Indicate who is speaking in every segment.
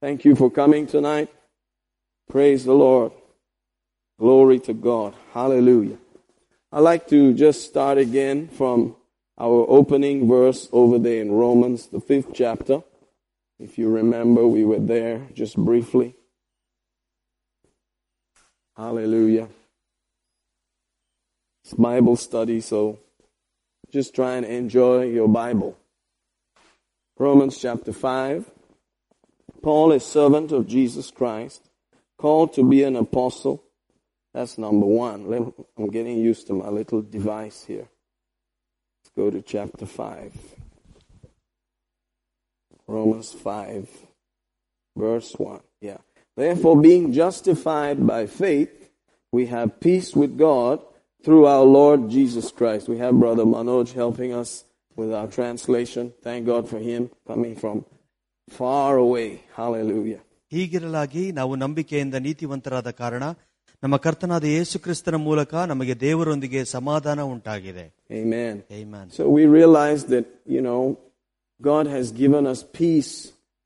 Speaker 1: Thank you for coming tonight. Praise the Lord. Glory to God. Hallelujah. I'd like to just start again from our opening verse over there in Romans, the fifth chapter. If you remember, we were there just briefly. Hallelujah. It's Bible study, so just try and enjoy your Bible. Romans chapter 5. Paul is servant of Jesus Christ, called to be an apostle. That's number one. Let- I'm getting used to my little device here. Let's go to chapter 5. Romans 5, verse 1. Yeah. Therefore, being justified by faith, we have peace with God through our Lord Jesus Christ. We have Brother Manoj helping us with our translation. Thank God for him coming from far away. Hallelujah.
Speaker 2: ಹೀಗಿರಲಾಗಿ ನಾವು ನಂಬಿಕೆಯಿಂದ ನೀತಿವಂತರಾದ ಕಾರಣ ನಮ್ಮ ಕರ್ತನಾದ ಯೇಸು ಕ್ರಿಸ್ತನ ಮೂಲಕ ನಮಗೆ ದೇವರೊಂದಿಗೆ ಸಮಾಧಾನ ಉಂಟಾಗಿದೆ
Speaker 1: Amen.
Speaker 2: Amen.
Speaker 1: So we realize that, you know, God has given us peace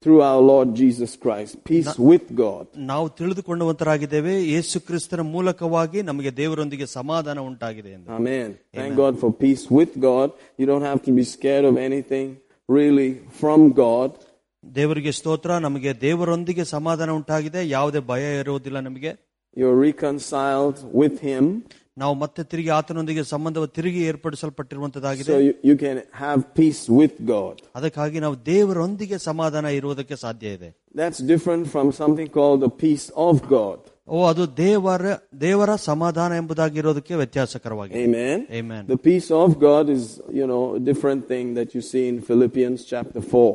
Speaker 1: through our Lord Jesus Christ, peace with God.
Speaker 2: ನಾವು ತಿಳಿದುಕೊಂಡವಂತರಾಗಿದ್ದೇವೆ ಯೇಸು ಕ್ರಿಸ್ತನ ಮೂಲಕವಾಗಿ ನಮಗೆ ದೇವರೊಂದಿಗೆ ಸಮಾಧಾನ ಉಂಟಾಗಿದೆ ಎಂದು
Speaker 1: Amen. Thank God for peace with God. You don't have to be scared of anything really from God.
Speaker 2: ದೇವರಿಗೆ ಸ್ತೋತ್ರ ನಮಗೆ ದೇವರೊಂದಿಗೆ ಸಮಾಧಾನ ಉಂಟಾಗಿದೆ ಯಾವುದೇ ಭಯ ಇರುವುದಿಲ್ಲ ನಮಗೆ
Speaker 1: You're reconciled with Him,
Speaker 2: ನಾವು ಮತ್ತೆ ತಿರುಗಿ ಆತನೊಂದಿಗೆ ಸಂಬಂಧವ ತಿರುಗಿ ಏರ್ಪಡಿಸಲ್ಪಟ್ಟಿರುವಂತದ್ದಾಗಿದೆ
Speaker 1: so you, you can have peace with God.
Speaker 2: ಅದಕ್ಕಾಗಿ ನಾವು ದೇವರೊಂದಿಗೆ ಸಮಾಧಾನ ಇರುವುದಕ್ಕೆ ಸಾಧ್ಯ ಇದೆ
Speaker 1: That's different from something called the peace of God.
Speaker 2: ಓ ಅದು ದೇವರ ದೇವರ ಸಮಾಧಾನ ಎಂಬುದಾಗಿರೋದಕ್ಕೆ ವ್ಯತ್ಯಾಸಕರವಾಗಿದೆ
Speaker 1: Amen.
Speaker 2: Amen.
Speaker 1: The peace of God is, you know, a different thing that you see in Philippians chapter 4.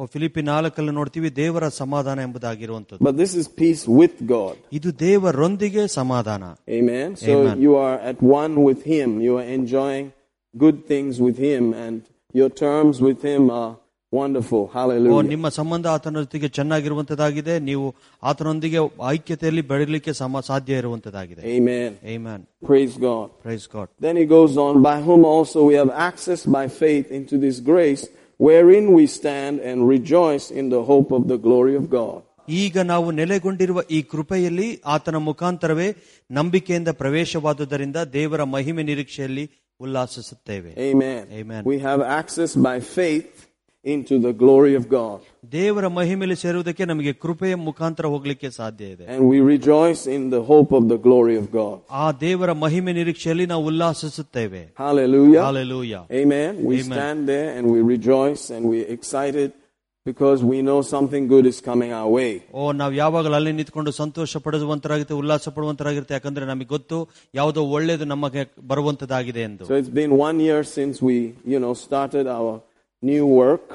Speaker 2: ಓ ಫಿಲಿಪಿ ನಾಲ್ಕಲ್ಲಿ ನೋಡ್ತೀವಿ ದೇವರ ಸಮಾಧಾನ ಎಂಬುದಾಗಿರುವಂತದ್ದು
Speaker 1: But this is peace with God.
Speaker 2: ಇದು ದೇವರೊಂದಿಗೆ ಸಮಾಧಾನ
Speaker 1: Amen. So
Speaker 2: Amen.
Speaker 1: you are at one with Him. You are enjoying good things with Him, and your terms with Him are wonderful.
Speaker 2: O
Speaker 1: Hallelujah.
Speaker 2: ನಿಮ್ಮ ಸಂಬಂಧ ಆತನೊಂದಿಗೆ ಚೆನ್ನಾಗಿರುವಂತದಾಗಿದೆ ನೀವು ಆತನೊಂದಿಗೆ ಐಕ್ಯತೆಯಲ್ಲಿ ಬೆಳಲಿಕ್ಕೆ ಸಮ ಸಾಧ್ಯ ಇರುವಂತದಾಗಿದೆ
Speaker 1: Amen.
Speaker 2: Amen
Speaker 1: Praise God.
Speaker 2: Praise God
Speaker 1: Then he goes on, by whom also we have access by faith into this grace, wherein we stand and rejoice in the hope of the glory of God.
Speaker 2: ಈಗ ನಾವು ನೆಲೆಗೊಂಡಿರುವ ಈ ಕೃಪೆಯಲ್ಲಿ ಆತನ ಮುಖಾಂತರವೇ ನಂಬಿಕೆಯಿಂದ ಪ್ರವೇಶವಾದುದರಿಂದ ದೇವರ ಮಹಿಮೆ ನಿರೀಕ್ಷೆಯಲ್ಲಿ ಉಲ್ಲಾಸಿಸುತ್ತೇವೆ
Speaker 1: Amen.
Speaker 2: Amen.
Speaker 1: We have access by faith into the glory of God.
Speaker 2: ದೇವರ ಮಹಿಮೆಯಲ್ಲಿ ಸೇರುವುದಕ್ಕೆ ನಮಗೆ ಕೃಪೆಯ ಮುಖಾಂತರ ಹೋಗ್ಲಿಕ್ಕೆ ಸಾಧ್ಯ ಇದೆ
Speaker 1: And we rejoice in the hope of the glory of God.
Speaker 2: ಆ ದೇವರ ಮಹಿಮೆ ನಿರೀಕ್ಷೆಯಲ್ಲಿ ನಾವು ಉಲ್ಲಾಸಿಸುತ್ತೇವೆ
Speaker 1: Hallelujah.
Speaker 2: Hallelujah
Speaker 1: Amen. We
Speaker 2: Amen.
Speaker 1: stand there and we rejoice and we're excited because we know something good is coming our way.
Speaker 2: ಓ ನಾವು ಯಾವಾಗಲೂ ಅಲ್ಲಿ ನಿಂತ್ಕೊಂಡು ಸಂತೋಷ ಪಡುವಂತರಾಗಿರುತ್ತೆ ಉಲ್ಲಾಸ ಪಡುವಂತರಾಗಿರುತ್ತೆ ಯಾಕಂದ್ರೆ ನಮಗೆ ಗೊತ್ತು ಯಾವುದೋ ಒಳ್ಳೆಯದು ನಮಗೆ ಬರುವಂತದಾಗಿದೆ ಎಂದು
Speaker 1: So it's been one year since we, you know, started our new work.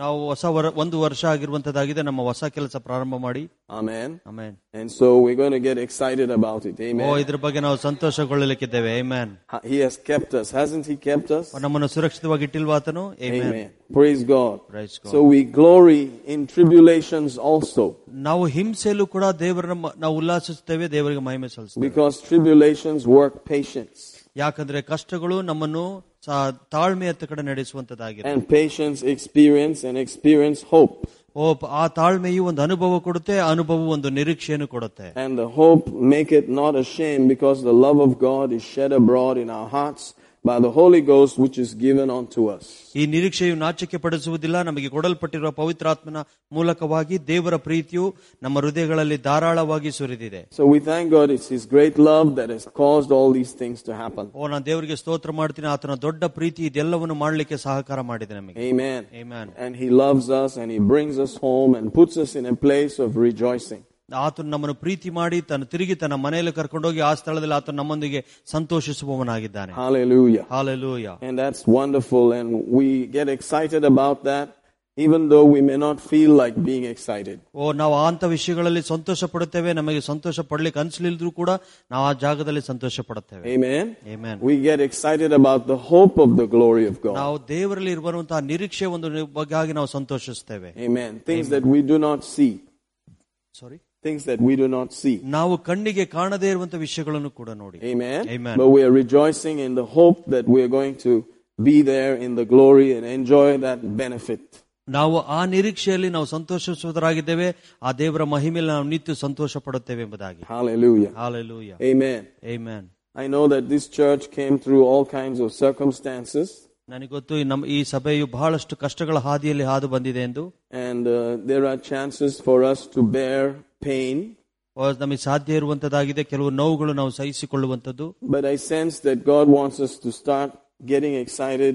Speaker 2: ನಾವು ಹೊಸ ವರ ಒಂದು ವರ್ಷ ಆಗಿರುವಂತದಾಗಿದೆ ನಮ್ಮ ಹೊಸ ಕೆಲಸ ಪ್ರಾರಂಭ ಮಾಡಿ
Speaker 1: Amen.
Speaker 2: Amen
Speaker 1: And so we're going to get excited about it.
Speaker 2: O
Speaker 1: Amen.
Speaker 2: ಇದ್ರ ಬಗ್ಗೆ ನಾವು ಸಂತೋಷಗೊಳ್ಳಲಿಕ್ಕಿದ್ದೇವೆ amen
Speaker 1: Ha- He has kept us. Hasn't He kept us?
Speaker 2: ನಮ್ಮನ್ನು ಸುರಕ್ಷಿತವಾಗಿ ಇಟ್ಟಿಲ್ವಾತನು amen
Speaker 1: Amen. Praise God.
Speaker 2: Praise God.
Speaker 1: So we glory in tribulations also
Speaker 2: ನಾವು ಹಿಂಸೆಯಲ್ಲೂ ಕೂಡ ದೇವರ ನಮ್ಮ- ನಾವು ಉಲ್ಲಾಸಿಸುತ್ತೇವೆ ದೇವರಿಗೆ ಮಹಿಮೆ ಸಲ್ಲಿಸ್ತೇವೆ
Speaker 1: because tribulations work patience
Speaker 2: ಯಾಕಂದ್ರೆ ಕಷ್ಟಗಳು ನಮ್ಮನ್ನು ಸಾ- ತಾಳ್ಮೆಯ ಕಡೆ ನಡೆಸುವಂತದ್ದಾಗಿದೆ
Speaker 1: and patience experience and experience hope
Speaker 2: ಓ ಪ- ಆ ತಾಳ್ಮೆಯು ಒಂದು ಅನುಭವ ಕೊಡುತ್ತೆ ಆ ಅನುಭವ ಒಂದು ನಿರೀಕ್ಷೆಯನ್ನು ಕೊಡುತ್ತೆ
Speaker 1: and the hope make it not ashamed because the love of God is shed abroad in our hearts by the Holy Ghost which is given unto us.
Speaker 2: ಈ ನಿರೀಕ್ಷೆಯು ನಾಚಿಕೆ ಪಡಿಸುವುದಿಲ್ಲ ನಮಗೆ ಕೊಡಲ್ಪಟ್ಟಿರುವ ಪವಿತ್ರಾತ್ಮನ ಮೂಲಕವಾಗಿ ದೇವರ ಪ್ರೀತಿಯು ನಮ್ಮ ಹೃದಯಗಳಲ್ಲಿ ಧಾರಾಳವಾಗಿ ಸುರಿದಿದೆ
Speaker 1: So we thank God it's His great love that has caused all these things to happen.
Speaker 2: ಓ ನಾನು ದೇವರಿಗೆ ಸ್ತೋತ್ರ ಮಾಡ್ತೀನಿ ಆತನ ದೊಡ್ಡ ಪ್ರೀತಿ ಇದೆಲ್ಲವನ್ನು ಮಾಡಲಿಕ್ಕೆ ಸಹಕಾರ ಮಾಡಿದೆ ನಮಗೆ
Speaker 1: Amen.
Speaker 2: Amen.
Speaker 1: And He loves us and He brings us home and puts us in a place of rejoicing.
Speaker 2: ಆತನು ನಮ್ಮನ್ನು ಪ್ರೀತಿ ಮಾಡಿ ತನ್ನ ತಿರುಗಿ ತನ್ನ ಮನೆಯಲ್ಲಿ ಕರ್ಕೊಂಡೋಗಿ ಆ ಸ್ಥಳದಲ್ಲಿ ಆತನು ನಮ್ಮೊಂದಿಗೆ ಸಂತೋಷಿಸುವವನಾಗಿದ್ದಾನೆ
Speaker 1: Hallelujah.
Speaker 2: Hallelujah
Speaker 1: And that's wonderful, and we get excited about that, even though we may not feel like being excited.
Speaker 2: ಓ ನಾವು ಅಂತ ವಿಷಯಗಳಲ್ಲಿ ಸಂತೋಷ ಪಡುತ್ತೇವೆ ನಮಗೆ ಸಂತೋಷ ಪಡ್ಲಿಕ್ಕೆ ಅನ್ಸ್ಲಿಲ್ದ್ರೂ ಕೂಡ ನಾವು ಆ ಜಾಗದಲ್ಲಿ ಸಂತೋಷ ಪಡುತ್ತೇವೆ
Speaker 1: Amen.
Speaker 2: Amen.
Speaker 1: We get excited about the hope of the glory of God.
Speaker 2: ನಾವು ದೇವರಲ್ಲಿ ಇರುವಂತಹ ನಿರೀಕ್ಷೆ ಒಂದು ನಿ- ಬಗ್ಗೆ ಆಗಿ ನಾವು ಸಂತೋಷಿಸ್ತೇವೆ
Speaker 1: Amen. Things that we do not see.
Speaker 2: Sorry
Speaker 1: Things that we do not see.
Speaker 2: ನಾವು ಕಣ್ಣಿಗೆ ಕಾಣದೇ ಇರುವಂತಹ ವಿಷಯಗಳನ್ನು ಕೂಡ ನೋಡಿ
Speaker 1: Amen.
Speaker 2: Amen.
Speaker 1: But we are rejoicing in the hope that we are going to be there in the glory and enjoy that benefit.
Speaker 2: ನಾವು ಆ ನಿರೀಕ್ಷೆಯಲ್ಲಿ ನಾವು ಸಂತೋಷಿಸುವುದರಾಗಿದ್ದೇವೆ ಆ ದೇವರ ಮಹಿಮೆಯಲ್ಲಿ ನಾವು ನಿತ್ಯ ಸಂತೋಷ ಪಡುತ್ತೇವೆ ಎಂಬುದಾಗಿ
Speaker 1: Hallelujah.
Speaker 2: Hallelujah
Speaker 1: Amen.
Speaker 2: ಏ man
Speaker 1: I know that this church came through all kinds of circumstances,
Speaker 2: ನನಗೊತ್ತು ಈ ನಮ್ಮ ಈ ಸಭೆಯು ಬಹಳಷ್ಟು ಕಷ್ಟಗಳ ಹಾದಿಯಲ್ಲಿ ಹಾದು ಬಂದಿದೆ ಎಂದು
Speaker 1: and uh, there are chances for us to bear pain.
Speaker 2: ಆ, ನಮಗೆ ಸಾಧ್ಯ ಇರುವಂತದ್ದಾಗಿದೆ ಕೆಲವು ನೋವುಗಳು ನಾವು ಸಹಿಸಿಕೊಳ್ಳುವಂಥದ್ದು
Speaker 1: But I sense that God wants us to start getting excited,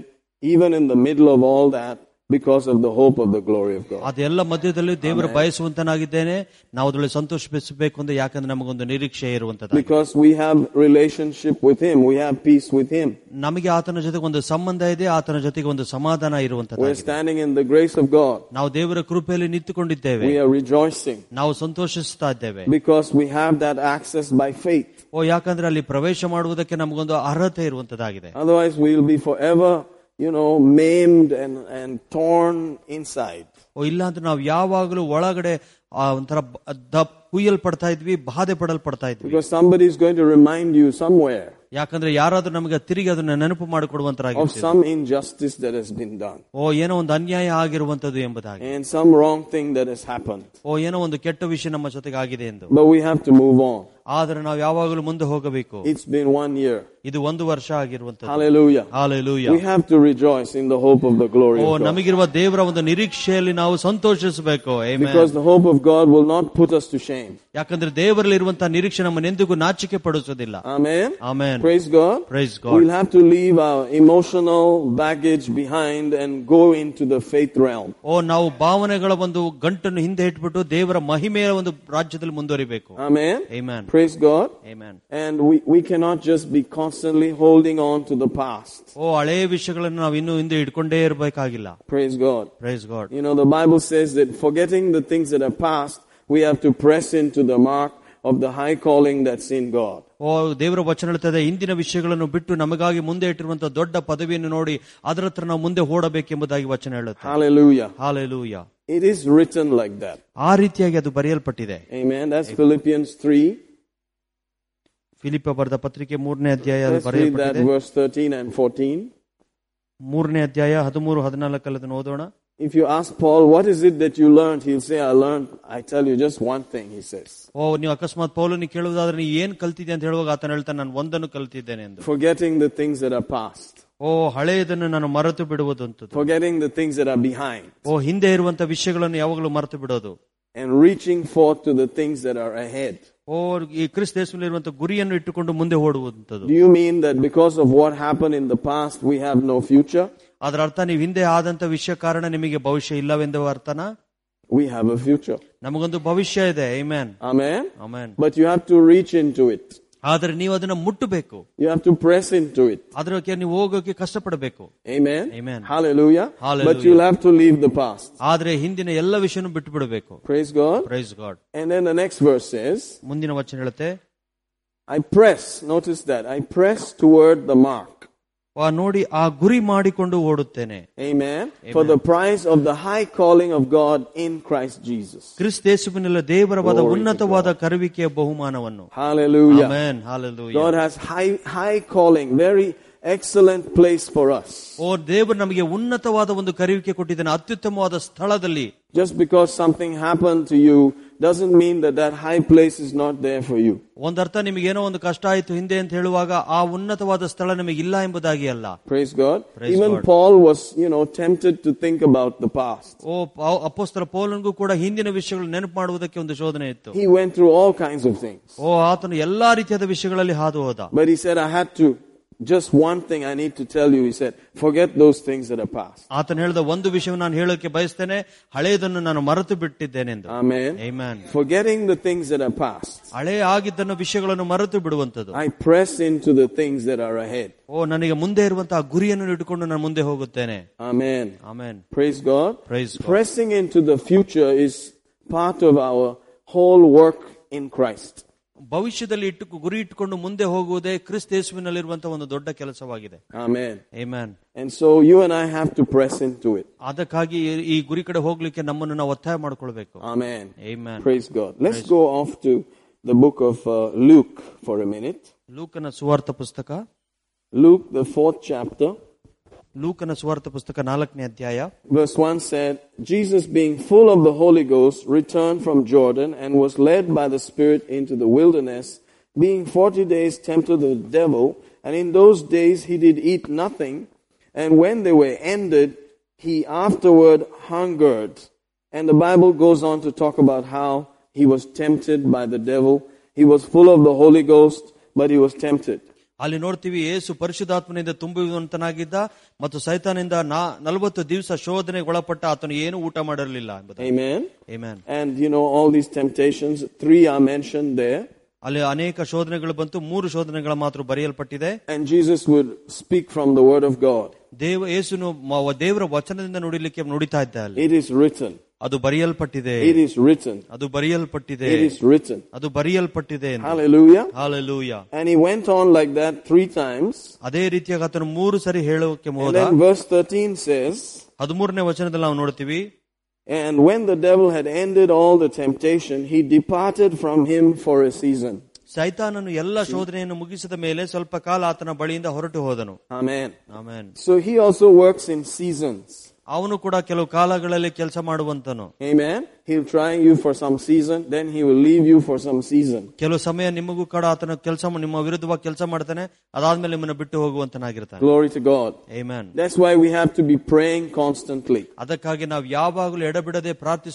Speaker 1: even in the middle of all that, because of the hope of the glory of God.
Speaker 2: ಅದೆಲ್ಲ ಮಧ್ಯದಲ್ಲಿ ದೇವರು ಬಯಸುವಂತನಾಗಿದ್ದೇನೆ ನಾವು ಅದರಲ್ಲಿ ಸಂತೋಷಿಸಬೇಕು ಅಂತ ಯಾಕಂದ್ರೆ ನಮಗೊಂದು ನಿರೀಕ್ಷೆ ಇರುವಂತದ್ದು
Speaker 1: Because we have relationship with Him, we have peace with Him.
Speaker 2: ನಮಗೆ ಆತನ ಜೊತೆಗೆ ಒಂದು ಸಂಬಂಧ ಇದೆ ಆತನ ಜೊತೆಗೆ ಒಂದು ಸಮಾಧಾನ
Speaker 1: We're
Speaker 2: ಇರುವಂತದ್ದು
Speaker 1: standing in the grace of God.
Speaker 2: ನಾವು ದೇವರ ಕೃಪೆಯಲ್ಲಿ ನಿಂತುಕೊಂಡಿದ್ದೇವೆ
Speaker 1: We are rejoicing
Speaker 2: ನಾವು ಸಂತೋಷಿಸ್ತಾ ಇದ್ದೇವೆ
Speaker 1: because we have that access by faith.
Speaker 2: ಓ ಯಾಕಂದ್ರೆ ಅಲ್ಲಿ ಪ್ರವೇಶ ಮಾಡುವುದಕ್ಕೆ ನಮಗೊಂದು ಅರ್ಹತೆ ಇರುವಂತದ್ದಾಗಿದೆ
Speaker 1: Otherwise, we'll be forever, you know, maimed and, and torn inside.
Speaker 2: ಓ ಇಲ್ಲ ಅಂದ್ರೆ ನಾವು ಯಾವಾಗಲೂ ಒಳಗಡೆ ಆ ಒಂಥರ ಬ- ದಪ್- ಕುಯ್ಯಲ್ಪಡ್ತಾ ಇದ್ವಿ ಬಾಧೆ ಪಡಲ್ಪಡ್ತಾ ಇದ್ವಿ
Speaker 1: Because somebody is going to remind you somewhere
Speaker 2: ಯಾಕಂದ್ರೆ ಯಾರಾದ್ರೂ ನಮಗೆ ತಿರುಗಿ ಅದನ್ನ ನೆನಪು
Speaker 1: of
Speaker 2: ಮಾಡಿಕೊಡುವಂತರಾಗಿರ್ತೀವಿ
Speaker 1: some injustice that has been done
Speaker 2: ಓ ಏನೋ ಒಂದು ಅನ್ಯಾಯ ಆಗಿರುವಂತದ್ದು ಎಂಬುದಾಗಿ
Speaker 1: and some wrong thing that has happened.
Speaker 2: ಓ ಏನೋ ಒಂದು ಕೆಟ್ಟ ವಿಷಯ ನಮ್ಮ ಜೊತೆಗೆ ಆಗಿದೆ ಎಂದು
Speaker 1: But we have to move on.
Speaker 2: ಆದ್ರೆ ನಾವು ಯಾವಾಗಲೂ ಮುಂದೆ ಹೋಗಬೇಕು
Speaker 1: It's been one year.
Speaker 2: ಇದು ಒಂದು ವರ್ಷ ಆಗಿರುವಂತದ್ದು
Speaker 1: Hallelujah. Oh,
Speaker 2: hallelujah
Speaker 1: We have to rejoice in the hope of the glory
Speaker 2: ಓ
Speaker 1: of God.
Speaker 2: ನಮಗಿರುವ ದೇವರ ಒಂದು ನಿರೀಕ್ಷೆಯಲ್ಲಿ ನಾವು ಸಂತೋಷಿಸಬೇಕು Amen.
Speaker 1: Because the hope of God will not put us to shame.
Speaker 2: ಯಾಕಂದ್ರೆ ದೇವರಲ್ಲಿ ಇರುವಂತಹ ನಿರೀಕ್ಷೆ ನಮ್ಮನ್ನೆಂದಿಗೂ ನಾಚಿಕೆ ಪಡಿಸೋದಿಲ್ಲ
Speaker 1: Amen.
Speaker 2: Amen
Speaker 1: Praise God.
Speaker 2: Praise God
Speaker 1: We'll have to leave our emotional baggage behind and go into the faith realm.
Speaker 2: ಓ ನಾವು ಭಾವನೆಗಳ ಒಂದು ಗಂಟನ್ನು ಹಿಂದೆ ಇಟ್ಬಿಟ್ಟು ದೇವರ ಮಹಿಮೆಯ ಒಂದು ರಾಜ್ಯದಲ್ಲಿ ಮುಂದುವರಿಬೇಕು
Speaker 1: Amen.
Speaker 2: Amen
Speaker 1: Praise God.
Speaker 2: Amen
Speaker 1: And we, we cannot just be constantly holding on to the past.
Speaker 2: ಓ ಹಳೆಯ ವಿಷಯಗಳನ್ನು ನಾವು ಇನ್ನೂ ಹಿಂದೆ ಇಟ್ಕೊಂಡೇ ಇರಬೇಕಾಗಿಲ್ಲ
Speaker 1: Praise God.
Speaker 2: Praise God
Speaker 1: You know, the Bible says that forgetting the things that are past, we have to press into the mark of the high calling that's in God.
Speaker 2: ಓ ದೇವರ ವಚನ ಹೇಳ್ತದೆ ಇಂದಿನ ವಿಷಯಗಳನ್ನು ಬಿಟ್ಟು ನಮಗಾಗಿ ಮುಂದೆ ಇಟ್ಟಿರುವಂತಹ ದೊಡ್ಡ ಪದವಿಯನ್ನು ನೋಡಿ ಅದರ ಹತ್ರ ನಾವು ಮುಂದೆ ಓಡಬೇಕೆಂಬುದಾಗಿ ವಚನ ಹೇಳುತ್ತೆ
Speaker 1: Hallelujah.
Speaker 2: Hallelujah
Speaker 1: It is written like that.
Speaker 2: ಆ ರೀತಿಯಾಗಿ ಅದು ಬರೆಯಲ್ಪಟ್ಟಿದೆ
Speaker 1: Amen. That's Philippians 3.
Speaker 2: ಫಿಲಿಪ ಬರೆದ ಪತ್ರಿಕೆ ಮೂರನೇ ಅಧ್ಯಾಯ ಅದು
Speaker 1: Let's read that
Speaker 2: ಬರೆಯಲ್ಪಟ್ಟಿದೆ
Speaker 1: verse 13 and 14.
Speaker 2: ಮೂರನೇ ಅಧ್ಯಾಯ ಹದಿಮೂರು ಹದಿನಾಲ್ಕಲ್ಲಿ ಅದನ್ನು ಓದೋಣ
Speaker 1: If you ask Paul, what is it that you learned? He'll say, I learned, I tell you just one thing, he says.
Speaker 2: ಓ ನೀವು ಅಕಸ್ಮಾತ್ ಪೌಲನಿ ಕೇಳುವುದಾದ್ರೆ ನೀ ಏನ್ ಕಲ್ತಿದ್ದೆ ಅಂತ ಹೇಳುವಾಗ ಆತನ ಹೇಳ್ತಾನೆ ನಾನು ಒಂದನ್ನು ಕಲ್ತಿದ್ದೇನೆ ಎಂದು
Speaker 1: Forgetting the things that are past,
Speaker 2: ಓ ಹಳೆಯದನ್ನು ನಾನು ಮರೆತು ಬಿಡುವುದು ಅಂತದ್ದು.
Speaker 1: forgetting the things that are behind,
Speaker 2: ಓ ಹಿಂದೆ ಇರುವಂತ ವಿಷಯಗಳನ್ನು ಯಾವಾಗಲೂ ಮರೆತು ಬಿಡೋದು
Speaker 1: and reaching forth to the things that are ahead.
Speaker 2: ಓ ಈ ಕ್ರಿಸ್ತ ದೇಶದಲ್ಲಿ ಇರುವಂತ ಗುರಿಯನ್ನು ಇಟ್ಟುಕೊಂಡು ಮುಂದೆ ಓಡುವಂತದ್ದು
Speaker 1: Do you mean that because of what happened in the past, we have no future?
Speaker 2: ಅದರ ಅರ್ಥ ನೀವು ಹಿಂದೆ ಆದಂತ ವಿಷಯ ಕಾರಣ ನಿಮಗೆ ಭವಿಷ್ಯ ಇಲ್ಲವೆಂದು ಅರ್ಥನ
Speaker 1: We have a future.
Speaker 2: ನಮಗೊಂದು ಭವಿಷ್ಯ ಇದೆ ಐಮ್ಯಾನ್
Speaker 1: Amen?
Speaker 2: Amen
Speaker 1: But you have to reach into it.
Speaker 2: ಆದ್ರೆ ನೀವು ಅದನ್ನ ಮುಟ್ಟಬೇಕು
Speaker 1: You have to press into it.
Speaker 2: ಅದರ ಬಗ್ಗೆ ನೀವು ಹೋಗೋಕೆ ಕಷ್ಟಪಡಬೇಕು
Speaker 1: Amen?
Speaker 2: Amen.
Speaker 1: Hallelujah.
Speaker 2: Hallelujah.
Speaker 1: But you'll have to leave the past.
Speaker 2: ಆದ್ರೆ ಹಿಂದಿನ ಎಲ್ಲ ವಿಷಯನೂ ಬಿಟ್ಟು ಬಿಡಬೇಕು
Speaker 1: Praise God.
Speaker 2: Praise God
Speaker 1: And then the next verse says,
Speaker 2: ಮುಂದಿನ ವಚನ ಹೇಳುತ್ತೆ
Speaker 1: I press, notice that, I press toward the mark.
Speaker 2: ಆ ನೋಡಿ ಆ ಗುರಿ ಮಾಡಿಕೊಂಡು ಓಡುತ್ತೇನೆ
Speaker 1: Amen. For the prize of the high calling of God in Christ Jesus.
Speaker 2: ಕ್ರಿಸ್ತೇಸುವಿನಲ್ಲ ದೇವರವಾದ
Speaker 1: Glory to
Speaker 2: ಉನ್ನತವಾದ ಕರುವಿಕೆಯ ಬಹುಮಾನವನ್ನು
Speaker 1: Hallelujah.
Speaker 2: Amen. Hallelujah.
Speaker 1: God has high, high calling, very excellent place for us.
Speaker 2: ಓ ದೇವರು ನಮಗೆ ಉನ್ನತವಾದ ಒಂದು ಕರೆಯುವಿಕೆ ಕೊಟ್ಟಿದ್ದಾನೆ ಅತ್ಯುತ್ತಮವಾದ ಸ್ಥಳದಲ್ಲಿ
Speaker 1: Just because something happened to you doesn't mean that that high place is not there for you.
Speaker 2: ಒಂದರ್ಥ ನಿಮಗೆ ಏನೋ ಒಂದು ಕಷ್ಟ ಆಯಿತು ಹಿಂದೆ ಅಂತ ಹೇಳುವಾಗ ಆ ಉನ್ನತವಾದ ಸ್ಥಳ ನಮಗೆ ಇಲ್ಲ ಎಂಬುದಾಗಿ ಅಲ್ಲ
Speaker 1: Praise God.
Speaker 2: Praise
Speaker 1: Even
Speaker 2: God.
Speaker 1: Paul was, you know, tempted to think about the past.
Speaker 2: ಓ ಪೌ- ಅಪೋಸ್ತರ ಪೌಲನ್ಗೂ ಕೂಡ ಹಿಂದಿನ ವಿಷಯಗಳು ನೆನಪು ಮಾಡುವುದಕ್ಕೆ ಒಂದು ಶೋಧನೆ ಇತ್ತು
Speaker 1: He went through all kinds of things.
Speaker 2: ಓ ಆತನು ಎಲ್ಲಾ ರೀತಿಯಾದ ವಿಷಯಗಳಲ್ಲಿ ಹಾದು ಹೋದ
Speaker 1: But he said, I had to, just one thing I need to tell you. He said, forget those things that are past.
Speaker 2: ಆತನು ಹೇಳಿದ ಒಂದು ವಿಷಯ ನಾನು ಹೇಳೋಕೆ ಬಯಸ್ತೇನೆ ಹಳೆಯದನ್ನು ನಾನು ಮರೆತು ಬಿಟ್ಟಿದ್ದೇನೆಂದು
Speaker 1: Amen.
Speaker 2: Amen.
Speaker 1: Forgetting the things that are past,
Speaker 2: ಹಳೆ ಆಗಿದ್ದನ್ನು ವಿಷಯಗಳನ್ನು ಮರೆತು ಬಿಡುವಂತದ್ದು
Speaker 1: I press into the things that are ahead.
Speaker 2: ಓ ನನಗೆ ಮುಂದೆ ಇರುವಂತಹ ಗುರಿಯನ್ನು ಇಟ್ಟುಕೊಂಡು ನಾನು ಮುಂದೆ ಹೋಗುತ್ತೇನೆ
Speaker 1: Amen.
Speaker 2: Amen
Speaker 1: Praise God.
Speaker 2: Praise God.
Speaker 1: Pressing into the future is part of our whole work in Christ.
Speaker 2: ಭವಿಷ್ಯದಲ್ಲಿ ಇಟ್ಟು ಗುರಿ ಇಟ್ಟುಕೊಂಡು ಮುಂದೆ ಹೋಗುವುದೇ ಕ್ರಿಸ್ತೇಸುವಿನಲ್ಲಿರುವಂತಹ ಒಂದು ದೊಡ್ಡ ಕೆಲಸವಾಗಿದೆ
Speaker 1: Amen.
Speaker 2: Amen
Speaker 1: And so you and I have to press into it.
Speaker 2: ಅದಕ್ಕಾಗಿ ಈ- ಈ ಗುರಿ ಕಡೆ ಹೋಗ್ಲಿಕ್ಕೆ ನಮ್ಮನ್ನು ನಾವು ಒತ್ತಾಯ ಮಾಡ್ಕೊಳ್ಬೇಕು
Speaker 1: Amen.
Speaker 2: Amen
Speaker 1: Praise God. Let's go off to the book of uh, Luke for a minute.
Speaker 2: ಲೂಕನ ಸುವಾರ್ಥ ಪುಸ್ತಕ
Speaker 1: Luke, the fourth chapter.
Speaker 2: ಲೂಕನ ಸುವಾರ್ಥ ಪುಸ್ತಕ ನಾಲ್ಕನೇ ಅಧ್ಯಾಯ
Speaker 1: Verse 1 said, Jesus, being full of the Holy Ghost, returned from Jordan and was led by the Spirit into the wilderness, being forty days tempted of the devil. And in those days he did eat nothing. And when they were ended, he afterward hungered. And the Bible goes on to talk about how he was tempted by the devil. He was full of the Holy Ghost, but he was tempted.
Speaker 2: ಅಲ್ಲಿ ನೋಡ್ತೀವಿ ಏಸು ಪರಿಶುದ್ಧಾತ್ಮನಿಂದ ತುಂಬಿರುವಂತನಾಗಿದ್ದ ಮತ್ತು ಸೈತಾನಿಂದ ನಾ ನಲವತ್ತು ದಿವಸ ಶೋಧನೆಗೆ ಒಳಪಟ್ಟ ಆತನು ಏನು ಊಟ ಮಾಡಿರಲಿಲ್ಲ ಎಂಬುದು
Speaker 1: Amen.
Speaker 2: Amen.
Speaker 1: And you know, all these temptations, three are mentioned there.
Speaker 2: ಅಲ್ಲಿ ಅನೇಕ ಶೋಧನೆಗಳು ಬಂತು ಮೂರು ಶೋಧನೆಗಳ ಮಾತ್ರ ಬರೆಯಲ್ಪಟ್ಟಿದೆ
Speaker 1: And Jesus would speak from the Word of God.
Speaker 2: ದೇವ ಯೇಸುನು ಮ- ದೇವರ ವಚನದಿಂದ ನುಡಿಲಿಕ್ಕೆ ನುಡಿತಾ ಇದ್ದ ಅಲ್ಲಿ
Speaker 1: It is written.
Speaker 2: ಅದು ಬರೆಯಲ್ಪಟ್ಟಿದೆ
Speaker 1: It is written.
Speaker 2: ಅದು ಬರೆಯಲ್ಪಟ್ಟಿದೆ
Speaker 1: It is written.
Speaker 2: ಅದು ಬರೆಯಲ್ಪಟ್ಟಿದೆ
Speaker 1: Hallelujah.
Speaker 2: Hallelujah
Speaker 1: And he went on like that three times.
Speaker 2: ಅದೇ ರೀತಿಯಾಗಿ ಆತನು ಮೂರು ಸರಿ ಹೇಳೋಕೆ
Speaker 1: And
Speaker 2: ಹೋದ
Speaker 1: then verse 13 says,
Speaker 2: ಹದಿಮೂರನೇ ವಚನದಲ್ಲಿ ನಾವು ನೋಡ್ತೀವಿ
Speaker 1: And when the devil had ended all the temptation, he departed from him for a season.
Speaker 2: ಸೈತಾನನು ಎಲ್ಲ ಶೋಧನೆಯನ್ನು ಮುಗಿಸಿದ ಮೇಲೆ ಸ್ವಲ್ಪ ಕಾಲ ಆತನ ಬಳಿಯಿಂದ ಹೊರಟು ಹೋದನು
Speaker 1: Amen.
Speaker 2: Amen
Speaker 1: So he also works in seasons.
Speaker 2: ಅವನು ಕೂಡ ಕೆಲವು ಕಾಲಗಳಲ್ಲಿ ಕೆಲಸ ಮಾಡುವಂತನು
Speaker 1: Amen. He'll try you for some season, then he will leave you for some season.
Speaker 2: ಕೆಲವು ಸಮಯ ನಿಮಗೂ ಕೂಡ ಆತನ ಕೆಲಸ ನಿಮ್ಮ ವಿರುದ್ಧವಾಗಿ ಕೆಲಸ ಮಾಡ್ತಾನೆ ಅದಾದ್ಮೇಲೆ ನಿಮ್ಮನ್ನ ಬಿಟ್ಟು ಹೋಗುವಂತನಾಗಿರ್ತಾನೆ
Speaker 1: Glory to God.
Speaker 2: Amen
Speaker 1: That's why we have to be praying constantly
Speaker 2: ಅದಕ್ಕಾಗಿ ನಾವು ಯಾವಾಗಲೂ ಎಡಬಿಡದೆ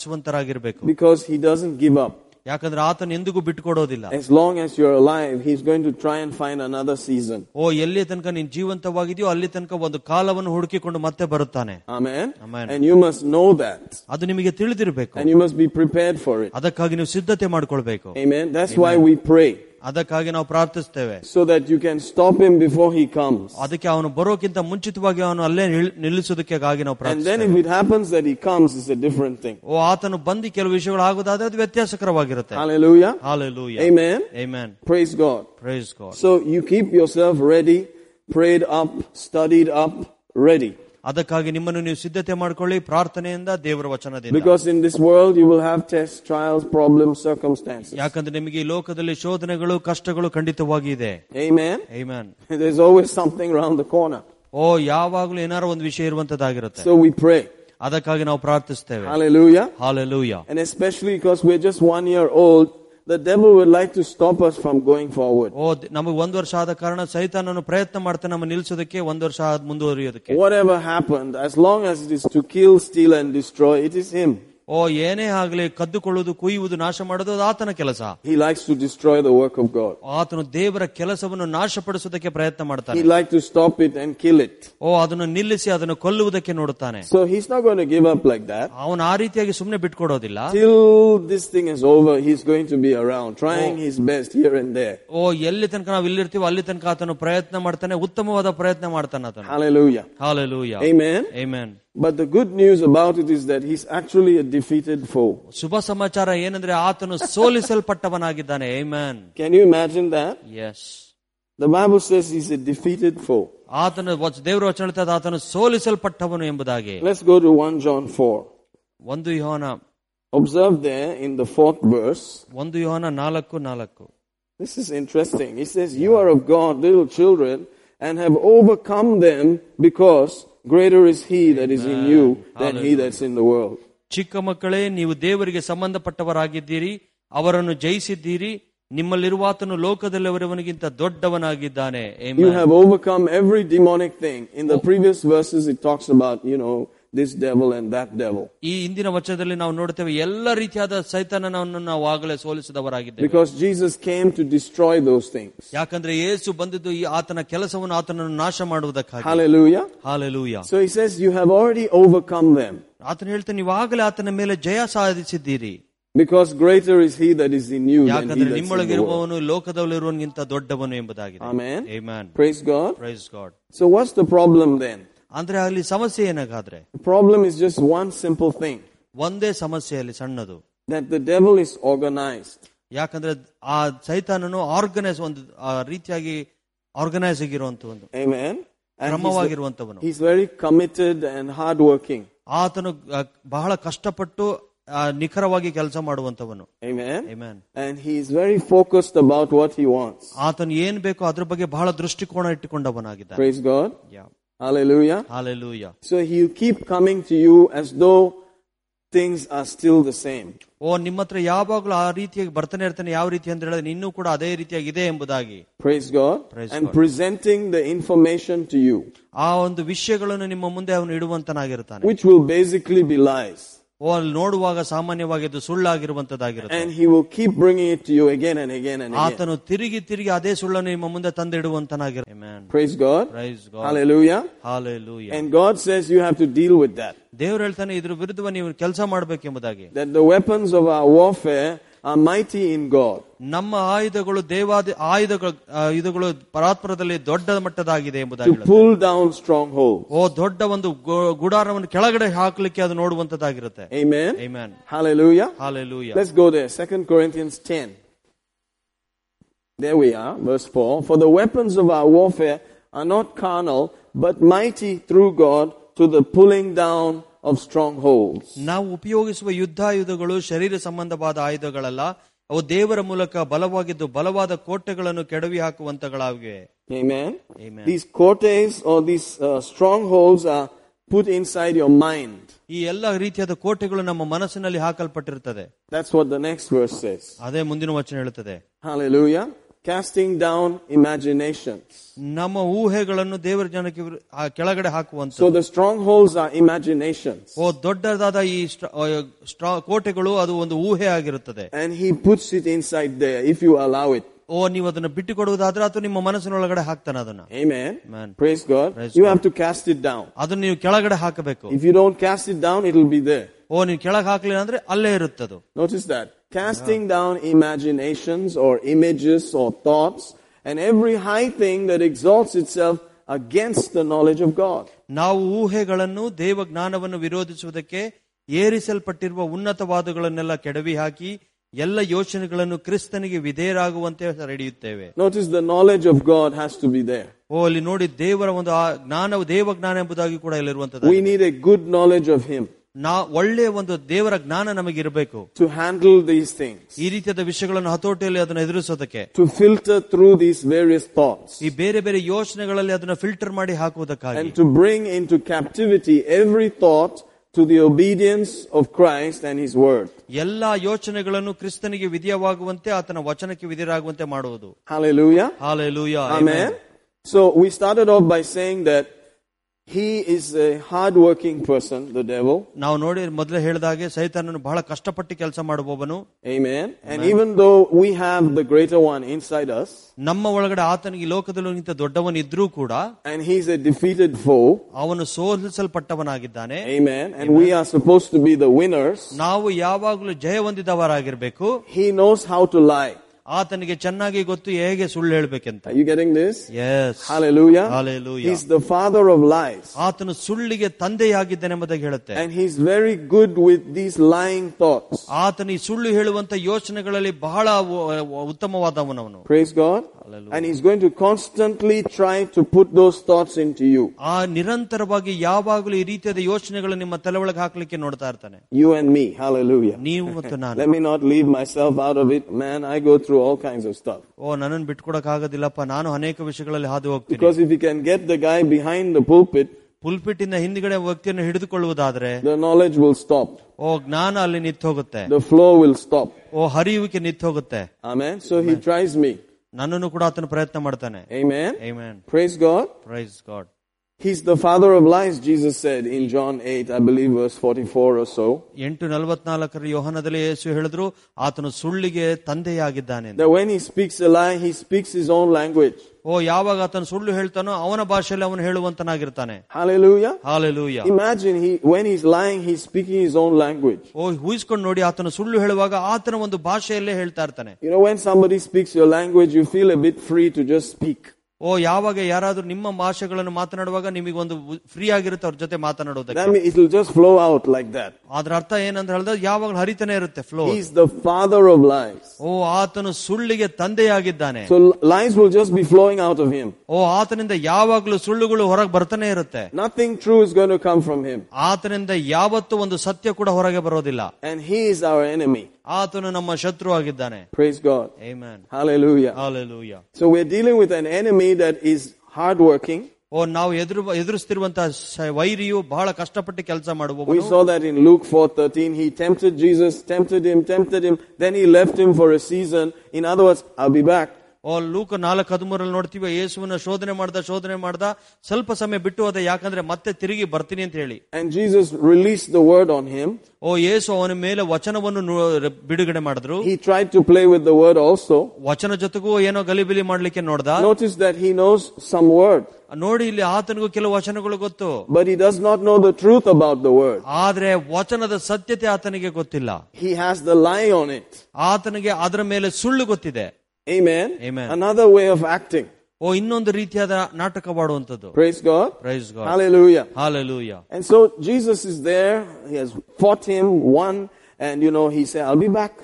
Speaker 2: ಪ್ರಾರ್ಥಿಸುವಂತರಾಗಿರ್ಬೇಕು
Speaker 1: because he doesn't give up.
Speaker 2: ಯಾಕಂದ್ರೆ ಆತನ ಎಂದಿಗೂ ಬಿಟ್ಟುಕೊಡೋದಿಲ್ಲ
Speaker 1: As long as you're alive, he's going to try and find another season.
Speaker 2: ಓ ಎಲ್ಲಿ ತನಕ ನೀನ್ ಜೀವಂತವಾಗಿದೆಯೋ ಅಲ್ಲಿ ತನಕ ಒಂದು ಕಾಲವನ್ನು ಹುಡುಕಿಕೊಂಡು ಮತ್ತೆ ಬರುತ್ತಾನೆ
Speaker 1: Amen.
Speaker 2: Amen.
Speaker 1: And you must know that.
Speaker 2: ಅದು ನಿಮಗೆ ತಿಳಿದಿರಬೇಕು
Speaker 1: And you must be prepared for it.
Speaker 2: ಅದಕ್ಕಾಗಿ ನೀವು ಸಿದ್ಧತೆ ಮಾಡ್ಕೊಳ್ಬೇಕು
Speaker 1: Amen. That's why we pray.
Speaker 2: ಅದಕ್ಕಾಗಿ ನಾವು ಪ್ರಾರ್ಥಿಸ್ತೇವೆ
Speaker 1: So that you can stop him before he comes.
Speaker 2: ಅದಕ್ಕೆ ಅವನು ಬರೋಕ್ಕಿಂತ ಮುಂಚಿತವಾಗಿ ಅವನು ಅಲ್ಲೇ ನಿಲ್- ನಿಲ್ಲಿಸೋದಕ್ಕಾಗಿ ನಾವು
Speaker 1: And
Speaker 2: ಪ್ರಾರ್ಥಿಸ್ತೇವೆ
Speaker 1: then if it happens that he comes, it's a different thing.
Speaker 2: ಓ ಆತನು ಬಂದು ಕೆಲವು ವಿಷಯಗಳು ಆಗೋದಾದ್ರೆ ಅದು ವ್ಯತ್ಯಾಸಕರವಾಗಿರುತ್ತೆ
Speaker 1: Hallelujah.
Speaker 2: Hallelujah.
Speaker 1: Amen.
Speaker 2: Amen.
Speaker 1: Praise God.
Speaker 2: Praise God.
Speaker 1: So you keep yourself ready, prayed up, studied up, ready.
Speaker 2: ಅದಕ್ಕಾಗಿ ನಿಮ್ಮನ್ನು ನೀವು ಸಿದ್ಧತೆ ಮಾಡ್ಕೊಳ್ಳಿ ಪ್ರಾರ್ಥನೆಯಿಂದ ದೇವರ ವಚನದಿಂದ
Speaker 1: Because in this world you will have tests, trials, problems, circumstances.
Speaker 2: ಯಾಕಂದ್ರೆ ನಿಮಗೆ ಈ ಲೋಕದಲ್ಲಿ ಶೋಧನೆಗಳು ಕಷ್ಟಗಳು ಖಂಡಿತವಾಗಿ ಇದೆ
Speaker 1: Amen.
Speaker 2: ಐಮ್ಯಾನ್
Speaker 1: There's always something around the corner.
Speaker 2: ಓ ಯಾವಾಗ್ಲೂ ಏನಾರು ಒಂದು ವಿಷಯ ಇರುವಂತದ್ದಾಗಿರುತ್ತೆ
Speaker 1: So we pray.
Speaker 2: ಅದಕ್ಕಾಗಿ ನಾವು ಪ್ರಾರ್ಥಿಸ್ತೇವೆ
Speaker 1: Hallelujah.
Speaker 2: Hallelujah
Speaker 1: And especially because we're just one year old, the devil would like to stop us from going forward.
Speaker 2: ಓ ದ- ನಮಗೆ ಒಂದ್ ವರ್ಷ ಆದ ಕಾರಣ ಸೈತಾನನು ಪ್ರಯತ್ನ ಮಾಡ್ತಾನೆ ನಮ್ಮ ನಿಲ್ಸೋದಕ್ಕೆ ಒಂದ್ ವರ್ಷ ಆದ್ ಮುಂದುವರಿಯೋದಕ್ಕೆ
Speaker 1: Whatever happened, as long as it is to kill, steal, and destroy, it is him.
Speaker 2: ಓ ಏನೇ ಆಗ್ಲಿ ಕದ್ದುಕೊಳ್ಳುವುದು ಕುಯ್ಯುವುದು ನಾಶ ಮಾಡೋದು ಅದು ಆತನ ಕೆಲಸ
Speaker 1: He likes to destroy the work of God.
Speaker 2: ಆತನು ದೇವರ ಕೆಲಸವನ್ನು ನಾಶಪಡಿಸೋದಕ್ಕೆ ಪ್ರಯತ್ನ ಮಾಡ್ತಾನೆ
Speaker 1: He likes to stop it and kill it.
Speaker 2: ಓ ಅದನ್ನು ನಿಲ್ಲಿಸಿ ಅದನ್ನು ಕೊಲ್ಲುವುದಕ್ಕೆ ನೋಡುತ್ತಾನೆ
Speaker 1: So he's not going to give up like that.
Speaker 2: ಅವನು ಆ ರೀತಿಯಾಗಿ ಸುಮ್ಮನೆ ಬಿಟ್ಕೊಡೋದಿಲ್ಲ
Speaker 1: Till this thing is over, he's going to be around, trying his best here and there.
Speaker 2: ಓ ಎಲ್ಲಿ ತನಕ ನಾವು ಇಲ್ಲಿರ್ತೀವೋ ಅಲ್ಲಿ ತನಕ ಆತನು ಪ್ರಯತ್ನ ಮಾಡ್ತಾನೆ ಉತ್ತಮವಾದ ಪ್ರಯತ್ನ ಮಾಡ್ತಾನೆ ಆತನು
Speaker 1: Hallelujah.
Speaker 2: Hallelujah
Speaker 1: Amen.
Speaker 2: Amen
Speaker 1: But the good news about it is that he's actually a defeated foe.
Speaker 2: ಶುಭ ಸಮಾಚಾರ ಏನಂದ್ರೆ ಆತನು ಸೋಲಿಸಲ್ಪಟ್ಟವನಾಗಿದ್ದಾನೆ amen
Speaker 1: Can you imagine that?
Speaker 2: Yes
Speaker 1: The Bible says he's a defeated foe.
Speaker 2: ಆತನು ವಚ- ದೇವರ ವಚನ ಹೇಳ್ತದೆ ಆತನು ಸೋಲಿಸಲ್ಪಟ್ಟವನು ಎಂಬುದಾಗಿ
Speaker 1: Let's go to 1 John 4.
Speaker 2: ಒಂದು ಯೋಹನ
Speaker 1: Observe there in the fourth verse.
Speaker 2: ಒಂದು ಯೋಹನ ನಾಲ್ಕು ನಾಲ್ಕು
Speaker 1: This is interesting. He says, You are of God, little children, and have overcome them because greater is he that is in you than he that's in the world.
Speaker 2: ಚಿಕ್ಕ ಮಕ್ಕಳೇ ನೀವು ದೇವರಿಗೆ ಸಂಬಂಧಪಟ್ಟವರಾಗಿದ್ದೀರಿ ಅವರನ್ನು ಜಯಿಸಿದ್ದೀರಿ ನಿಮ್ಮಲ್ಲಿರುವಾತನು ಲೋಕದಲ್ಲಿರುವವನಿಗಿಂತ ದೊಡ್ಡವನಾಗಿದ್ದಾನೆ Amen.
Speaker 1: You have overcome every demonic thing. In the previous verses, it talks about, you know, this devil and that devil.
Speaker 2: ಈ ಹಿಂದಿನ ವಚನದಲ್ಲಿ ನಾವು ನೋಡ್ತೇವೆ ಎಲ್ಲ ರೀತಿಯಾದ ಸೈತಾನನವನ್ನು ನಾವು ಆಗಲೇ ಸೋಲಿಸಿದವರಾಗಿದ್ದೇವೆ
Speaker 1: Because Jesus came to destroy those things.
Speaker 2: ಯಾಕಂದ್ರೆ ಏಸು ಬಂದಿದ್ದು ಈ ಆತನ ಕೆಲಸವನ್ನು ಆತನನ್ನು ನಾಶ ಮಾಡುವುದಕ್ಕಾಗಿ
Speaker 1: Hallelujah.
Speaker 2: Hallelujah
Speaker 1: So he says, You have already overcome them
Speaker 2: ಆತನು ಹೇಳ್ತಾನೆ ನೀವಾಗಲೇ ಆತನ ಮೇಲೆ ಜಯ ಸಾಧಿಸಿದ್ದೀರಿ
Speaker 1: because greater is he that is in you than he that's
Speaker 2: ಯಾಕಂದ್ರೆ
Speaker 1: in the world.
Speaker 2: ನಿಮ್ಮೊಳಗಿರುವವನು ಲೋಕದಲ್ಲಿರುವವನಿಗಿಂತ ದೊಡ್ಡವನು ಎಂಬುದಾಗಿದೆ
Speaker 1: Amen.
Speaker 2: Amen.
Speaker 1: Praise God.
Speaker 2: Praise God.
Speaker 1: So what's the problem then?
Speaker 2: ಅಂದ್ರೆ ಅಲ್ಲಿ ಸಮಸ್ಯೆ ಏನಾಗಾದ್ರೆ
Speaker 1: The problem is just one simple thing
Speaker 2: ಒಂದೇ ಸಮಸ್ಯೆಯಲ್ಲಿ ಸಣ್ಣದು
Speaker 1: that the devil is organized.
Speaker 2: ಯಾಕಂದ್ರೆ ಆ ಸೈತಾನನು ಆರ್ಗನೈಸ್ ಒಂದು ಆ ರೀತಿಯಾಗಿ ಆರ್ಗನೈಸ್ ಆಗಿರುವಂತ ಒಂದು
Speaker 1: Amen. And he's,
Speaker 2: ಕ್ರಮವಾಗಿರುವಂತವನು
Speaker 1: he's very committed and hardworking.
Speaker 2: ಆತನು ಆ, ಬಹಳ ಕಷ್ಟಪಟ್ಟು ಆ, ನಿಖರವಾಗಿ ಕೆಲಸ ಮಾಡುವಂತವನು
Speaker 1: Amen.
Speaker 2: Amen.
Speaker 1: And he's very focused about what he wants.
Speaker 2: ಆತನು ಏನ್ ಬೇಕೋ ಅದ್ರ ಬಗ್ಗೆ ಬಹಳ ದೃಷ್ಟಿಕೋನ ಇಟ್ಟುಕೊಂಡವನಾಗಿದ್ದಾನೆ
Speaker 1: Praise God.
Speaker 2: Yeah.
Speaker 1: Hallelujah.
Speaker 2: Hallelujah.
Speaker 1: So he'll keep coming to you as though things are still the same.
Speaker 2: ಓ ನಿಮ್ಮ ಹತ್ರ ಯಾವಾಗಲೂ ಆ ರೀತಿಯಾಗಿ ಬರ್ತಾನೆ ಇರ್ತಾನೆ ಯಾವ ರೀತಿ ಅಂತ ಹೇಳಿದ್ರೆ ಇನ್ನೂ ಕೂಡ ಅದೇ ರೀತಿಯಾಗಿದೆ ಎಂಬುದಾಗಿ
Speaker 1: Praise God.
Speaker 2: Praise
Speaker 1: and
Speaker 2: God.
Speaker 1: presenting the information to you,
Speaker 2: ಆ ಒಂದು ವಿಷಯಗಳನ್ನು ನಿಮ್ಮ ಮುಂದೆ ಅವನು ಇಡುವಂತನಾಗಿರ್ತಾನೆ
Speaker 1: which will basically be lies.
Speaker 2: ಓ ಅಲ್ಲಿ ನೋಡುವಾಗ ಸಾಮಾನ್ಯವಾಗಿ ಅದು ಸುಳ್ಳಾಗಿರುವಂತದ್ದಾಗಿರುತ್ತೆ
Speaker 1: And he will keep bringing it to you again and again and again.
Speaker 2: ಆತನು ತಿರುಗಿ ತಿರುಗಿ ಅದೇ ಸುಳ್ಳನ್ನು ನಿಮ್ಮ ಮುಂದೆ ತಂದಿಡುವಂತನಾಗಿರ Amen.
Speaker 1: Praise God.
Speaker 2: Praise God.
Speaker 1: Hallelujah.
Speaker 2: Hallelujah.
Speaker 1: And God says you have to deal with that.
Speaker 2: ದೇವ್ರು ಹೇಳ್ತಾನೆ ಇದ್ರ ವಿರುದ್ಧ ನೀವು ಕೆಲಸ ಮಾಡಬೇಕೆಂಬುದಾಗಿ
Speaker 1: That the weapons of our warfare are mighty in God.
Speaker 2: ನಮ್ಮ ಆಯುಧಗಳು ದೇವಾದಿ ಆಯುಧಗಳು ಆಯುಧಗಳು ಪರಾತ್ಪರದಲ್ಲಿ ದೊಡ್ಡ ಮಟ್ಟದಾಗಿದೆ ಎಂಬುದಾಗಿ
Speaker 1: To
Speaker 2: ಹೇಳುತ್ತೆ.
Speaker 1: pull down strongholds.
Speaker 2: ಓ ದೊಡ್ಡ ಒಂದು ಗು- ಗುಡಾರವನ್ನು ಕೆಳಗಡೆ ಹಾಕ್ಲಿಕ್ಕೆ ಅದು ನೋಡುವಂತದ್ದಾಗಿರುತ್ತೆ
Speaker 1: Amen.
Speaker 2: Amen.
Speaker 1: Hallelujah.
Speaker 2: Hallelujah.
Speaker 1: Let's go there. Second Corinthians 10. There we are, verse 4. For the weapons of our warfare are not carnal, but mighty through God to the pulling down of strongholds.
Speaker 2: ನಾವು ಉಪಯೋಗಿಸುವ ಯುದ್ಧಾಯುಧಗಳು ಶರೀರ ಸಂಬಂಧವಾದ ಆಯುಧಗಳಲ್ಲ ಅವು ದೇವರ ಮೂಲಕ ಬಲವಾಗಿದ್ದು ಬಲವಾದ ಕೋಟೆಗಳನ್ನು ಕೆಡವಿ ಹಾಕುವಂತಗಳಾಗಿವೆ
Speaker 1: Amen.
Speaker 2: Amen.
Speaker 1: These cortes or these uh, strongholds are put inside your mind.
Speaker 2: ಈ ಎಲ್ಲ ರೀತಿಯಾದ ಕೋಟೆಗಳು ನಮ್ಮ ಮನಸ್ಸಿನಲ್ಲಿ ಹಾಕಲ್ಪಟ್ಟಿರುತ್ತದೆ
Speaker 1: That's what the next verse says.
Speaker 2: ಅದೇ ಮುಂದಿನ ವಚನ ಹೇಳುತ್ತದೆ
Speaker 1: Hallelujah. Casting down imaginations.
Speaker 2: ನಮ್ಮ ಊಹೆಗಳನ್ನು ದೇವರ ಜನಕ್ಕೆ ವಿರು- ಆ ಕೆಳಗಡೆ ಹಾಕುವಂತ
Speaker 1: So the strongholds are imaginations.
Speaker 2: ಓ ದೊಡ್ಡದಾದ ಈ ಸ್ಟ್ರ- ಆ, ಸ್ಟ್ರಾ- ಕೋಟೆಗಳು ಅದು ಒಂದು ಊಹೆ ಆಗಿರುತ್ತದೆ
Speaker 1: And he puts it inside there if you allow it.
Speaker 2: ಓ ನೀವು ಅದನ್ನು ಬಿಟ್ಟು ಕೊಡುವುದಾದ್ರೆ ಅಥವಾ ನಿಮ್ಮ ಮನಸ್ಸಿನೊಳಗಡೆ ಹಾಕ್ತಾನೆ ಅದನ್ನ
Speaker 1: Amen.
Speaker 2: Amen.
Speaker 1: Praise God.
Speaker 2: Praise
Speaker 1: you
Speaker 2: God.
Speaker 1: have to cast it down.
Speaker 2: ಅದನ್ನ ನೀವು ಕೆಳಗಡೆ ಹಾಕಬೇಕು
Speaker 1: If you don't cast it down, it'll be there.
Speaker 2: ಓ ನೀವು ಕೆಳಗೆ ಹಾಕ್ಲಿಲ್ಲ ಅಂದ್ರೆ ಅಲ್ಲೇ ಇರುತ್ತದು
Speaker 1: Notice that. Casting down imaginations or images or thoughts and every high thing that exalts itself against the knowledge of God.
Speaker 2: ನಾವು ಊಹೆಗಳನ್ನು ದೇವ ಜ್ಞಾನವನ್ನು ವಿರೋಧಿಸುವುದಕ್ಕೆ ಏರಿಸಲ್ಪಟ್ಟಿರುವ ಉನ್ನತವಾದಗಳನ್ನೆಲ್ಲ ಕೆಡವಿ ಹಾಕಿ ಎಲ್ಲ ಯೋಚನೆಗಳನ್ನು ಕ್ರಿಸ್ತನಿಗೆ ವಿಧೇಯರಾಗುವಂತೆ ನಡೆಯುತ್ತೇವೆ
Speaker 1: Notice the knowledge of God has to be there.
Speaker 2: ಓ ಅಲ್ಲಿ ನೋಡಿ ದೇವರ ಒಂದು ಆ ಜ್ಞಾನವು ದೇವ ಜ್ಞಾನ ಎಂಬುದಾಗಿ ಕೂಡ ಇಲ್ಲಿರುವಂತದ್ದು
Speaker 1: We need a good knowledge of Him
Speaker 2: ನಾ ಒಳ್ಳೆಯ ಒಂದು ದೇವರ ಜ್ಞಾನ ನಮಗಿರಬೇಕು
Speaker 1: to handle these things,
Speaker 2: ಈ ರೀತಿಯಾದ ವಿಷಯಗಳನ್ನು ಹತೋಟಿಯಲ್ಲಿ ಅದನ್ನು ಎದುರಿಸೋದಕ್ಕೆ
Speaker 1: to filter through these various thoughts,
Speaker 2: ಈ ಬೇರೆ ಬೇರೆ ಯೋಚನೆಗಳಲ್ಲಿ ಅದನ್ನ ಫಿಲ್ಟರ್ ಮಾಡಿ ಹಾಕುವುದಕ್ಕಾಗಿ
Speaker 1: and to bring into captivity every thought to the obedience of Christ and His Word.
Speaker 2: ಎಲ್ಲಾ ಯೋಚನೆಗಳನ್ನು ಕ್ರಿಸ್ತನಿಗೆ ವಿಧಿಯವಾಗುವಂತೆ ಆತನ ವಚನಕ್ಕೆ ವಿಧಿಯರಾಗುವಂತೆ ಮಾಡುವುದು
Speaker 1: Hallelujah.
Speaker 2: Hallelujah
Speaker 1: Amen. So we started off by saying that he is a hardworking person, the devil.
Speaker 2: ನಾವು ನೋಡಿ ಮೊದಲೇ ಹೇಳಿದಾಗೆ ಸೈತಾನನು ಬಹಳ ಕಷ್ಟಪಟ್ಟು ಕೆಲಸ ಮಾಡುವವನು
Speaker 1: Amen. And even though we have the greater one inside us,
Speaker 2: ನಮ್ಮ ಒಳಗಡೆ ಆತನಿಗೆ ಈ ಲೋಕದಲ್ಲಿಗಿಂತ ದೊಡ್ಡವನಿದ್ರೂ ಕೂಡ
Speaker 1: and he's a defeated foe.
Speaker 2: ಅವನು ಸೋಲಿಸಲ್ಪಟ್ಟವನಾಗಿದ್ದಾನೆ
Speaker 1: Amen. And we are supposed to be the winners.
Speaker 2: ನಾವು ಯಾವಾಗಲೂ ಜಯ ಹೊಂದಿದವರಾಗಿರ್ಬೇಕು
Speaker 1: He knows how to lie.
Speaker 2: ಆತನಿಗೆ ಚೆನ್ನಾಗಿ ಗೊತ್ತು ಹೇಗೆ ಸುಳ್ಳು ಹೇಳ್ಬೇಕಂತ
Speaker 1: Are you getting this?
Speaker 2: Yes
Speaker 1: Hallelujah.
Speaker 2: Hallelujah.
Speaker 1: He's the father of lies.
Speaker 2: ಆತನು ಸುಳ್ಳಿಗೆ ತಂದೆಯಾಗಿದ್ದಾನೆ ಎಂಬುದಾಗಿ ಹೇಳುತ್ತೆ
Speaker 1: And he's very good with these lying thoughts.
Speaker 2: ಆತನು ಈ ಸುಳ್ಳು ಹೇಳುವಂತ ಯೋಚನೆಗಳಲ್ಲಿ ಬಹಳ ಉ- ಉ- ಉತ್ತಮವಾದವನವನು
Speaker 1: Praise God.
Speaker 2: Hallelujah.
Speaker 1: And he's going to constantly try to put those thoughts into you.
Speaker 2: ಆ ನಿರಂತರವಾಗಿ ಯಾವಾಗಲೂ ಈ ರೀತಿಯಾದ ಯೋಚನೆಗಳು ನಿಮ್ಮ ತಲೆ ಒಳಗೆ ಹಾಕ್ಲಿಕ್ಕೆ ನೋಡ್ತಾ ಇರ್ತಾನೆ
Speaker 1: You and me. Hallelujah.
Speaker 2: ನೀವು ಮತ್ತು ನಾನು
Speaker 1: Let me not leave myself out of it. Man, I go through all kinds of stuff.
Speaker 2: ಓ ನನ್ನನ್ನು ಬಿಟ್ಕೊಡಕ್ ಆಗೋದಿಲ್ಲಪ್ಪ ನಾನು ಅನೇಕ ವಿಷಯಗಳಲ್ಲಿ ಹಾದು ಹೋಗ್ತೀನಿ
Speaker 1: Because if you can get the guy behind the pulpit,
Speaker 2: ಪುಲ್ಪಿಟಿನ ಹಿಂದ್ಗಡೆ ವ್ಯಕ್ತಿಯನ್ನು ಹಿಡಿದುಕೊಳ್ಳುವುದಾದ್ರೆ
Speaker 1: the knowledge will stop.
Speaker 2: ಓ ಜ್ಞಾನ ಅಲ್ಲಿ ನಿಂತೋಗುತ್ತೆ
Speaker 1: The flow will stop.
Speaker 2: ಓ ಹರಿಯುವಿಕೆ ನಿಂತೋಗುತ್ತೆ
Speaker 1: Amen. So he tries me.
Speaker 2: ನನ್ನನ್ನು ಕೂಡ ಆತನು ಪ್ರಯತ್ನ ಮಾಡ್ತಾನೆ
Speaker 1: Amen.
Speaker 2: Amen.
Speaker 1: Praise God.
Speaker 2: Praise God
Speaker 1: He's the father of lies, Jesus said in John 8, I believe verse 44 or so.
Speaker 2: ಎಂಟು ನಲವತ್ನಾಲ್ಕರ ಯೋಹನದಲ್ಲಿ ಯೇಸು ಹೇಳಿದ್ರು ಆತನು ಸುಳ್ಳಿಗೆ ತಂದೆಯಾಗಿದ್ದಾನೆ ಎಂದು.
Speaker 1: That when he speaks a lie, he speaks his own language.
Speaker 2: ಓ ಯಾವಾಗ ಆತನು ಸುಳ್ಳು ಹೇಳ್ತಾನೋ ಅವನ ಭಾಷೆಯಲ್ಲಿ ಅವನು ಹೇಳುವಂತನಾಗಿರ್ತಾನೆ
Speaker 1: Hallelujah.
Speaker 2: Hallelujah
Speaker 1: Imagine he, when he's lying, he's speaking his own language.
Speaker 2: ಓ ಊಹಿಸ್ಕೊಂಡು ನೋಡಿ ಆತನು ಸುಳ್ಳು ಹೇಳುವಾಗ ಆತನ ಒಂದು ಭಾಷೆಯಲ್ಲೇ ಹೇಳ್ತಾ ಇರ್ತಾನೆ
Speaker 1: You know, when somebody speaks your language, you feel a bit free to just speak.
Speaker 2: ಓ ಯಾವಾಗ ಯಾರಾದ್ರೂ ನಿಮ್ಮ ಭಾಷೆಗಳನ್ನು ಮಾತನಾಡುವಾಗ ನಿಮಗೆ ಒಂದು ಫ್ರೀ ಆಗಿರುತ್ತೆ ಅವ್ರ ಜೊತೆ ಮಾತನಾಡೋದಕ್ಕೆ
Speaker 1: That means it'll just flow out like that.
Speaker 2: ಅದ್ರ ಅರ್ಥ ಏನಂತ ಹೇಳಿದ್ರೆ ಯಾವಾಗ ಹರಿತಾನೆ ಇರುತ್ತೆ flow
Speaker 1: He's the father of lies.
Speaker 2: ಓ ಆತನು ಸುಳ್ಳಿಗೆ ತಂದೆಯಾಗಿದ್ದಾನೆ
Speaker 1: So l- lies will just be flowing out of him.
Speaker 2: ಓ ಆತನಿಂದ ಯಾವಾಗ್ಲೂ ಸುಳ್ಳುಗಳು ಹೊರಗೆ ಬರ್ತಾನೆ ಇರುತ್ತೆ
Speaker 1: Nothing true is going to come from him.
Speaker 2: ಆತನಿಂದ ಯಾವತ್ತೂ ಒಂದು ಸತ್ಯ ಕೂಡ ಹೊರಗೆ ಬರೋದಿಲ್ಲ
Speaker 1: And he is our enemy.
Speaker 2: ಆತನು ನಮ್ಮ ಶತ್ರು ಆಗಿದ್ದಾನೆ
Speaker 1: Praise God.
Speaker 2: Amen Uh.
Speaker 1: Hallelujah.
Speaker 2: Hallelujah
Speaker 1: So we're dealing with an enemy that is hardworking,
Speaker 2: ಓ ನಾವು ಎದುರು ಎದುರಿಸ್ತಿರುವಂತಹ ಸ- ವೈರಿಯು ಬಹಳ ಕಷ್ಟಪಟ್ಟು ಕೆಲಸ
Speaker 1: We
Speaker 2: ಮಾಡುವವನು
Speaker 1: saw that in Luke 4:13 he tempted Jesus, tempted him, tempted him, then he left him for a season. In other words, I'll be back.
Speaker 2: ಓ ಲೂಕ ನಾಲ್ಕು ಹದಿಮೂರಲ್ಲಿ ನೋಡ್ತೀವಿ ಯೇಸುವಿನ ಶೋಧನೆ ಮಾಡ್ದ ಶೋಧನೆ ಮಾಡ್ದ ಸ್ವಲ್ಪ ಸಮಯ ಬಿಟ್ಟು ಹೋದ ಯಾಕಂದ್ರೆ ಮತ್ತೆ ತಿರುಗಿ ಬರ್ತೀನಿ ಅಂತ ಹೇಳಿ
Speaker 1: And Jesus released the word on him.
Speaker 2: ಓ ಯೇಸು ಅವನ ಮೇಲೆ ವಚನವನ್ನು ನು- ಬಿಡುಗಡೆ ಮಾಡಿದ್ರು
Speaker 1: He tried to play with the word also.
Speaker 2: ವಚನ ಜೊತೆಗೂ ಏನೋ ಗಲಿಬಿಲಿ ಮಾಡ್ಲಿಕ್ಕೆ ನೋಡ್ದ
Speaker 1: Notice that he knows some word,
Speaker 2: ನೋಡಿ ಇಲ್ಲಿ ಆತನಿಗೂ ಕೆಲವು ವಚನಗಳು ಗೊತ್ತು
Speaker 1: but he does not know the truth about the word.
Speaker 2: ಆದ್ರೆ ವಚನದ ಸತ್ಯತೆ ಆತನಿಗೆ ಗೊತ್ತಿಲ್ಲ
Speaker 1: He has the lie on it.
Speaker 2: ಆತನಿಗೆ ಅದರ ಮೇಲೆ ಸುಳ್ಳು ಗೊತ್ತಿದೆ
Speaker 1: Amen.
Speaker 2: Amen.
Speaker 1: Another way of acting.
Speaker 2: ಓ ಇನ್ನೊಂದು ರೀತಿಯಾದ ನಾಟಕವಾಡುವಂಥದ್ದು
Speaker 1: Praise God.
Speaker 2: Praise god
Speaker 1: Hallelujah.
Speaker 2: Hallelujah
Speaker 1: And so Jesus is there. He has fought him, won, and you know, he said, I'll be back.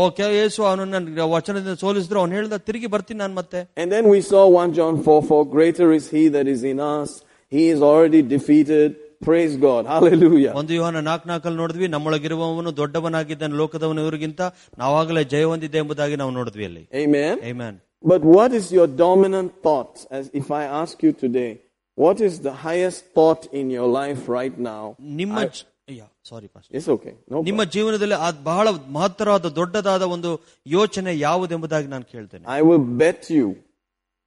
Speaker 2: ಓ ಕೆ- ಯೇಸು ಅವನನ್ನ ವಚನದಿಂದ ಸೋಲಿಸಿದ್ರು ಅವನು ಹೇಳ್ದ ತಿರುಗಿ ಬರ್ತೀನಿ ನಾನು ಮತ್ತೆ
Speaker 1: And then we saw 1 John 4 4 Greater is he that is in us. He is already defeated. Praise God. Hallelujah.
Speaker 2: ಒಂದು ಯೋಹನ ನಾಲ್ಕ್ ನಾಲ್ಕಲ್ಲಿ ನೋಡಿದ್ವಿ ನಮ್ಮೊಳಗಿರುವವನು ದೊಡ್ಡವನಾಗಿದ್ದಾನೆ ಲೋಕದವನು ಇವರಿಗಿಂತ ನಾವಾಗಲೇ ಜಯ ಹೊಂದಿದೆ ಎಂಬುದಾಗಿ ನಾವು ನೋಡಿದ್ವಿ ಅಲ್ಲಿ
Speaker 1: Amen.
Speaker 2: Amen
Speaker 1: But what is your dominant thought? As if I ask you today, what is the highest thought in your life right now?
Speaker 2: ನಿಮ್ಮ ಸಾರಿ
Speaker 1: It's okay. No problem.
Speaker 2: ನಿಮ್ಮ ಜೀವನದಲ್ಲಿ ಆ ಬಹಳ ಮಹತ್ತರವಾದ ದೊಡ್ಡದಾದ ಒಂದು ಯೋಚನೆ ಯಾವುದೆಂಬುದಾಗಿ ನಾನು ಕೇಳ್ತೇನೆ
Speaker 1: I will bet you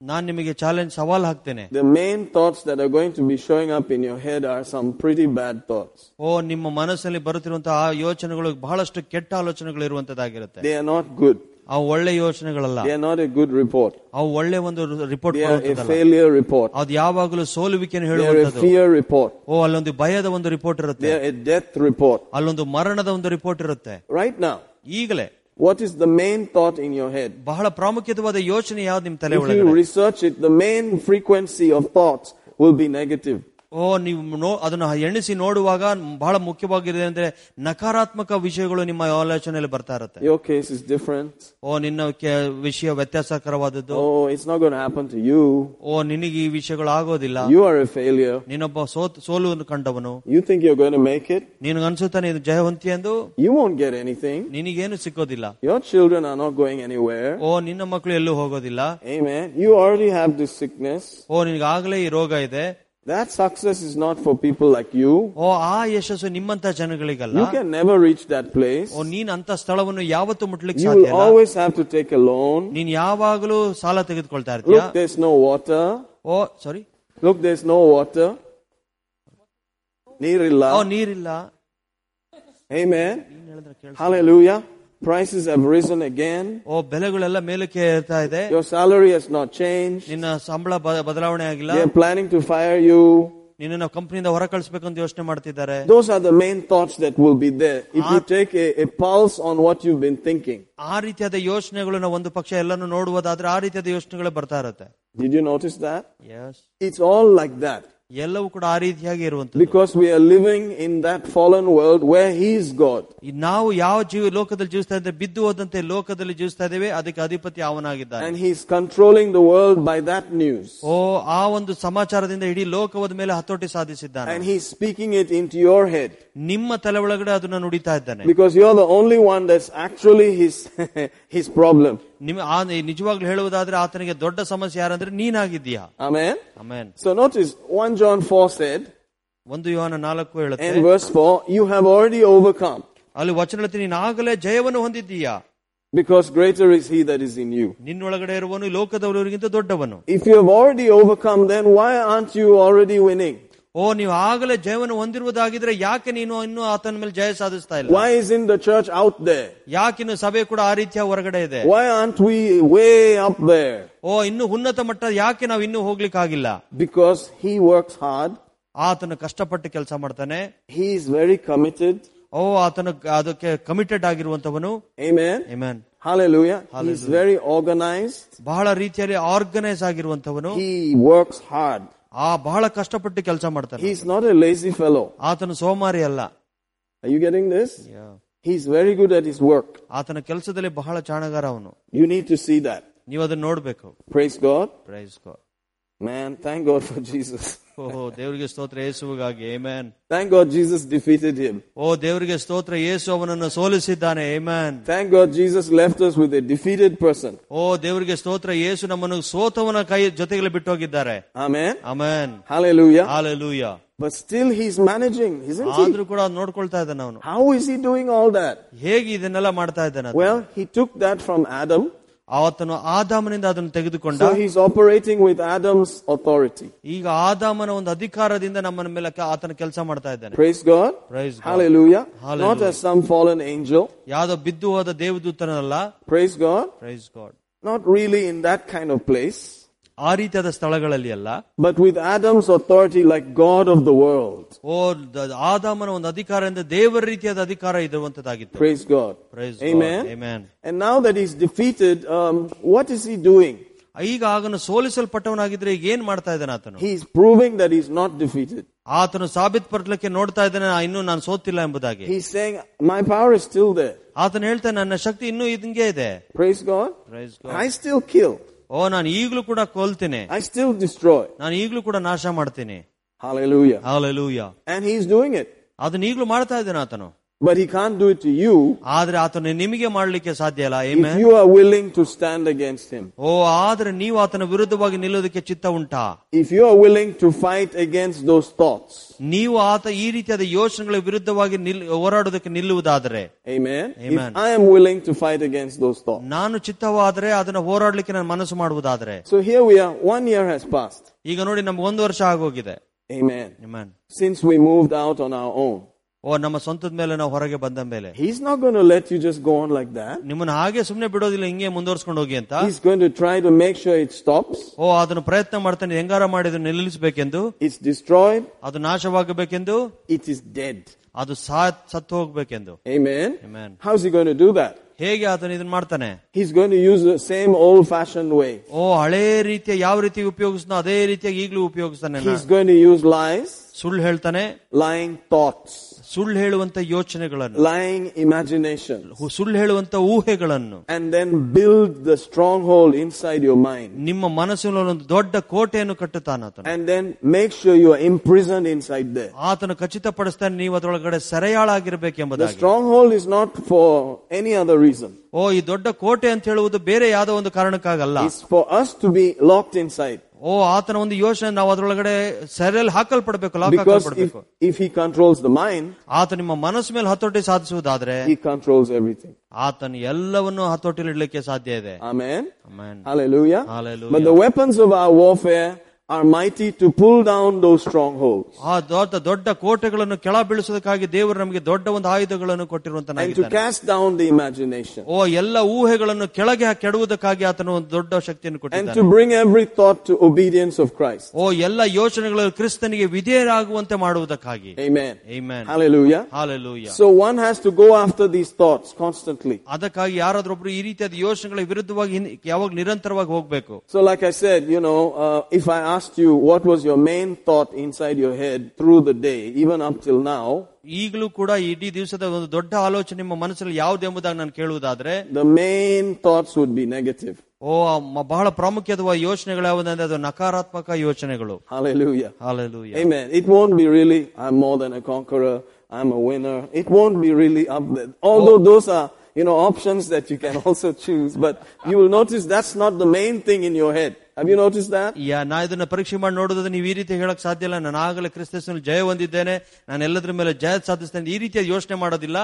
Speaker 2: ನಾನು ನಿಮಗೆ ಚಾಲೆಂಜ್ ಸವಾಲ್ ಹಾಕ್ತೇನೆ
Speaker 1: the main thoughts that are going to be showing up in your head are some pretty bad thoughts.
Speaker 2: ಓ ನಿಮ್ಮ ಮನಸ್ಸಲ್ಲಿ ಬರುತ್ತಿರುವಂತಹ ಆ ಯೋಚನೆಗಳು ಬಹಳಷ್ಟು ಕೆಟ್ಟ ಆಲೋಚನೆಗಳು ಇರುವಂತದ್ದಾಗಿರುತ್ತೆ
Speaker 1: They are not good.
Speaker 2: ಅವು ಒಳ್ಳೆ ಯೋಚನೆಗಳಲ್ಲ
Speaker 1: They are not a good report.
Speaker 2: ಅವು ಒಳ್ಳೆ ಒಂದು report
Speaker 1: They are a failure report.
Speaker 2: ಅದು ಯಾವಾಗಲೂ ಸೋಲುವಿಕೆಯನ್ನು
Speaker 1: They are a
Speaker 2: ಹೇಳುವಂತದ್ದು
Speaker 1: fear report.
Speaker 2: ಓ ಅಲ್ಲೊಂದು ಭಯದ ಒಂದು ರಿಪೋರ್ಟ್ ಇರುತ್ತೆ
Speaker 1: They are a death report.
Speaker 2: ಅಲ್ಲೊಂದು ಮರಣದ ಒಂದು ರಿಪೋರ್ಟ್ ಇರುತ್ತೆ
Speaker 1: Right now,
Speaker 2: ಈಗಲೇ
Speaker 1: what is the main thought in your head?
Speaker 2: ಬಹಳ ಪ್ರಾಮುಖ್ಯವಾದ ಯೋಚನೆ ಯಾವ್ದು ನಿಮ್ ತಲೆ
Speaker 1: If you
Speaker 2: ಒಳಗಡೆ
Speaker 1: research it, the main frequency of thoughts will be negative.
Speaker 2: ಓ ನೀವು ನೋ ಅದನ್ನು ಎಣಿಸಿ ನೋಡುವಾಗ ಬಹಳ ಮುಖ್ಯವಾಗಿದೆ ಅಂದ್ರೆ ನಕಾರಾತ್ಮಕ ವಿಷಯಗಳು ನಿಮ್ಮ ಆಲೋಚನೆಯಲ್ಲಿ ಬರ್ತಾ ಇರುತ್ತೆ
Speaker 1: Your case is different.
Speaker 2: ಓ ನಿನ್ನ ಕೆ- ವಿಷಯ ವ್ಯತ್ಯಾಸಕರವಾದದ್ದು
Speaker 1: Oh, it's not going to happen to you.
Speaker 2: ಓ ನಿನಗೆ ಈ ವಿಷಯಗಳು ಆಗೋದಿಲ್ಲ
Speaker 1: You are a failure.
Speaker 2: ನೀನೊಬ್ಬ ಸೋತ್ ಸೋಲು ಕಂಡವನು
Speaker 1: You think you're going to make it?
Speaker 2: ನಿನಗೆ ಅನ್ಸುತ್ತಾನೆ ಇದು ಜಯವಂತಿ ಎಂದು
Speaker 1: You won't get anything.
Speaker 2: ನಿನಗೇನು ಸಿಕ್ಕೋದಿಲ್ಲ
Speaker 1: Your children are not going anywhere.
Speaker 2: ಓ ನಿನ್ನ ಮಕ್ಕಳು ಎಲ್ಲೂ ಹೋಗೋದಿಲ್ಲ
Speaker 1: Amen. You already have this sickness.
Speaker 2: ಓ ನಿನಗಾಗಲೇ ಈ ರೋಗ ಇದೆ
Speaker 1: That success is not for people like you.
Speaker 2: ಓ ಆ ಯಶಸ್ಸು ನಿಮ್ಮಂತ ಜನಗಳಿಗಲ್ಲ
Speaker 1: You can never reach that place.
Speaker 2: ಓ ನೀನ್ ಅಂತ ಸ್ಥಳವನ್ನು ಯಾವತ್ತು ಮುಟ್ಲಿಕ್ಕೆ
Speaker 1: You
Speaker 2: ಸಾಧ್ಯ
Speaker 1: will
Speaker 2: ಇಲ್ಲ
Speaker 1: always have to take a loan.
Speaker 2: ನೀನ್ ಯಾವಾಗಲೂ ಸಾಲ ತೆಗೆದುಕೊಳ್ತಾ ಇರ್ತೀಯ
Speaker 1: Look, there's no water.
Speaker 2: ಓ ಸಾರಿ
Speaker 1: Look, there's no water.
Speaker 2: ಓ
Speaker 1: Neerilla.
Speaker 2: ನೀರಿಲ್ಲ
Speaker 1: Amen. Hallelujah. Prices have risen again.
Speaker 2: ಓ ಬೆಲೆಗಳೆಲ್ಲ ಮೇಲಕ್ಕೆ ಏರ್ತಾ ಇದೆ
Speaker 1: Your salary has not changed.
Speaker 2: ನಿನ್ನ ಸಂಬಳ ಬ- ಬದಲಾವಣೆ ಆಗಿಲ್ಲ
Speaker 1: They are planning to fire you.
Speaker 2: ನಿನ್ನ ಕಂಪ್ನಿಯಿಂದ ಹೊರ ಕಳಿಸ್ಬೇಕಂತ ಯೋಚನೆ ಮಾಡ್ತಿದ್ದಾರೆ
Speaker 1: Those are the main thoughts that will be there. If you take a, a pulse on what you've been thinking.
Speaker 2: ಆ ರೀತಿಯಾದ ಯೋಚನೆಗಳು ನಾವು ಒಂದು ಪಕ್ಷ ಎಲ್ಲಾನು ನೋಡುವುದಾದ್ರೆ ಆ ರೀತಿಯಾದ ಯೋಚನೆಗಳು ಬರ್ತಾ ಇರುತ್ತೆ
Speaker 1: Did you notice that?
Speaker 2: Yes.
Speaker 1: It's all like that.
Speaker 2: ಎಲ್ಲವೂ ಕೂಡ ಆ ರೀತಿಯಾಗಿ ಇರುವಂತದ್ದು
Speaker 1: Because we are living in that fallen world where He is God.
Speaker 2: ಈ ನಾವು ಯಾವ ಜೀವ ಲೋಕದಲ್ಲಿ ಜೀವಿಸ್ತಾ ಇದ್ದೇವೆ ಬಿದ್ದು ಹೋದಂತೆ ಲೋಕದಲ್ಲಿ ಜೀವಿಸ್ತಾ ಇದ್ದೇವೆ ಅದಕ್ಕೆ ಅಧಿಪತಿ ಅವನಾಗಿದ್ದಾನೆ
Speaker 1: And He's controlling the world by that news.
Speaker 2: ಓ ಆ ಒಂದು ಸಮಾಚಾರದಿಂದ ಇಡೀ ಲೋಕವದ ಮೇಲೆ ಹತೋಟಿ ಸಾಧಿಸಿದ್ದಾನೆ
Speaker 1: And He's speaking it into your head.
Speaker 2: ನಿಮ್ಮ ತಲೆ ಒಳಗಡೆ ಅದನ್ನ ನುಡಿತಾ ಇದ್ದಾನೆ
Speaker 1: Because you're the only one that's actually His, his problem.
Speaker 2: ನಿಮ್ ಆ ನಿಜವಾಗ್ಲೂ ಹೇಳುವುದಾದ್ರೆ ಆತನಿಗೆ ದೊಡ್ಡ ಸಮಸ್ಯೆ ಯಾರಂದ್ರೆ ನೀನಾಗಿದ್ದೀಯಾ
Speaker 1: Amen.
Speaker 2: Amen
Speaker 1: So notice 1 John 4 said,
Speaker 2: ಒಂದು ಯೋಹನ ನಾಲ್ಕು ಹೇಳುತ್ತೆ
Speaker 1: and verse 4, you have already overcome
Speaker 2: ಅಲ್ಲಿ ವಚನ ಹೇಳುತ್ತೆ ನೀನು ಆಗಲೇ ಜಯವನ್ನು ಹೊಂದಿದ್ದೀಯಾ
Speaker 1: because greater is He that is in you.
Speaker 2: ನಿನ್ನೊಳಗಡೆ ಇರುವನು ಲೋಕದವರಿಗಿಂತ ದೊಡ್ಡವನು
Speaker 1: If you have already overcome, then why aren't you already winning?
Speaker 2: ಓ ನೀವು ಆಗಲೇ ಜಯವನ್ನು ಹೊಂದಿರುವುದಾಗಿದ್ರೆ ಯಾಕೆ ನೀನು ಇನ್ನೂ ಆತನ ಮೇಲೆ ಜಯ ಸಾಧಿಸ್ತಾ ಇಲ್ಲ
Speaker 1: Why isn't the church out there?
Speaker 2: ಯಾಕೆ ಇನ್ನು ಸಭೆ ಕೂಡ ಆ ರೀತಿಯ ಹೊರಗಡೆ ಇದೆ
Speaker 1: Why aren't we way up there?
Speaker 2: ಓ ಇನ್ನು ಉನ್ನತ ಮಟ್ಟ ಯಾಕೆ ನಾವು ಇನ್ನೂ ಹೋಗ್ಲಿಕ್ಕಾಗಿಲ್ಲ
Speaker 1: Because he works hard,
Speaker 2: ಆತನು ಕಷ್ಟಪಟ್ಟು ಕೆಲಸ ಮಾಡ್ತಾನೆ
Speaker 1: he is very committed.
Speaker 2: ಓ ಆತನು ಅದಕ್ಕೆ ಕಮಿಟೆಡ್ ಆಗಿರುವಂತವನು
Speaker 1: Amen.
Speaker 2: Amen
Speaker 1: Hallelujah. He is very organized.
Speaker 2: ಬಹಳ ರೀತಿಯಲ್ಲಿ ಆರ್ಗನೈಸ್ ಆಗಿರುವಂತವನು
Speaker 1: He works hard.
Speaker 2: ಆ ಬಹಳ ಕಷ್ಟಪಟ್ಟು ಕೆಲಸ ಮಾಡ್ತಾನೆ
Speaker 1: He's not a lazy fellow.
Speaker 2: ಆತನು ಸೋಮಾರಿ ಅಲ್ಲ
Speaker 1: Are you getting this? He's very good at his work.
Speaker 2: ಆತನ ಕೆಲಸದಲ್ಲಿ ಬಹಳ ಚಾಣಗಾರ ಅವನು
Speaker 1: You need to see that.
Speaker 2: ನೀವು ಅದನ್ನ ನೋಡ್ಬೇಕು
Speaker 1: Praise God.
Speaker 2: Praise
Speaker 1: Man, thank God for Jesus.
Speaker 2: ಓಹೋ ದೇವರಿಗೆ ಸ್ತೋತ್ರ ಯೇಸುವಿಗಾಗಿ amen
Speaker 1: Thank God Jesus defeated him.
Speaker 2: ಓ ದೇವರಿಗೆ ಸ್ತೋತ್ರ ಯೇಸು ಅವನನ್ನು ಸೋಲಿಸಿದ್ದಾನೆ amen
Speaker 1: Thank God Jesus left us with a defeated person.
Speaker 2: ಓ ದೇವರಿಗೆ ಸ್ತೋತ್ರ ಯೇಸು ನಮ್ಮನ್ನು ಸೋತವನ ಕೈ ಜೊತೆಗೆ ಬಿಟ್ಟು ಹೋಗಿದ್ದಾರೆ
Speaker 1: Amen.
Speaker 2: Aman Ah.
Speaker 1: Hallelujah.
Speaker 2: Hallelujah
Speaker 1: But still he's managing, isn't he?
Speaker 2: ಆದ್ರೂ ಕೂಡ ನೋಡ್ಕೊಳ್ತಾ ಇದ್ದಾನೆ ಅವನು
Speaker 1: How is he doing all that?
Speaker 2: ಹೇಗೆ ಇದನ್ನೆಲ್ಲ ಮಾಡ್ತಾ ಇದ್ದಾನೆ ಆತ?
Speaker 1: Well, he took that from Adam.
Speaker 2: ಆತನು ಆದಾಮನಿಂದ ಅದನ್ನು ತೆಗೆದುಕೊಂಡ
Speaker 1: So he's operating with Adam's authority.
Speaker 2: ಈಗ ಆದಾಮನ ಒಂದು ಅಧಿಕಾರದಿಂದ ನಮ್ಮನ ಮೇಲೆ ಕ- ಆತನ ಕೆಲಸ ಮಾಡ್ತಾ ಇದ್ದಾನೆ
Speaker 1: Praise God.
Speaker 2: Praise God.
Speaker 1: Hallelujah.
Speaker 2: Hallelujah.
Speaker 1: Not as some fallen angel.
Speaker 2: ಯಾವ್ದೋ ಬಿದ್ದು ಹೋದ ದೇವದೂತನಲ್ಲ
Speaker 1: Praise God.
Speaker 2: Praise God
Speaker 1: Not really in that kind of place.
Speaker 2: ಆ ರೀತಿಯಾದ ಸ್ಥಳಗಳಲ್ಲಿ ಅಲ್ಲ
Speaker 1: But with Adam's authority like God of the world.
Speaker 2: ಓ ದ- ಆದಾಮನ ಒಂದು ಅಧಿಕಾರ ಅಂದ್ರೆ ದೇವರ ರೀತಿಯಾದ ಅಧಿಕಾರ ಇರುವಂತದ್ದಾಗಿತ್ತು
Speaker 1: Praise God.
Speaker 2: Praise
Speaker 1: Amen.
Speaker 2: Amen.
Speaker 1: And now that he's defeated, um, what is he doing?
Speaker 2: ಈಗ ಆಗನು ಸೋಲಿಸಲ್ಪಟ್ಟವನಾಗಿದ್ರೆ ಈಗ ಏನ್ ಮಾಡ್ತಾ ಇದ್ದಾನೆ ಆತನು
Speaker 1: He's proving that he's not defeated.
Speaker 2: ಆತನು ಸಾಬೀತ್ ಪಡ್ಲಿಕ್ಕೆ ನೋಡ್ತಾ ಇದ್ದಾನೆ "ನಾ ಇನ್ನೂ ನಾನು ಸೋತಿಲ್ಲ ಎಂಬುದಾಗಿ
Speaker 1: He's saying, My power is still there.
Speaker 2: ಆತನು ಹೇಳ್ತಾನೆ ನನ್ನ ಶಕ್ತಿ ಇನ್ನೂ ಹಿಂಗೆ ಇದೆ
Speaker 1: Praise God.
Speaker 2: Praise God.
Speaker 1: I still kill.
Speaker 2: ಓ ನಾನು ಈಗಲೂ ಕೂಡ ಕೊಲ್ತೀನಿ
Speaker 1: I still destroy.
Speaker 2: ನಾನು ಈಗಲೂ ಕೂಡ ನಾಶ ಮಾಡ್ತೀನಿ
Speaker 1: Hallelujah.
Speaker 2: Hallelujah
Speaker 1: And he's doing it.
Speaker 2: ಅದನ್ನ ಈಗಲೂ ಮಾಡ್ತಾ ಇದ್ದಾನೆ ಆತನು
Speaker 1: But he can't do it to you
Speaker 2: ಆದ್ರೆ ಆತನು ನಿಮಗೆ ಮಾಡ್ಲಿಕ್ಕೆ ಸಾಧ್ಯ ಅಲ್ಲ ಏಮೆ
Speaker 1: if you are willing to stand against him.
Speaker 2: ಓ ಆದ್ರೆ ನೀವು ಆತನ ವಿರುದ್ಧವಾಗಿ ನಿಲ್ಲೋದಕ್ಕೆ ಚಿತ್ತ ಉಂಟಾ
Speaker 1: If you are willing to fight against those thoughts.
Speaker 2: ನೀವು ಆತ ಈ ರೀತಿಯಾದ ಯೋಚನೆಗಳ ವಿರುದ್ಧವಾಗಿ ನಿಲ್ ಹೋರಾಡೋದಕ್ಕೆ ನಿಲ್ಲುವುದಾದ್ರೆ
Speaker 1: Amen.
Speaker 2: Amen.
Speaker 1: If I am willing to fight against those thoughts.
Speaker 2: ನಾನು ಚಿತ್ತವಾದ್ರೆ ಅದನ್ನ ಹೋರಾಡ್ಲಿಕ್ಕೆ ನಾನು ಮನಸ್ಸು ಮಾಡುವುದಾದ್ರೆ
Speaker 1: So here we are. One year has passed.
Speaker 2: ಈಗ ನೋಡಿ ನಮ್ಗೆ ಒಂದು ವರ್ಷ ಆಗೋಗಿದೆ
Speaker 1: Amen.
Speaker 2: Amen.
Speaker 1: Since we moved out on our own.
Speaker 2: ಓ ನಮ್ಮ ಸ್ವಂತದ ಮೇಲೆ ನಾವು ಹೊರಗೆ ಬಂದ ಮೇಲೆ
Speaker 1: He's not going to let you just go on like that.
Speaker 2: ನಿಮ್ಮನ್ನ ಹಾಗೆ ಸುಮ್ನೆ ಬಿಡೋದಿಲ್ಲ ಹಿಂಗೆ ಮುಂದುವರ್ಸ್ಕೊಂಡು ಹೋಗಿ ಅಂತ
Speaker 1: He's going to try to make sure it stops,
Speaker 2: ಓ ಅದನ್ನು ಪ್ರಯತ್ನ ಮಾಡ್ತಾನೆ ಹೆಂಗಾರ ಮಾಡಿದ್ರು ನಿಲ್ಲಿಸಬೇಕೆಂದು
Speaker 1: it's destroyed,
Speaker 2: ಅದು ನಾಶವಾಗಬೇಕೆಂದು
Speaker 1: it is dead.
Speaker 2: ಅದು ಸಾ ಸತ್ತು ಹೋಗ್ಬೇಕೆಂದು
Speaker 1: Amen.
Speaker 2: Amen.
Speaker 1: How's he going to do that?
Speaker 2: ಹೇಗೆ ಆತನು ಇದನ್ನ ಮಾಡ್ತಾನೆ
Speaker 1: He's going to use the same old fashioned way.
Speaker 2: ಓ ಹಳೇ ರೀತಿಯ ಯಾವ ರೀತಿ ಉಪಯೋಗಿಸ್ತಾನೋ ಅದೇ ರೀತಿಯಾಗಿ ಈಗಲೂ ಉಪಯೋಗಿಸ್ತಾನೆ ನಾ-
Speaker 1: He's going to use lies,
Speaker 2: ಸುಳ್ಳು ಹೇಳ್ತಾನೆ
Speaker 1: lying thoughts,
Speaker 2: ಸುಳ್ಳು ಹೇಳುವಂತ ಯೋಚನೆಗಳನ್ನು
Speaker 1: lying imagination,
Speaker 2: ಹು- ಸುಳ್ಳು ಹೇಳುವಂತ ಊಹೆಗಳನ್ನು
Speaker 1: and then build the stronghold inside your mind.
Speaker 2: ನಿಮ್ಮ ಮನಸ್ಸಿನ ಒಂದು ದೊಡ್ಡ ಕೋಟೆಯನ್ನು ಕಟ್ಟುತ್ತಾನೆ ಆತನು
Speaker 1: And then make sure you are imprisoned inside there.
Speaker 2: ಆತನು ಖಚಿತಪಡಿಸ್ತಾನೆ ನೀವು ಅದರೊಳಗಡೆ
Speaker 1: The
Speaker 2: ಸೆರೆಯಾಳಾಗಿರ್ಬೇಕೆಂಬುದಾಗಿ
Speaker 1: stronghold is not for any other reason.
Speaker 2: ಓ ಈ ದೊಡ್ಡ ಕೋಟೆ ಅಂತ ಹೇಳುವುದು ಬೇರೆ ಯಾವ್ದೋ ಒಂದು ಕಾರಣಕ್ಕಾಗಲ್ಲ
Speaker 1: It's for us to be locked inside.
Speaker 2: ಓ ಆತನ ಒಂದು ಯೋಚನೆ ನಾವು ಅದರೊಳಗಡೆ ಸೆರೆಯಲ್ಲಿ ಹಾಕಲ್ಪಡ್ಬೇಕು ಲಾಕ್
Speaker 1: Because if,
Speaker 2: ಹಾಕಲ್ಪಡ್ಬೇಕು
Speaker 1: if he controls the mind,
Speaker 2: ಆತ ನಿಮ್ಮ ಮನಸ್ಸು ಮೇಲೆ ಹತೋಟಿ ಸಾಧಿಸುವುದಾದ್ರೆ
Speaker 1: he controls everything.
Speaker 2: ಆತನು ಎಲ್ಲವನ್ನು ಹತೋಟಿಲಿ ಇಡ್ಲಿಕ್ಕೆ ಸಾಧ್ಯ ಇದೆ
Speaker 1: Amen.
Speaker 2: Amen.
Speaker 1: Hallelujah.
Speaker 2: Hallelujah.
Speaker 1: But the weapons of our warfare are mighty to pull down those strongholds
Speaker 2: ಆ ದೊಡ್ಡ ದೊಡ್ಡ ಕೋಟೆಗಳನ್ನು ಕೆಳ ಬೀಳಿಸೋದಕ್ಕಾಗಿ ದೇವರು ನಮಗೆ ದೊಡ್ಡ ಒಂದು ಆಯುಧಗಳನ್ನು
Speaker 1: and to
Speaker 2: ಕೊಟ್ಟಿರುವಂತನಾಗಿದ್ದಾನೆ
Speaker 1: cast down the imagination
Speaker 2: ಓ ಎಲ್ಲ ಊಹೆಗಳನ್ನು ಕೆಳಗೆ ಹಾಕಿ ಕೆಡುವುದಕ್ಕಾಗಿ ಆತನು ಒಂದು ದೊಡ್ಡ ಶಕ್ತಿಯನ್ನು
Speaker 1: and
Speaker 2: ಕೊಟ್ಟಿದ್ದಾನೆ
Speaker 1: to bring every thought to obedience of Christ.
Speaker 2: ಓ ಎಲ್ಲ ಯೋಚನೆಗಳು ಕ್ರಿಸ್ತನಿಗೆ ವಿಧೇಯರಾಗುವಂತೆ ಮಾಡುವುದಕ್ಕಾಗಿ
Speaker 1: Amen.
Speaker 2: Amen.
Speaker 1: Hallelujah.
Speaker 2: Hallelujah
Speaker 1: So one has to go after these thoughts constantly.
Speaker 2: ಅದಕ್ಕಾಗಿ ಯಾರಾದ್ರೊಬ್ರು ಈ ರೀತಿಯಾದ ಯೋಚನೆಗಳ ವಿರುದ್ಧವಾಗಿ ಹಿನ್- ಯಾವಾಗ ನಿರಂತರವಾಗಿ ಹೋಗ್ಬೇಕು
Speaker 1: So like I said, you know, uh, if I asked you what was your main thought inside your head through the day, even up till now,
Speaker 2: ಈಗಲೂ ಕೂಡ ಇಡೀ ದಿವಸದ ಒಂದು ದೊಡ್ಡ ಆಲೋಚನೆ ನಿಮ್ಮ ಮನಸ್ಸಲ್ಲಿ ಯಾವ್ದು ಎಂಬುದಾಗಿ ನಾನು ಕೇಳುವುದಾದ್ರೆ
Speaker 1: the main thoughts would be negative.
Speaker 2: ಓ ಆ ಮ- ಬಹಳ ಪ್ರಾಮುಖ್ಯದ ಯೋಚನೆಗಳು ಯಾವುದಂದ್ರೆ ಅದು ನಕಾರಾತ್ಮಕ ಯೋಚನೆಗಳು
Speaker 1: Hallelujah.
Speaker 2: Hallelujah
Speaker 1: Amen. It won't be really, I'm more than a conqueror, I'm a winner. It won't be really up there. Although those are, you know, options that you can also choose, but you will notice that's not the main thing in your head. Have you noticed that?
Speaker 2: Yeah ನಾ ಇದನ್ನ ಪರೀಕ್ಷೆ ಮಾಡಿ ನೋಡೋದಾದ್ರೆ ನೀವು ಈ ರೀತಿ ಹೇಳಕ್ ಸಾಧ್ಯ ಇಲ್ಲ ನಾನು ಆಗಲೇ ಕ್ರಿಸ್ತನಲ್ಲಿ ಜಯ ಹೊಂದಿದ್ದೇನೆ ನಾನು ಎಲ್ಲದ್ರ ಮೇಲೆ ಜಯ ಸಾಧಿಸ್ತೇನೆ ಈ ರೀತಿಯಾದ ಯೋಚನೆ ಮಾಡೋದಿಲ್ಲ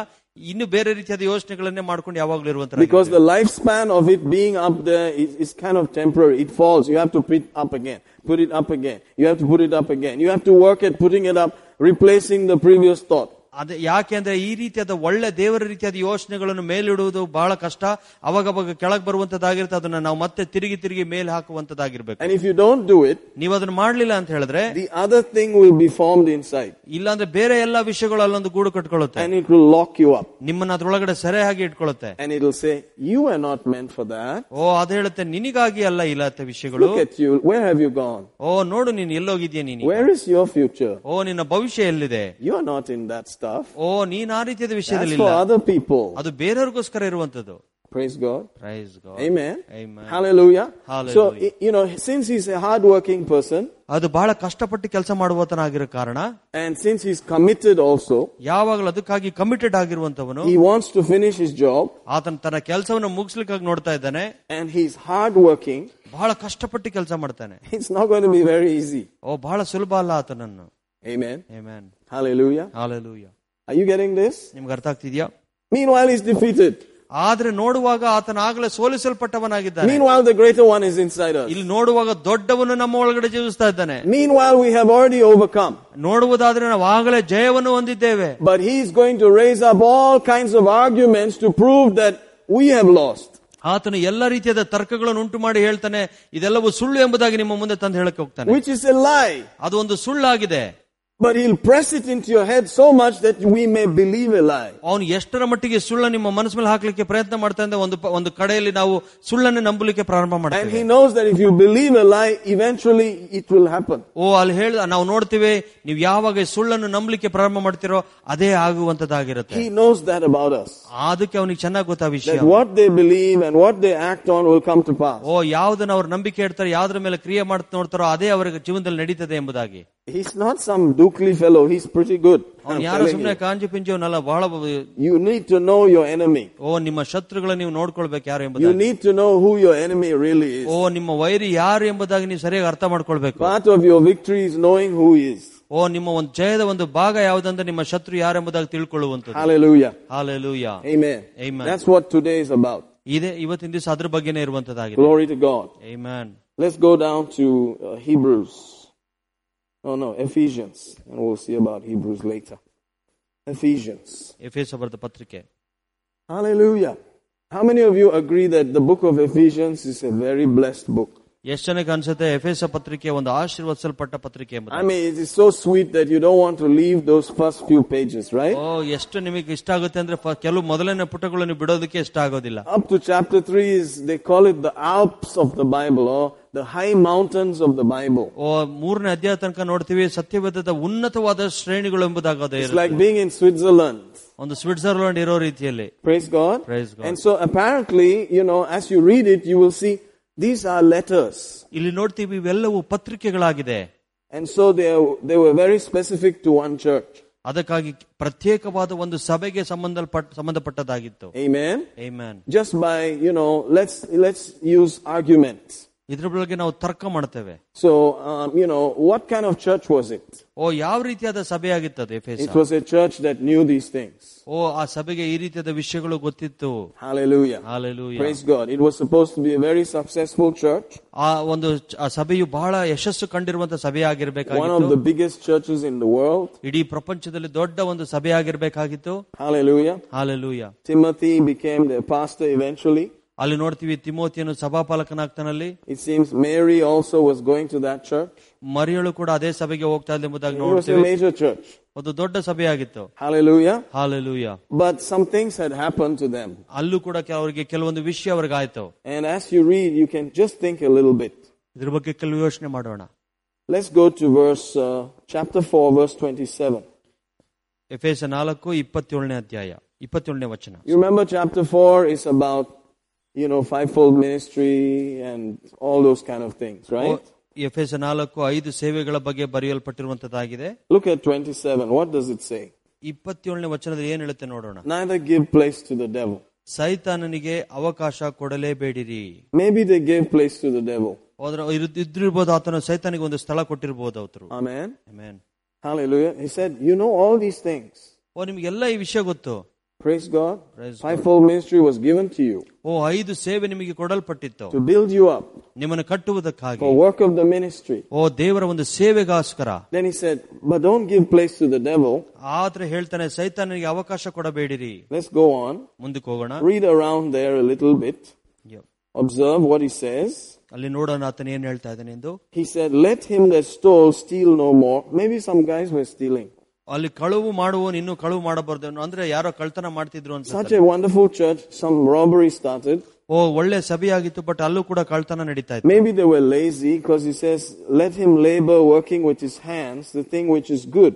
Speaker 2: ಇನ್ನು ಬೇರೆ ರೀತಿಯಾದ ಯೋಚನೆಗಳನ್ನೇ ಮಾಡ್ಕೊಂಡು ಯಾವಾಗಲೂ ಇರುವಂತ
Speaker 1: Because the lifespan of it being up there is, is kind of temporary. It falls. You have to put it up again. Put it up again. You have to put it up again. You have to work at putting it up, replacing the previous thought.
Speaker 2: ಅದೇ ಯಾಕೆಂದ್ರೆ ಈ ರೀತಿಯಾದ ಒಳ್ಳೆ ದೇವರ ರೀತಿಯಾದ ಯೋಚನೆಗಳನ್ನು ಮೇಲಿಡುವುದು ಬಹಳ ಕಷ್ಟ ಅವಾಗವಾಗ ಕೆಳಗೆ ಬರುವಂತದ್ದಾಗಿರುತ್ತೆ ಅದನ್ನ ನಾವು ಮತ್ತೆ ತಿರುಗಿ ತಿರುಗಿ ಮೇಲೆ ಹಾಕುವಂತದ್ದಾಗಿರ್ಬೇಕು
Speaker 1: And if you don't do it,
Speaker 2: ನೀವು ಅದನ್ನ ಮಾಡ್ಲಿಲ್ಲ ಅಂತ ಹೇಳಿದ್ರೆ
Speaker 1: the other thing will be formed inside
Speaker 2: ಇಲ್ಲಾಂದ್ರೆ ಬೇರೆ ಎಲ್ಲಾ ವಿಷಯಗಳು ಅಲ್ಲೊಂದು ಗೂಡು ಕಟ್ಕೊಳ್ಳುತ್ತೆ
Speaker 1: and it will lock you up.
Speaker 2: ನಿಮ್ಮನ್ನ ಅದ್ರೊಳಗಡೆ ಸೆರೆಯಾಗಿ ಇಟ್ಕೊಳ್ಳುತ್ತೆ
Speaker 1: And it'll say, you are not meant for that.
Speaker 2: ಓ ಅದ್ ಹೇಳುತ್ತೆ ನಿನಗಾಗಿ ಅಲ್ಲ ಇಲ್ಲ ವಿಷಯಗಳು
Speaker 1: Look at you. Where have you gone?
Speaker 2: ಓ ನೋಡು ನೀನ್ ಎಲ್ಲೋಗಿದ್ಯಾ ನೀನು
Speaker 1: Where is your future?
Speaker 2: ಓ ನಿನ್ನ ಭವಿಷ್ಯ ಎಲ್ಲಿದೆ
Speaker 1: You're not in that stuff.
Speaker 2: ಓ ನೀನ್ ಆ ರೀತಿಯಾದ
Speaker 1: That's
Speaker 2: ವಿಷಯದಲ್ಲಿ
Speaker 1: for
Speaker 2: ಇಲ್ಲ
Speaker 1: other people.
Speaker 2: ಅದು ಬೇರೆಯವ್ರಿಗೋಸ್ಕರ ಇರುವಂತದ್ದು
Speaker 1: Praise God.
Speaker 2: Praise God
Speaker 1: Amen.
Speaker 2: Amen.
Speaker 1: Hallelujah. So,
Speaker 2: Hallelujah.
Speaker 1: y- you know, since he's a hardworking person
Speaker 2: ಅದು ಬಹಳ ಕಷ್ಟಪಟ್ಟು ಕೆಲಸ ಮಾಡುವತನಾಗಿರೋ ಕಾರಣ
Speaker 1: and since he's committed also,
Speaker 2: ಯಾವಾಗಲೂ ಅದಕ್ಕಾಗಿ ಕಮಿಟೆಡ್ ಆಗಿರುವಂತವನು
Speaker 1: he wants to finish his job
Speaker 2: ಆತನ ತನ್ನ ಕೆಲಸವನ್ನು ಮುಗಿಸ್ಲಿಕ್ಕಾಗಿ ನೋಡ್ತಾ ಇದ್ದಾನೆ
Speaker 1: and he's hardworking,
Speaker 2: ಬಹಳ ಕಷ್ಟಪಟ್ಟು ಕೆಲಸ ಮಾಡ್ತಾನೆ
Speaker 1: it's not going to be very easy.
Speaker 2: ಓ ಬಹಳ ಸುಲಭ ಅಲ್ಲ ಆತನನ್ನು
Speaker 1: Amen.
Speaker 2: Amen
Speaker 1: Hallelujah.
Speaker 2: Hallelujah
Speaker 1: Are you getting this?
Speaker 2: ನಿಮ್ಗೆ ಅರ್ಥ ಆಗ್ತಿದ್ಯಾ
Speaker 1: Meanwhile, he's defeated.
Speaker 2: ಆದ್ರೆ ನೋಡುವಾಗ ಆತನ ಆಗಲೇ ಸೋಲಿಸಲ್ಪಟ್ಟವನಾಗಿದ್ದಾನೆ
Speaker 1: Meanwhile, the greater one is inside us.
Speaker 2: ಇಲ್ಲಿ ನೋಡುವಾಗ ದೊಡ್ಡವನು ನಮ್ಮ ಒಳಗಡೆ ಜೀವಿಸ್ತಾ ಇದ್ದಾನೆ
Speaker 1: Meanwhile, we have already overcome.
Speaker 2: ನೋಡುವುದಾದ್ರೆ ನಾವು ಆಗಲೇ ಜಯವನ್ನು ಹೊಂದಿದ್ದೇವೆ
Speaker 1: But he's going to raise up all kinds of arguments to prove that we have lost.
Speaker 2: ಆತನು ಎಲ್ಲ ರೀತಿಯಾದ ತರ್ಕಗಳನ್ನು ಉಂಟು ಮಾಡಿ ಹೇಳ್ತಾನೆ ಇದೆಲ್ಲವೂ ಸುಳ್ಳು ಎಂಬುದಾಗಿ ನಿಮ್ಮ ಮುಂದೆ ತಂದು ಹೇಳಕ್ಕೆ ಹೋಗ್ತಾನೆ
Speaker 1: Which is a lie.
Speaker 2: ಅದು ಒಂದು ಸುಳ್ಳಾಗಿದೆ
Speaker 1: But he'll press it into your head so much that we may believe a lie.
Speaker 2: ಅವನು ಎಷ್ಟರ ಮಟ್ಟಿಗೆ ಸುಳ್ಳ ನಿಮ್ಮ ಮನಸ್ಸು ಮೇಲೆ ಹಾಕ್ಲಿಕ್ಕೆ ಪ್ರಯತ್ನ ಮಾಡ್ತಾ ಇದ್ದ ಒಂದು ಪ- ಒಂದು ಕಡೆಯಲ್ಲಿ ನಾವು ಸುಳ್ಳನ್ನು ನಂಬಲಿಕ್ಕೆ ಪ್ರಾರಂಭ
Speaker 1: And
Speaker 2: ಮಾಡ್ತೀವಿ
Speaker 1: he knows that if you believe a lie, eventually it will happen.
Speaker 2: ಓ ಅಲ್ಲಿ ಹೇಳ ನಾವು ನೋಡ್ತೀವಿ ನೀವು ಯಾವಾಗ ಈ ಸುಳ್ಳನ್ನು ನಂಬಲಿಕ್ಕೆ ಪ್ರಾರಂಭ ಮಾಡ್ತೀರೋ ಅದೇ ಆಗುವಂತದ್ದಾಗಿರುತ್ತೆ
Speaker 1: He knows that about us.
Speaker 2: ಅದಕ್ಕೆ ಅವನಿಗೆ ಚೆನ್ನಾಗಿ ಗೊತ್ತಾ ವಿಷಯ
Speaker 1: That what they believe and what they act on will come to pass.
Speaker 2: ಓ ಯಾವ್ದನ್ನ ಅವ್ರ ನಂಬಿಕೆ ಇಡ್ತಾರೆ ಯಾವ್ದ್ರ ಮೇಲೆ ಕ್ರಿಯೆ ಮಾಡ್ತಾ ನೋಡ್ತಾರೋ ಅದೇ ಅವರಿಗೆ ಜೀವನದಲ್ಲಿ ನಡೀತದೆ ಎಂಬುದಾಗಿ
Speaker 1: He's not some dookly fellow. He's pretty good.
Speaker 2: ಅವ್ನು
Speaker 1: I'm
Speaker 2: ಯಾರು
Speaker 1: telling
Speaker 2: ಸುಮ್ಮನೆ
Speaker 1: you.
Speaker 2: ಕಾಂಜಿ ಪಿಂಜವನಲ್ಲ ಬಹಳ
Speaker 1: You need to know your enemy.
Speaker 2: ಓ ನಿಮ್ಮ ಶತ್ರುಗಳ ನೀವು ನೋಡ್ಕೊಳ್ಬೇಕು ಯಾರು
Speaker 1: You
Speaker 2: ಎಂಬುದಾಗಿ
Speaker 1: need to know who your enemy really is.
Speaker 2: ಓ ನಿಮ್ಮ ವೈರಿ ಯಾರು ಎಂಬುದಾಗಿ ನೀವು ಸರಿಯಾಗಿ ಅರ್ಥ ಮಾಡ್ಕೊಳ್ಬೇಕು
Speaker 1: Part of your victory is knowing who he is.
Speaker 2: ಓ ನಿಮ್ಮ ಒಂದು ಜಯದ ಒಂದು ಭಾಗ ಯಾವ್ದಂದ್ರೆ ನಿಮ್ಮ ಶತ್ರು ಯಾರು ಎಂಬುದಾಗಿ ತಿಳ್ಕೊಳ್ಳುವಂಥದ್ದು
Speaker 1: Hallelujah.
Speaker 2: Hallelujah
Speaker 1: Amen.
Speaker 2: Amen.
Speaker 1: That's what today is about.
Speaker 2: ಇದೆ ಇವತ್ತಿನ ದಿವಸ ಅದ್ರ ಬಗ್ಗೆನೇ ಇರುವಂತದ್ದಾಗಿದೆ
Speaker 1: Glory to God.
Speaker 2: Amen
Speaker 1: Let's go down to uh, Hebrews. Oh, No, no, Ephesians. And we'll see about Hebrews later. Ephesians.
Speaker 2: ಎಫ್ ಎಸ್ ಅವರದ ಪತ್ರಿಕೆ
Speaker 1: Hallelujah. How many of you agree that the book of Ephesians is a very blessed book?
Speaker 2: ಎಷ್ಟು ಜನಕ್ಕೆ ಅನ್ಸುತ್ತೆ F S ಪತ್ರಿಕೆ ಒಂದು ಆಶೀರ್ವದಿಸಲ್ಪಟ್ಟ ಪತ್ರಿಕೆ ಎಂಬುದು
Speaker 1: I mean, it is so sweet that you don't want to leave those first few pages, right?
Speaker 2: ಓ ಎಷ್ಟು ನಿಮಗೆ ಇಷ್ಟ ಆಗುತ್ತೆ ಅಂದ್ರೆ ಫ- ಕೆಲವು ಮೊದಲನೇ ಪುಟಗಳನ್ನು ಬಿಡೋದಕ್ಕೆ ಇಷ್ಟ ಆಗೋದಿಲ್ಲ
Speaker 1: Up to chapter 3 is, they call it the Alps of the Bible or the high mountains of the Bible.
Speaker 2: ಓ ಮೂರನೇ ಅಧ್ಯಾಯ ತನಕ ನೋಡ್ತೀವಿ ಸತ್ಯವೇದದ ಉನ್ನತವಾದ ಶ್ರೇಣಿಗಳು ಎಂಬುದಾಗಿ ಅದು
Speaker 1: It's
Speaker 2: ಇರುತ್ತೆ.
Speaker 1: like being in Switzerland.
Speaker 2: ಒಂದು ಸ್ವಿಟ್ಜರ್ಲೆಂಡ್ ಇರೋ ರೀತಿಯಲ್ಲಿ
Speaker 1: Praise God.
Speaker 2: Praise God.
Speaker 1: And so apparently, you know, as you read it, you will see these are letters.
Speaker 2: ಇಲ್ಲಿ ನೋಡ್ತೀವಿ ಇವೆಲ್ಲವೂ ಪತ್ರಿಕೆಗಳಾಗಿದೆ
Speaker 1: And so they, are, they were very specific to one church.
Speaker 2: ಅದಕ್ಕಾಗಿ ಪ್ರತ್ಯೇಕವಾದ ಒಂದು ಸಭೆಗೆ ಸಂಬಂಧಪಟ್ಟ ಸಂಬಂಧಪಟ್ಟದಾಗಿತ್ತು
Speaker 1: Amen.
Speaker 2: Amen
Speaker 1: Just by, you know, let's, let's use arguments.
Speaker 2: ಇದ್ರ ಬಗ್ಗೆ ನಾವು ತರ್ಕ ಮಾಡ್ತೇವೆ
Speaker 1: So, um, you know, what kind of church was it?
Speaker 2: ಓ ಯಾವ ರೀತಿಯಾದ ಸಭೆಯಾಗಿತ್ತದು ಎಫ್ ಎಸ್
Speaker 1: It was a church that knew these things.
Speaker 2: ಓ ಆ ಸಭೆಗೆ ಈ ರೀತಿಯಾದ ವಿಷಯಗಳು ಗೊತ್ತಿತ್ತು
Speaker 1: Hallelujah.
Speaker 2: Hallelujah.
Speaker 1: Praise God. It was supposed to be a very successful church,
Speaker 2: ಆ ಒಂದು ಚ- ಆ ಸಭೆಯು ಬಹಳ ಯಶಸ್ಸು ಕಂಡಿರುವಂತ
Speaker 1: one of the
Speaker 2: ಸಭೆಯಾಗಿರ್ಬೇಕಾಗಿತ್ತು
Speaker 1: biggest churches in the world.
Speaker 2: ಇಡೀ ಪ್ರಪಂಚದಲ್ಲಿ ದೊಡ್ಡ ಒಂದು ಸಭೆಯಾಗಿರ್ಬೇಕಾಗಿತ್ತು
Speaker 1: Hallelujah.
Speaker 2: Hallelujah
Speaker 1: Timothy became the pastor eventually.
Speaker 2: ಅಲ್ಲಿ ನೋಡ್ತೀವಿ ತಿಮೋತಿಯನ್ನು ಸಭಾಪಾಲಕನಾಗ್ತಾನಲ್ಲಿ
Speaker 1: It seems Mary also was going to that church.
Speaker 2: ಮರಿಯಳು ಕೂಡ ಅದೇ ಸಭೆಗೆ ಹೋಗ್ತಾ ಇದ್ದ ಎಂಬುದಾಗಿ
Speaker 1: It was a
Speaker 2: ನೋಡ್ತೀವಿ
Speaker 1: major church.
Speaker 2: ಒಂದು ದೊಡ್ಡ ಸಭೆಯಾಗಿತ್ತು
Speaker 1: Hallelujah.
Speaker 2: Hallelujah
Speaker 1: But some things had happened to them.
Speaker 2: ಅಲ್ಲೂ ಕೂಡ ಕೆ- ಅವರಿಗೆ ಕೆಲವೊಂದು ವಿಷಯ ಅವ್ರಿಗೆ ಆಯ್ತು
Speaker 1: And as you read, you can just think a little bit.
Speaker 2: ಇದ್ರ ಬಗ್ಗೆ ಕೆಲವು ಯೋಚನೆ ಮಾಡೋಣ
Speaker 1: Let's go to verse, uh, chapter 4, verse 27.
Speaker 2: ಎಫ್ ಎಸ್ ನಾಲ್ಕು ಇಪ್ಪತ್ತೇಳನೇ ಅಧ್ಯಾಯ ಇಪ್ಪತ್ತೇಳನೇ ವಚನ
Speaker 1: You remember chapter 4 is about, you know, fivefold ministry and all those kind of things, right?
Speaker 2: ಎಫ್ ಎಸ್ ನಾಲ್ಕು ಐದು ಸೇವೆಗಳ ಬಗ್ಗೆ ಬರೆಯಲ್ಪಟ್ಟಿರುವಂತದ್ದಾಗಿದೆ
Speaker 1: Look at 27. What does it say?
Speaker 2: ಇಪ್ಪತ್ತೇಳನೇ ವಚನದಲ್ಲಿ ಏನ್ ಹೇಳುತ್ತೆ ನೋಡೋಣ
Speaker 1: Neither give place to the devil.
Speaker 2: ಸೈತಾನನಿಗೆ ಅವಕಾಶ ಕೊಡಲೇಬೇಡಿರಿ
Speaker 1: Maybe they gave place to the devil.
Speaker 2: ಹೋದ್ರ ಇರ್- ಇದ್ರಿರ್ಬೋದು ಆತನ ಸೈತಾನಿಗೆ ಒಂದು ಸ್ಥಳ ಕೊಟ್ಟಿರ್ಬೋದು ಅವತರು
Speaker 1: Amen.
Speaker 2: Amen
Speaker 1: Hallelujah. He said, You know all these things.
Speaker 2: ಓ ನಿಮ್ಗೆಲ್ಲ ಈ ವಿಷಯ ಗೊತ್ತು
Speaker 1: Praise God.
Speaker 2: Praise
Speaker 1: Fivefold ministry was given to you
Speaker 2: ಓ ಐದು ಸೇವೆ ನಿಮಗೆ ಕೊಡಲ್ಪಟ್ಟಿತ್ತು
Speaker 1: to build you up
Speaker 2: ನಿಮ್ಮನ್ನು ಕಟ್ಟುವುದಕ್ಕಾಗಿ
Speaker 1: for work of the ministry.
Speaker 2: ಓ ದೇವರ ಒಂದು ಸೇವೆಗೋಸ್ಕರ
Speaker 1: Then he said, But don't give place to the devil.
Speaker 2: ಆದ್ರೆ ಹೇಳ್ತಾನೆ ಸೈತಾನನಿಗೆ ಅವಕಾಶ ಕೊಡಬೇಡಿರಿ
Speaker 1: Let's go on.
Speaker 2: ಮುಂದಕ್ಕೆ ಹೋಗೋಣ
Speaker 1: Read around there a little bit.
Speaker 2: ಯಪ್.
Speaker 1: Observe what he says.
Speaker 2: ಅಲ್ಲಿ ನೋಡೋಣ ಆತನ ಏನ್ ಹೇಳ್ತಾ ಇದ್ದಾನೆ ಎಂದು
Speaker 1: He said, Let him that stole steal no more. Maybe some guys were stealing.
Speaker 2: ಅಲ್ಲಿ ಕಳುವು ಮಾಡುವವನು ಇನ್ನೂ ಕಳುವು ಮಾಡಬಾರ್ದು ಅನ್ನೋ- ಅಂದ್ರೆ ಯಾರೋ ಕಳ್ತನ ಮಾಡ್ತಿದ್ರು
Speaker 1: Such
Speaker 2: ಅನ್ಸುತ್ತೆ
Speaker 1: a wonderful church. Some robbery started.
Speaker 2: ಓ ಒಳ್ಳೆ ಸಭೆಯಾಗಿತ್ತು ಬಟ್ ಅಲ್ಲೂ ಕೂಡ ಕಳ್ತನ ನಡೀತಾ ಇತ್ತು
Speaker 1: Maybe they were lazy because he says, Let him labor working with his hands the thing which is good.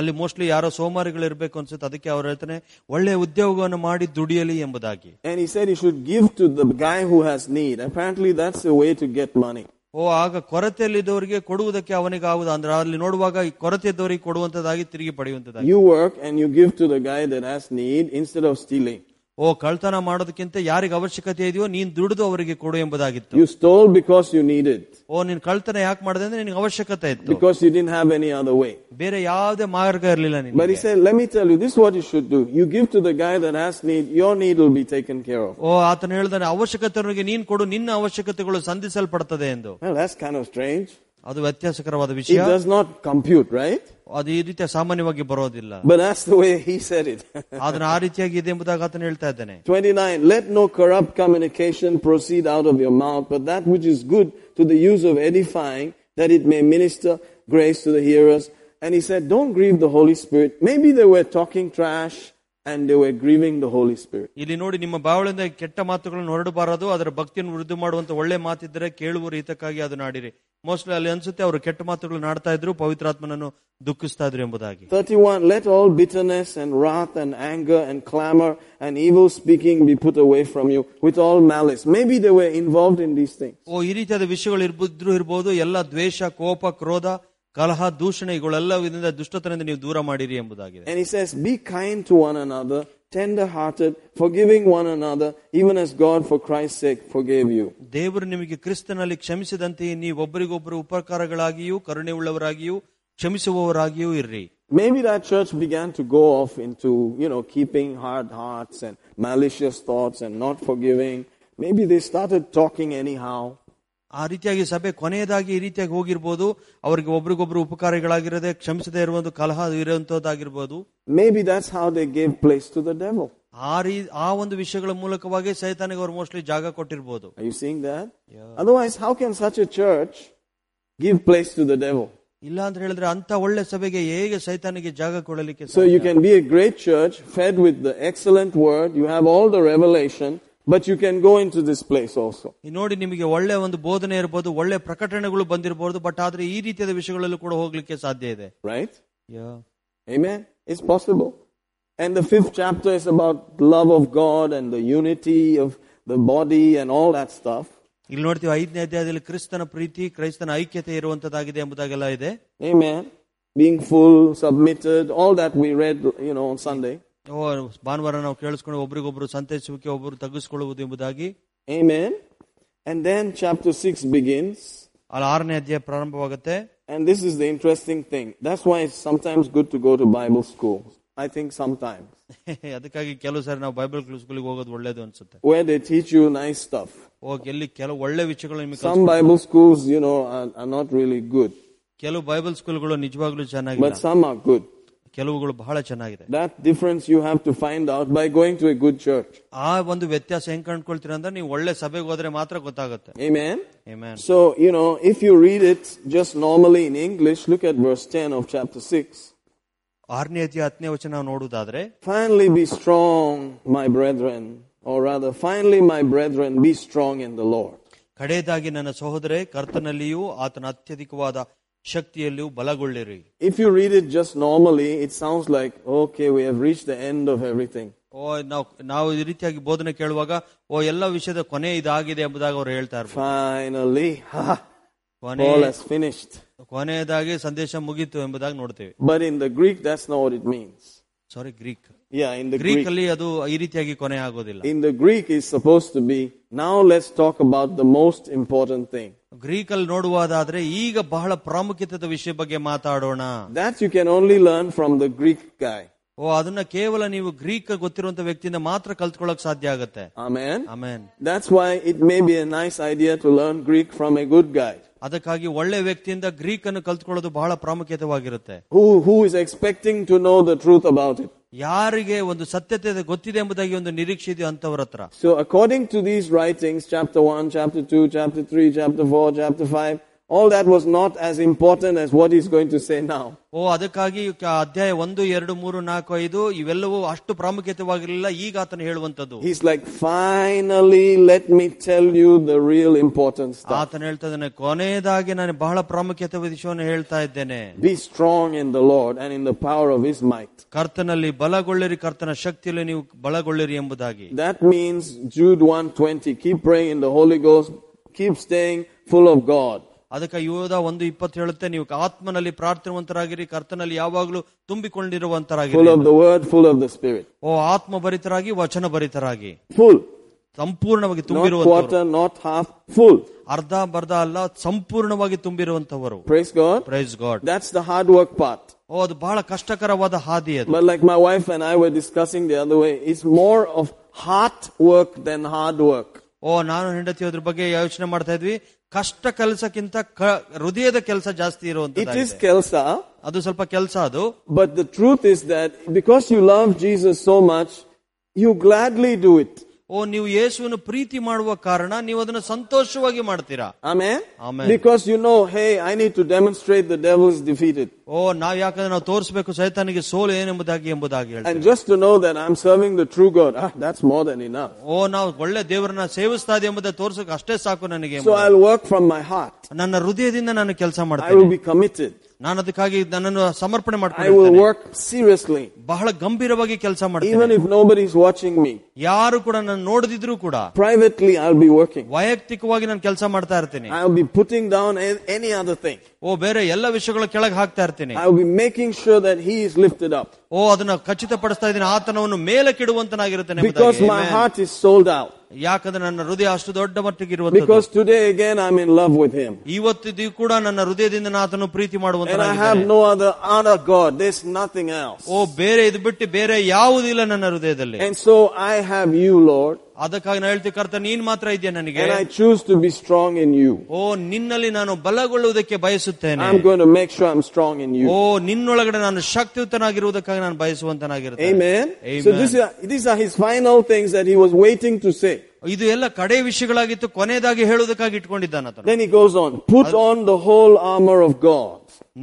Speaker 2: ಅಲ್ಲಿ ಮೋಸ್ಟ್ಲಿ ಯಾರೋ ಸೋಮಾರಿಗಳು ಇರಬೇಕು ಅನ್ಸುತ್ತೆ ಅದಕ್ಕೆ ಅವ್ರು ಹೇಳ್ತಾನೆ ಒಳ್ಳೆ ಉದ್ಯೋಗವನ್ನು ಮಾಡಿ ದುಡಿಯಲಿ ಎಂಬುದಾಗಿ
Speaker 1: And he said he should give to the guy who has need. Apparently, that's the way to get money.
Speaker 2: ಓ ಆಗ ಕೊರತೆಯಲ್ಲಿದ್ದವರಿಗೆ ಕೊಡುವುದಕ್ಕೆ ಅವನಿಗೆ ಆಗುದ ಅಂದ್ರೆ ಅಲ್ಲಿ ನೋಡುವಾಗ ಈ ಕೊರತೆ ಇದ್ದವರಿಗೆ ಕೊಡುವಂತದ್ದಾಗಿ ತಿರುಗಿ ಪಡೆಯುವಂತದ್ದಾಗಿ
Speaker 1: You work and you give to the guy that has need instead of stealing.
Speaker 2: ಓ ಕಳ್ತನ ಮಾಡೋದಕ್ಕಿಂತ ಯಾರಿಗೆ ಅವಶ್ಯಕತೆ ಇದೆಯೋ ನೀನ್ ದುಡಿದು ಅವರಿಗೆ ಕೊಡು ಎಂಬುದಾಗಿತ್ತು
Speaker 1: You stole because you needed,
Speaker 2: ಓ ನೀನ್ ಕಳ್ತನ ಯಾಕೆ ಮಾಡಿದೆ ಅಂದ್ರೆ ನಿನಗೆ ಅವಶ್ಯಕತೆ ಇತ್ತು
Speaker 1: because you didn't have any other way.
Speaker 2: ಬೇರೆ ಯಾವುದೇ ಮಾರ್ಗ ಇರಲಿಲ್ಲ
Speaker 1: But he
Speaker 2: ನಿನಗೆ
Speaker 1: said, let me tell you, this is what you should do. You give to the guy that has need, your need will be taken care of.
Speaker 2: ಓ ಆತನು ಹೇಳ್ದಾನೆ ಅವಶ್ಯಕತೆ ನೀನ್ ಕೊಡು ನಿನ್ನ ಅವಶ್ಯಕತೆಗಳು ಸಂಧಿಸಲ್ಪಡ್ತದೆ ಎಂದು
Speaker 1: Well, that's kind of strange.
Speaker 2: ಅದು ವ್ಯತ್ಯಾಸಕರವಾದ
Speaker 1: It
Speaker 2: ವಿಷಯ
Speaker 1: does not compute, right?
Speaker 2: ಅದು ಈ ರೀತಿಯ ಸಾಮಾನ್ಯವಾಗಿ ಬರೋದಿಲ್ಲ
Speaker 1: But that's the way he said it.
Speaker 2: ಅದನ್ನ ಆ ರೀತಿಯಾಗಿ ಇದೆ ಎಂಬುದಾಗಿ ಆತನು ಹೇಳ್ತಾ ಇದ್ದಾನೆ
Speaker 1: 29. Let no corrupt communication proceed out of your mouth, but that which is good to the use of edifying, that it may minister grace to the hearers. And he said, Don't grieve the Holy Spirit. Maybe they were talking trash and they were grieving the Holy Spirit.
Speaker 2: ಇಲ್ಲಿ ನೋಡಿ ನಿಮ್ಮ ಬಾವಳಿಂದ ಕೆಟ್ಟ ಮಾತುಗಳನ್ನು ಹೊರಡಬಾರದು ಅದರ ಭಕ್ತಿಯನ್ನು ವೃದ್ಧಿ ಮಾಡುವಂತ ಒಳ್ಳೆ ಮಾತಿದ್ದರೆ ಕೇಳುವ ರೀತಕ್ಕಾಗಿ ಅದನ್ನ ಆಡಿರಿ ಮೋಸ್ಟ್ಲಿ ಅಲ್ಲಿ ಅನ್ಸುತ್ತೆ ಅವರು ಕೆಟ್ಟ ಮಾತುಗಳನ್ನು ಆಡ್ತಾ ಇದ್ರು ಪವಿತ್ರಾತ್ಮನನ್ನು ದುಃಖಿಸ್ತಾ ಇದ್ರು ಎಂಬುದಾಗಿ
Speaker 1: 31. Let all bitterness and wrath and anger and clamor and evil speaking be put away from you with all malice. Maybe they were involved in these things.
Speaker 2: ಓ ಈ ರೀತಿಯಾದ ವಿಷಯಗಳು ಇರ್ಬಿದ್ರು ಇರ್ಬೋದು ಎಲ್ಲ ದ್ವೇಷ ಕೋಪ ಕ್ರೋಧ ಕಲಹ ದೂಷಣೆ ಇವುಗಳೆಲ್ಲವಿಂದ ದುಷ್ಟತನದಿಂದ ನೀವು ದೂರ ಮಾಡಿರಿ ಎಂಬುದಾಗಿದೆ
Speaker 1: And he says, Be kind to one another, tender hearted, forgiving one another, even as God for Christ's sake forgave you.
Speaker 2: ದೇವರು ನಿಮಗೆ ಕ್ರಿಸ್ತನಲ್ಲಿ ಕ್ಷಮಿಸಿದಂತೆಯೇ ನೀವೊಬ್ಬರಿಗೊಬ್ಬರು ಉಪಕಾರಗಳಾಗಿಯೂ ಕರುಣೆ ಉಳ್ಳವರಾಗಿಯೂ ಕ್ಷಮಿಸುವವರಾಗಿಯೂ ಇರ್ರಿ
Speaker 1: Maybe that church began to go off into, you know, keeping hard hearts and malicious thoughts and not forgiving. Maybe they started talking anyhow.
Speaker 2: ಆ ರೀತಿಯಾಗಿ ಸಭೆ ಕೊನೆಯದಾಗಿ ಈ ರೀತಿಯಾಗಿ ಹೋಗಿರ್ಬೋದು ಅವರಿಗೆ ಒಬ್ರಿಗೊಬ್ರು ಉಪಕಾರಿಗಳಾಗಿರದೆ ಕ್ಷಮಿಸದೆ ಇರುವ ಒಂದು ಕಲಹ ಇರುವಂತದ್ದಾಗಿರ್ಬೋದು
Speaker 1: Maybe that's how they gave place to the devil.
Speaker 2: ಆ ರೀ ಆ ಒಂದು ವಿಷಯಗಳ ಮೂಲಕವಾಗಿ ಸೈತಾನಿಗೆ ಅವರು ಮೋಸ್ಟ್ಲಿ ಜಾಗ ಕೊಟ್ಟಿರ್ಬೋದು
Speaker 1: Are you seeing that? Otherwise, how can such a church give place to the devil?
Speaker 2: ಇಲ್ಲ ಅಂತ ಹೇಳಿದ್ರೆ ಅಂತ ಒಳ್ಳೆ ಸಭೆಗೆ ಹೇಗೆ ಸೈತಾನಿಗೆ ಜಾಗ ಕೊಡಲಿಕ್ಕೆ
Speaker 1: So you can be a great church fed with the excellent word. You have all the revelation, but you can go into this place also.
Speaker 2: ಈ ನೋಡಿ ನಿಮಗೆ ಒಳ್ಳೆ ಒಂದು ಬೋಧನೆ ಇರಬಹುದು ಒಳ್ಳೆ ಪ್ರಕಟಣೆಗಳು ಬಂದಿರಬಹುದು ಬಟ್ ಆದ್ರೆ ಈ ರೀತಿಯಾದ ವಿಷಯಗಳಲ್ಲೂ ಕೂಡ ಹೋಗ್ಲಿಕ್ಕೆ ಸಾಧ್ಯ ಇದೆ
Speaker 1: Right? Amen. It's possible. And the fifth chapter is about love of God and the unity of the body and all that stuff.
Speaker 2: ಇಲ್ಲಿ ನೋಡ್ತೀವಿ ಐದನೇ ಅಧ್ಯಾಯದಲ್ಲಿ ಕ್ರಿಸ್ತನ ಪ್ರೀತಿ ಕ್ರೈಸ್ತನ ಐಕ್ಯತೆ ಇರುವಂತದ್ದಾಗಿದೆ ಎಂಬುದಾಗೆಲ್ಲ ಇದೆ
Speaker 1: Amen. Being full, submitted, all that we read, you know, on Sunday.
Speaker 2: ಓ, ಭಾನುವಾರ ನಾವು ಕೇಳಿಸ್ಕೊಂಡು ಒಬ್ರಿಗೊಬ್ರು ಸಂತೈಸುವಿಕೆ ಒಬ್ಬರು ತಗ್ಗಿಸ್ಕೊಳ್ಳುವುದು ಎಂಬುದಾಗಿ
Speaker 1: Amen. And then chapter 6 begins.
Speaker 2: ಅಲ್ಲಿ ಆರನೇ ಅಧ್ಯಾಯ ಪ್ರಾರಂಭವಾಗುತ್ತೆ
Speaker 1: And this is the interesting thing. That's why it's sometimes good to go to Bible school. I think sometimes.
Speaker 2: ಅದಕ್ಕಾಗಿ ಕೆಲವು ಸಾರಿ ನಾವು ಬೈಬಲ್ ಕ್ಲೂಸ್ಗಳಿಗೆ ಹೋಗೋದು ಒಳ್ಳೇದು ಅನ್ಸುತ್ತೆ
Speaker 1: Where they teach you nice stuff.
Speaker 2: Okay ಎಲ್ಲಿ ಕೆಲವು ಒಳ್ಳೆ ವಿಷಯಗಳು ನಿಮಗೆ
Speaker 1: Some Bible schools, you know, are, are not really good,
Speaker 2: ಕಲ್ಸ್- ಕೆಲವು ಬೈಬಲ್ ಸ್ಕೂಲ್ಗಳು ನಿಜವಾಗ್ಲೂ
Speaker 1: but
Speaker 2: ಚೆನ್ನಾಗಿಲ್ಲ
Speaker 1: some are good.
Speaker 2: ಕೆಲವುಗಳು ಬಹಳ ಚೆನ್ನಾಗಿದೆ
Speaker 1: That difference you have to find out by going to a good church.
Speaker 2: ಆ ಒಂದು ವ್ಯತ್ಯಾಸ ಹೆಂಗ್ ಕಂಡ್ಕೊಳ್ತೀರಾ ಅಂದ್ರೆ ನೀವು ಒಳ್ಳೆ ಸಭೆಗೆ ಹೋದ್ರೆ ಮಾತ್ರ ಗೊತ್ತಾಗುತ್ತೆ
Speaker 1: Amen.
Speaker 2: Amen.
Speaker 1: So, you know, if you read it just normally in English, look at verse 10 of chapter 6.
Speaker 2: ಆರನೇ ಅಧ್ಯಾಯ ಹತ್ತನೇ ವಚನ ನೋಡುವುದಾದ್ರೆ
Speaker 1: Finally, be strong, my brethren, or rather, finally, my brethren, be strong in the Lord.
Speaker 2: ಕಡೆಯದಾಗಿ ನನ್ನ ಸಹೋದರೇ ಕರ್ತನಲ್ಲಿಯೂ ಆತನ ಅತ್ಯಧಿಕವಾದ ಶಕ್ತಿಯಲ್ಲಿಯೂ ಬಲಗೊಳ್ಳಿರಿ
Speaker 1: If you read it just normally, it sounds like, okay, we have reached the end of everything.
Speaker 2: ಓ ನಾವು ನಾವು ಈ ರೀತಿಯಾಗಿ ಬೋಧನೆ ಕೇಳುವಾಗ ಓ ಎಲ್ಲ ವಿಷಯದ ಕೊನೆ ಇದಾಗಿದೆ ಎಂಬುದಾಗಿ ಅವ್ರು ಹೇಳ್ತಾ ಇರ್ಬೋದು
Speaker 1: Finally, ha,
Speaker 2: ಕೊನೆ
Speaker 1: Paul has finished.
Speaker 2: ಕೊನೆಯದಾಗಿ ಸಂದೇಶ ಮುಗೀತು ಎಂಬುದಾಗಿ ನೋಡ್ತೇವೆ
Speaker 1: But in the Greek, that's not what it means.
Speaker 2: Sorry Greek
Speaker 1: Yeah, in the
Speaker 2: Greek
Speaker 1: Greek.
Speaker 2: ಅಲ್ಲಿ ಅದು ಈ ರೀತಿಯಾಗಿ ಕೊನೆ ಆಗೋದಿಲ್ಲ
Speaker 1: In the Greek, it's supposed to be, now let's talk about the most important thing.
Speaker 2: Greek ಅಲ್ಲಿ ನೋಡುವುದಾದ್ರೆ ಈಗ ಬಹಳ ಪ್ರಾಮುಖ್ಯತೆಯ ವಿಷಯ ಬಗ್ಗೆ ಮಾತಾಡೋಣ
Speaker 1: That you can only learn from the Greek guy.
Speaker 2: ಓ ಅದನ್ನ ಕೇವಲ ನೀವು ಗ್ರೀಕ್ ಗೊತ್ತಿರುವಂತ ವ್ಯಕ್ತಿಯಿಂದ ಮಾತ್ರ ಕಲ್ತ್ಕೊಳ್ಳಕ್ ಸಾಧ್ಯ ಆಗತ್ತೆ
Speaker 1: Amen.
Speaker 2: Amen
Speaker 1: That's why it may be a nice idea to learn Greek from a good guy
Speaker 2: ಅದಕ್ಕಾಗಿ ಒಳ್ಳೆ ವ್ಯಕ್ತಿಯಿಂದ ಗ್ರೀಕ್ ಅನ್ನು ಕಲ್ತ್ಕೊಳ್ಳೋದು ಬಹಳ ಪ್ರಾಮುಖ್ಯತೆವಾಗಿರುತ್ತೆ
Speaker 1: who, who is expecting to know the truth about it.
Speaker 2: ಯಾರಿಗೆ ಒಂದು ಸತ್ಯತೆ ಗೊತ್ತಿದೆ ಎಂಬುದಾಗಿ ಒಂದು ನಿರೀಕ್ಷೆ ಇದೆಯೋ ಅಂತವ್ರ ಹತ್ರ
Speaker 1: So according to these writings, chapter 1, chapter 2, chapter 3, chapter 4, chapter 5, All that was not as important as what he's going to say now.
Speaker 2: ಓ ಅದಕ್ಕಾಗಿ ಕ- ಅಧ್ಯಾಯ ಒಂದು ಎರಡು ಮೂರು ನಾಲ್ಕು ಐದು ಇವೆಲ್ಲವೂ ಅಷ್ಟು ಪ್ರಾಮುಖ್ಯತೆವಾಗಿರಲಿಲ್ಲ ಈಗ ಆತನು ಹೇಳುವಂತದ್ದು
Speaker 1: He's like, finally, let me tell you the real important stuff.
Speaker 2: ಆತನು ಹೇಳ್ತಾ ಇದ್ದಾನೆ ಕೊನೆಯದಾಗಿ ನಾನು ಬಹಳ ಪ್ರಾಮುಖ್ಯತೆ ವಿಷಯವನ್ನು ಹೇಳ್ತಾ ಇದ್ದೇನೆ
Speaker 1: Be strong in the Lord and in the power of his might.
Speaker 2: ಕರ್ತನಲ್ಲಿ ಬಲಗೊಳ್ಳಿರಿ ಕರ್ತನ ಶಕ್ತಿಯಲ್ಲಿ ನೀವು ಬಲಗೊಳ್ಳಿರಿ ಎಂಬುದಾಗಿ
Speaker 1: That means Jude 120. Keep praying in the Holy Ghost. Keep staying full of God.
Speaker 2: ಅದಕ್ಕೆ ಯೋಧ ಒಂದು ಇಪ್ಪತ್ತು ಹೇಳುತ್ತೆ ನೀವು ಆತ್ಮನಲ್ಲಿ ಪ್ರಾರ್ಥನವಂತರಾಗಿರಿ ಕರ್ತನಲ್ಲಿ ಯಾವಾಗಲೂ ತುಂಬಿಕೊಂಡಿರುವಂತರಾಗಿರಿ
Speaker 1: Full of the word, full of the spirit.
Speaker 2: ಓ ಆತ್ಮ ಭರಿತರಾಗಿ ವಚನ ಭರಿತರಾಗಿ
Speaker 1: Full.
Speaker 2: ಸಂಪೂರ್ಣವಾಗಿ
Speaker 1: Not
Speaker 2: ತುಂಬಿರುವಂತವರು
Speaker 1: quarter, not half. Full.
Speaker 2: ಅರ್ಧ ಬರ್ಧ ಅಲ್ಲ ಸಂಪೂರ್ಣವಾಗಿ ತುಂಬಿರುವಂತವರು
Speaker 1: Praise God.
Speaker 2: Praise God
Speaker 1: That's the hard work part.
Speaker 2: ಓ ಅದು ಬಹಳ ಕಷ್ಟಕರವಾದ ಹಾದಿ ಅದು
Speaker 1: But like my wife and I were discussing the other way, it's more of heart work than hard work.
Speaker 2: ಓ ನಾನು ಹೆಂಡತಿ ಅದ್ರ ಬಗ್ಗೆ ಯೋಚನೆ ಮಾಡ್ತಾ ಇದ್ವಿ ಕಷ್ಟ ಕೆಲಸಕ್ಕಿಂತ ಕ- ಹೃದಯದ ಕೆಲಸ ಜಾಸ್ತಿ
Speaker 1: It is
Speaker 2: ಇರುವಂತ
Speaker 1: Kelsa,
Speaker 2: ಅದು ಸ್ವಲ್ಪ ಕೆಲಸ ಅದು
Speaker 1: but the truth is that because you love Jesus so much, you gladly do it.
Speaker 2: ಓ ನೀವು ಯೇಸುವನ್ನು ಪ್ರೀತಿ ಮಾಡುವ ಕಾರಣ ನೀವು ಅದನ್ನು ಸಂತೋಷವಾಗಿ ಮಾಡ್ತೀರಾ
Speaker 1: Amen?
Speaker 2: Amen.
Speaker 1: Because you know, hey, I need to demonstrate the devil is defeated.
Speaker 2: ಓ ನಾವ್ ಯಾಕಂದ್ರೆ ನಾವು ತೋರಿಸಬೇಕು ಸೈತಾನಿಗೆ ಸೋಲು ಏನೆಂಬುದಾಗಿ ಎಂಬುದಾಗಿ ಹೇಳ್ತೀವಿ
Speaker 1: And just to know that I'm serving the true God, ah, that's more than enough.
Speaker 2: ಓ ನಾವು ಒಳ್ಳೆ ದೇವರನ್ನ ಸೇವಿಸ್ತಾ ಇದೆ ಎಂಬುದ ತೋರ್ಸಕ್ ಅಷ್ಟೇ ಸಾಕು ನನಗೆ
Speaker 1: So
Speaker 2: ಎಂಬುದಾಗಿ.
Speaker 1: I'll work from my heart.
Speaker 2: ನನ್ನ ಹೃದಯದಿಂದ ನಾನು ಕೆಲಸ
Speaker 1: I will
Speaker 2: ಮಾಡ್ತೇನೆ
Speaker 1: be committed.
Speaker 2: ನಾನು ಅದಕ್ಕಾಗಿ ನನ್ನನ್ನು ಸಮರ್ಪಣೆ
Speaker 1: I will
Speaker 2: ಮಾಡ್ಕೊಂಡಿರ್ತೇನೆ
Speaker 1: work seriously.
Speaker 2: ಬಹಳ ಗಂಭೀರವಾಗಿ ಕೆಲಸ
Speaker 1: Even
Speaker 2: ಮಾಡ್ತೇನೆ
Speaker 1: if nobody's watching me,
Speaker 2: ಯಾರು ಕೂಡ ನಾನು ನೋಡದಿದ್ರು ಕೂಡ
Speaker 1: privately I'll be working.
Speaker 2: ವೈಯಕ್ತಿಕವಾಗಿ ನಾನು ಕೆಲಸ ಮಾಡ್ತಾ ಇರ್ತೀನಿ
Speaker 1: I'll be putting down an- any other thing.
Speaker 2: ಓ ಬೇರೆ ಎಲ್ಲ ವಿಷಯಗಳ ಕೆಳಗೆ ಹಾಕ್ತಾ ಇರ್ತೀನಿ
Speaker 1: I'll be making sure that he is lifted up.
Speaker 2: ಓ ಅದನ್ನ ಖಚಿತಪಡಿಸ್ತಾ ಇದ್ದೀನಿ ಆತನವನ್ನು ಮೇಲೆ ಕೆಡುವಂತನಾಗಿರುತ್ತೇನೆ
Speaker 1: Because
Speaker 2: ಎಂಬುದಾಗಿ.
Speaker 1: my
Speaker 2: Amen.
Speaker 1: heart is sold out.
Speaker 2: ಯಾಕಂದ್ರೆ ನನ್ನ ಹೃದಯ ಅಷ್ಟು ದೊಡ್ಡ ಮಟ್ಟಿಗೆ ಇರುವಂತದ್ದು
Speaker 1: Because today again I'm in love with him.
Speaker 2: ಇವತ್ತಿದ್ಯೂ ಕೂಡ ನನ್ನ ಹೃದಯದಿಂದ ನಾ ಆತನು ಪ್ರೀತಿ
Speaker 1: And I have
Speaker 2: ಮಾಡುವಂತ
Speaker 1: no other other God. There's nothing else.
Speaker 2: ಓ ಬೇರೆ ಇದು ಬಿಟ್ಟು ಬೇರೆ ಯಾವುದಿಲ್ಲ ನನ್ನ ಹೃದಯದಲ್ಲಿ
Speaker 1: And so I have you, Lord.
Speaker 2: ಅದಕ್ಕಾಗಿ ನಾನು ಹೇಳ್ತೀನಿ ಕರ್ತ ನೀನ್ ಮಾತ್ರ ಇದೆಯಾ ನನಗೆ
Speaker 1: And I choose to be strong in you.
Speaker 2: ಓ ನಿನ್ನಲ್ಲಿ ನಾನು ಬಲಗೊಳ್ಳುವುದಕ್ಕೆ ಬಯಸುತ್ತೇನೆ
Speaker 1: I'm going to make sure I'm strong in you.
Speaker 2: ಓ ನಿನ್ನೊಳಗಡೆ ನಾನು ಶಕ್ತಿಯುತನಾಗಿರುವುದಕ್ಕಾಗಿ ನಾನು ಬಯಸುವಂತನಾಗಿರುತ್ತೇನೆ
Speaker 1: Amen.
Speaker 2: Amen.
Speaker 1: So this is, these are his final things that he was waiting to say.
Speaker 2: ಇದು ಎಲ್ಲ ಕಡೆ ವಿಷಯಗಳಾಗಿತ್ತು ಕೊನೆಯದಾಗಿ ಹೇಳುವುದಕ್ಕಾಗಿ ಇಟ್ಕೊಂಡಿದ್ದಾನೆ ಆತನು
Speaker 1: Then he goes on, put on the whole armor of God.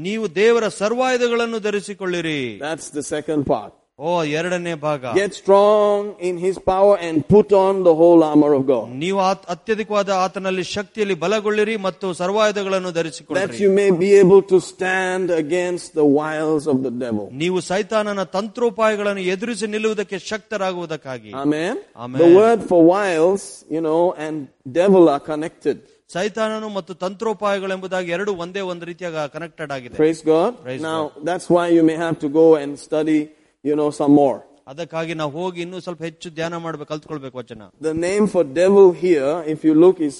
Speaker 2: ನೀವು ದೇವರ ಸರ್ವಾಯುಧಗಳನ್ನು ಧರಿಸಿಕೊಳ್ಳಿರಿ
Speaker 1: That's the second part.
Speaker 2: ಓ ಎರಡನೇ ಭಾಗ
Speaker 1: Get strong in his power and put on the whole armor of God.
Speaker 2: ನೀವು ಆತ್- ಅತ್ಯಧಿಕವಾದ ಆತನಲ್ಲಿ ಶಕ್ತಿಯಲ್ಲಿ ಬಲಗೊಳ್ಳಿರಿ ಮತ್ತು ಸರ್ವಾಯುಧಗಳನ್ನು ಧರಿಸಿಕೊಳ್ಳಿರಿ
Speaker 1: That you may be able to stand against the wiles of the devil.
Speaker 2: ನೀವು ಸೈತಾನನ ತಂತ್ರೋಪಾಯಗಳನ್ನು ಎದುರಿಸಿ ನಿಲ್ಲುವುದಕ್ಕೆ ಶಕ್ತರಾಗುವುದಕ್ಕಾಗಿ
Speaker 1: Amen.
Speaker 2: Amen.
Speaker 1: The word for wiles, you know, and devil are connected.
Speaker 2: ಸೈತಾನನು ಮತ್ತು ತಂತ್ರೋಪಾಯಗಳೆಂಬುದಾಗಿ ಎರಡು ಒಂದೇ ಒಂದು ರೀತಿಯಾಗಿ ಕನೆಕ್ಟೆಡ್ ಆಗಿದೆ
Speaker 1: Praise God.
Speaker 2: Praise
Speaker 1: now, that's why you may have to go and study, you know, some more.
Speaker 2: ಅದಕ್ಕಾಗಿ ನಾವು ಹೋಗಿ ಇನ್ನೂ ಸ್ವಲ್ಪ ಹೆಚ್ಚು ಧ್ಯಾನ ಮಾಡಬೇಕು ಕಲ್ತ್ಕೊಳ್ಬೇಕು ವಚನ
Speaker 1: The name for devil here, if you look, is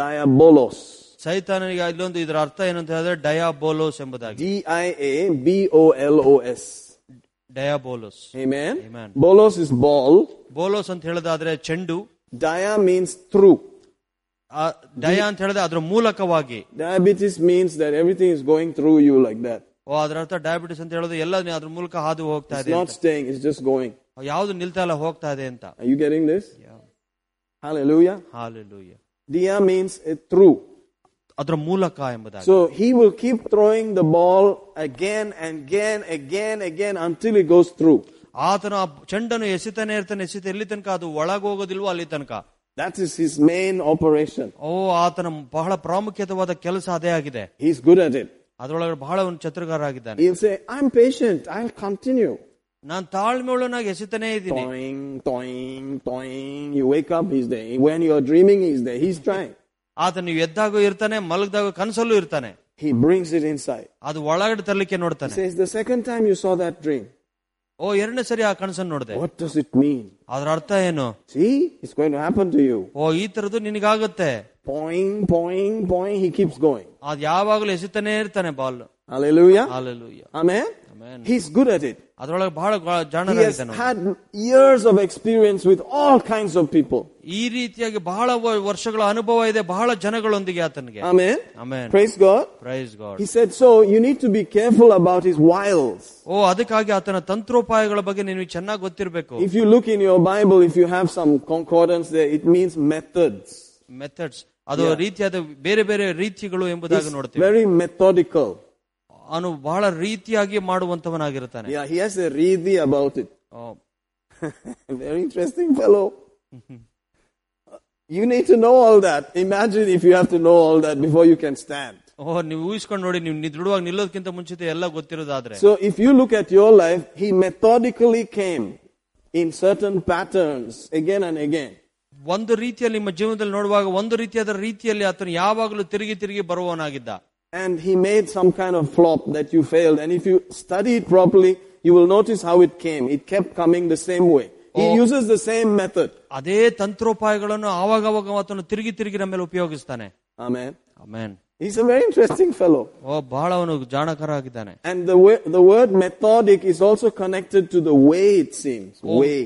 Speaker 1: diabolos.
Speaker 2: ಸೈತಾನನಿಗೆ ಇಲ್ಲೊಂದು ಇದರ ಅರ್ಥ ಏನು ಅಂತ ಹೇಳಿದ್ರೆ ಡಯಾಬೋಲೋಸ್ ಎಂಬುದಾಗಿ
Speaker 1: D I A B O L O S.
Speaker 2: ಡಯಾಬೋಲೋಸ್
Speaker 1: Amen.
Speaker 2: Amen.
Speaker 1: Bolos is ball.
Speaker 2: ಬೋಲೋಸ್ ಅಂತ ಹೇಳೋದಾದ್ರೆ ಚೆಂಡು
Speaker 1: Dia means through.
Speaker 2: ಆ ಡಯಾ ಅಂತ ಹೇಳಿದ್ರೆ ಅದರ ಮೂಲಕವಾಗಿ
Speaker 1: Diabetes means that everything is going through you like that.
Speaker 2: ಓ ಅದರ ಅರ್ಥ ಡಯಾಬಿಟಿಸ್ ಅಂತ ಹೇಳೋದು ಎಲ್ಲ ನೀ ಅದ್ರ ಮೂಲಕ ಹಾದು ಹೋಗ್ತಾ
Speaker 1: It's
Speaker 2: ಇದೆ
Speaker 1: not
Speaker 2: ಅಂತ.
Speaker 1: staying, it's just going.
Speaker 2: ಯಾವ್ದು ನಿಲ್ತಾ ಇಲ್ಲ ಹೋಗ್ತಾ ಇದೆ ಅಂತ
Speaker 1: Are you getting this? Hallelujah.
Speaker 2: Hallelujah
Speaker 1: Dia means it through.
Speaker 2: ಅದರ ಮೂಲಕ ಎಂಬುದಾಗಿ
Speaker 1: So he will keep throwing the ball again and again, again, again until it goes through.
Speaker 2: ಆತನು ಆ ಚೆಂಡನ್ನು ಎಸಿತಾನೆ ಇರ್ತಾನೆ ಎಸಿತ ಎಲ್ಲಿ ತನಕ ಅದು ಒಳಗೋಗೋದಿಲ್ವೋ ಅಲ್ಲಿ ತನಕ
Speaker 1: That is his main operation.
Speaker 2: ಓ ಆತನ ಬಹಳ ಪ್ರಾಮುಖ್ಯತವಾದ ಕೆಲಸ ಅದೇ ಆಗಿದೆ
Speaker 1: He's good at it.
Speaker 2: ಅದರೊಳಗೆ ಬಹಳ ಒಂದು ಚತುರ್ಗಾರ ಆಗಿದ್ದಾನೆ
Speaker 1: He'll say, I'm patient, I'll continue.
Speaker 2: ನಾನು ತಾಳ್ಮೆ ಒಳನಾಗಿ ಎಸಿತಾನೇ ಇದ್ದೀನಿ
Speaker 1: Toing, toing, toing. You wake up, he's there. When you're dreaming, he's there. He's trying.
Speaker 2: ಆತ ನೀವು ಎದ್ದಾಗೂ ಇರ್ತಾನೆ ಮಲಗ್ದಾಗ ಕನಸಲ್ಲೂ ಇರ್ತಾನೆ
Speaker 1: He brings it inside.
Speaker 2: ಅದು ಒಳಗಡೆ ತರಲಿಕ್ಕೆ ನೋಡ್ತಾನೆ
Speaker 1: Says, the second time you saw that dream,
Speaker 2: ಓ ಎರಡನೇ ಸರಿ ಆ ಕನಸನ್ನು ನೋಡಿದೆ
Speaker 1: what does it mean?
Speaker 2: ಅದ್ರ ಅರ್ಥ ಏನು
Speaker 1: See, it's going to happen to you.
Speaker 2: ಓ ಈ ತರದ್ದು ನಿನಗಾಗುತ್ತೆ
Speaker 1: Poing, poing, poing. He keeps going.
Speaker 2: ಅದ್ ಯಾವಾಗಲೂ ಎಸಿತಾನೆ ಇರ್ತಾನೆ ball
Speaker 1: Hallelujah.
Speaker 2: Hallelujah
Speaker 1: Amen.
Speaker 2: Amen.
Speaker 1: He's good at it.
Speaker 2: ಅದರೊಳಗೆ ಬಹಳ ಗ-
Speaker 1: He has
Speaker 2: ಜಾಣರಾಗಿದ್ದಾನೆ ಅವನು.
Speaker 1: had years of experience with all kinds of people.
Speaker 2: ಈ ರೀತಿಯಾಗಿ ಬಹಳ ವ- ವರ್ಷಗಳ ಅನುಭವ ಇದೆ ಬಹಳ ಜನಗಳೊಂದಿಗೆ ಆತನಿಗೆ
Speaker 1: Amen.
Speaker 2: Amen
Speaker 1: Um, Praise God.
Speaker 2: Praise God
Speaker 1: He said, so you need to be careful about his wiles.
Speaker 2: ಓ ಅದಕ್ಕಾಗಿ ಆತನ ತಂತ್ರೋಪಾಯಗಳ ಬಗ್ಗೆ ನೀವು ಚೆನ್ನಾಗಿ ಗೊತ್ತಿರಬೇಕು
Speaker 1: If you look in your Bible, if you have some concordance there, it means methods.
Speaker 2: Methods ಅದು ರೀತಿಯಾದ ಬೇರೆ ಬೇರೆ ರೀತಿಗಳು ಎಂಬುದಾಗಿ ನೋಡ್ತೀವಿ
Speaker 1: Very methodical.
Speaker 2: ಅವನು ಬಹಳ ರೀತಿಯಾಗಿ ಮಾಡುವಂತವನಾಗಿರ್ತಾನೆ
Speaker 1: Yeah, he has a ridi about it.
Speaker 2: ಆ,
Speaker 1: Very interesting fellow. Mm-hmm. You need to know all that. Imagine if you have to know all that before you can stand.
Speaker 2: ಓ ನೀವು ಊಹಿಸ್ಕೊಂಡು ನೋಡಿ ನೀವು ನಿ- ದೃಢವಾಗಿ ನಿಲ್ಲೋದಕ್ಕಿಂತ ಮುಂಚಿತ ಎಲ್ಲ ಗೊತ್ತಿರೋದಾದ್ರೆ
Speaker 1: So if you look at your life, he methodically came in certain patterns again and again.
Speaker 2: ಒಂದು ರೀತಿಯಲ್ಲಿ ನಿಮ್ಮ ಜೀವನದಲ್ಲಿ ನೋಡುವಾಗ ಒಂದು ರೀತಿಯಾದ ರೀತಿಯಲ್ಲಿ ಆತನು ಯಾವಾಗಲೂ ತಿರುಗಿ ತಿರುಗಿ ಬರುವವನಾಗಿದ್ದ
Speaker 1: And he made some kind of flop that you failed. And if you study it properly, you will notice how it came. It kept coming the same way. He uses the same method.
Speaker 2: ಅದೇ ತಂತ್ರೋಪಾಯಗಳನ್ನು ಆವಾಗ ಆವಾಗ ಆತನು ತಿರುಗಿ ತಿರುಗಿ ನಮ್ಮ ಮೇಲೆ ಉಪಯೋಗಿಸ್ತಾನೆ
Speaker 1: Amen.
Speaker 2: Amen
Speaker 1: He's a very interesting fellow.
Speaker 2: ಓ ಬಹಳ ಅವನು ಜಾಣಕರ ಆಗಿದ್ದಾನೆ
Speaker 1: And the, way, the word methodic is also connected to the way it seems. Way.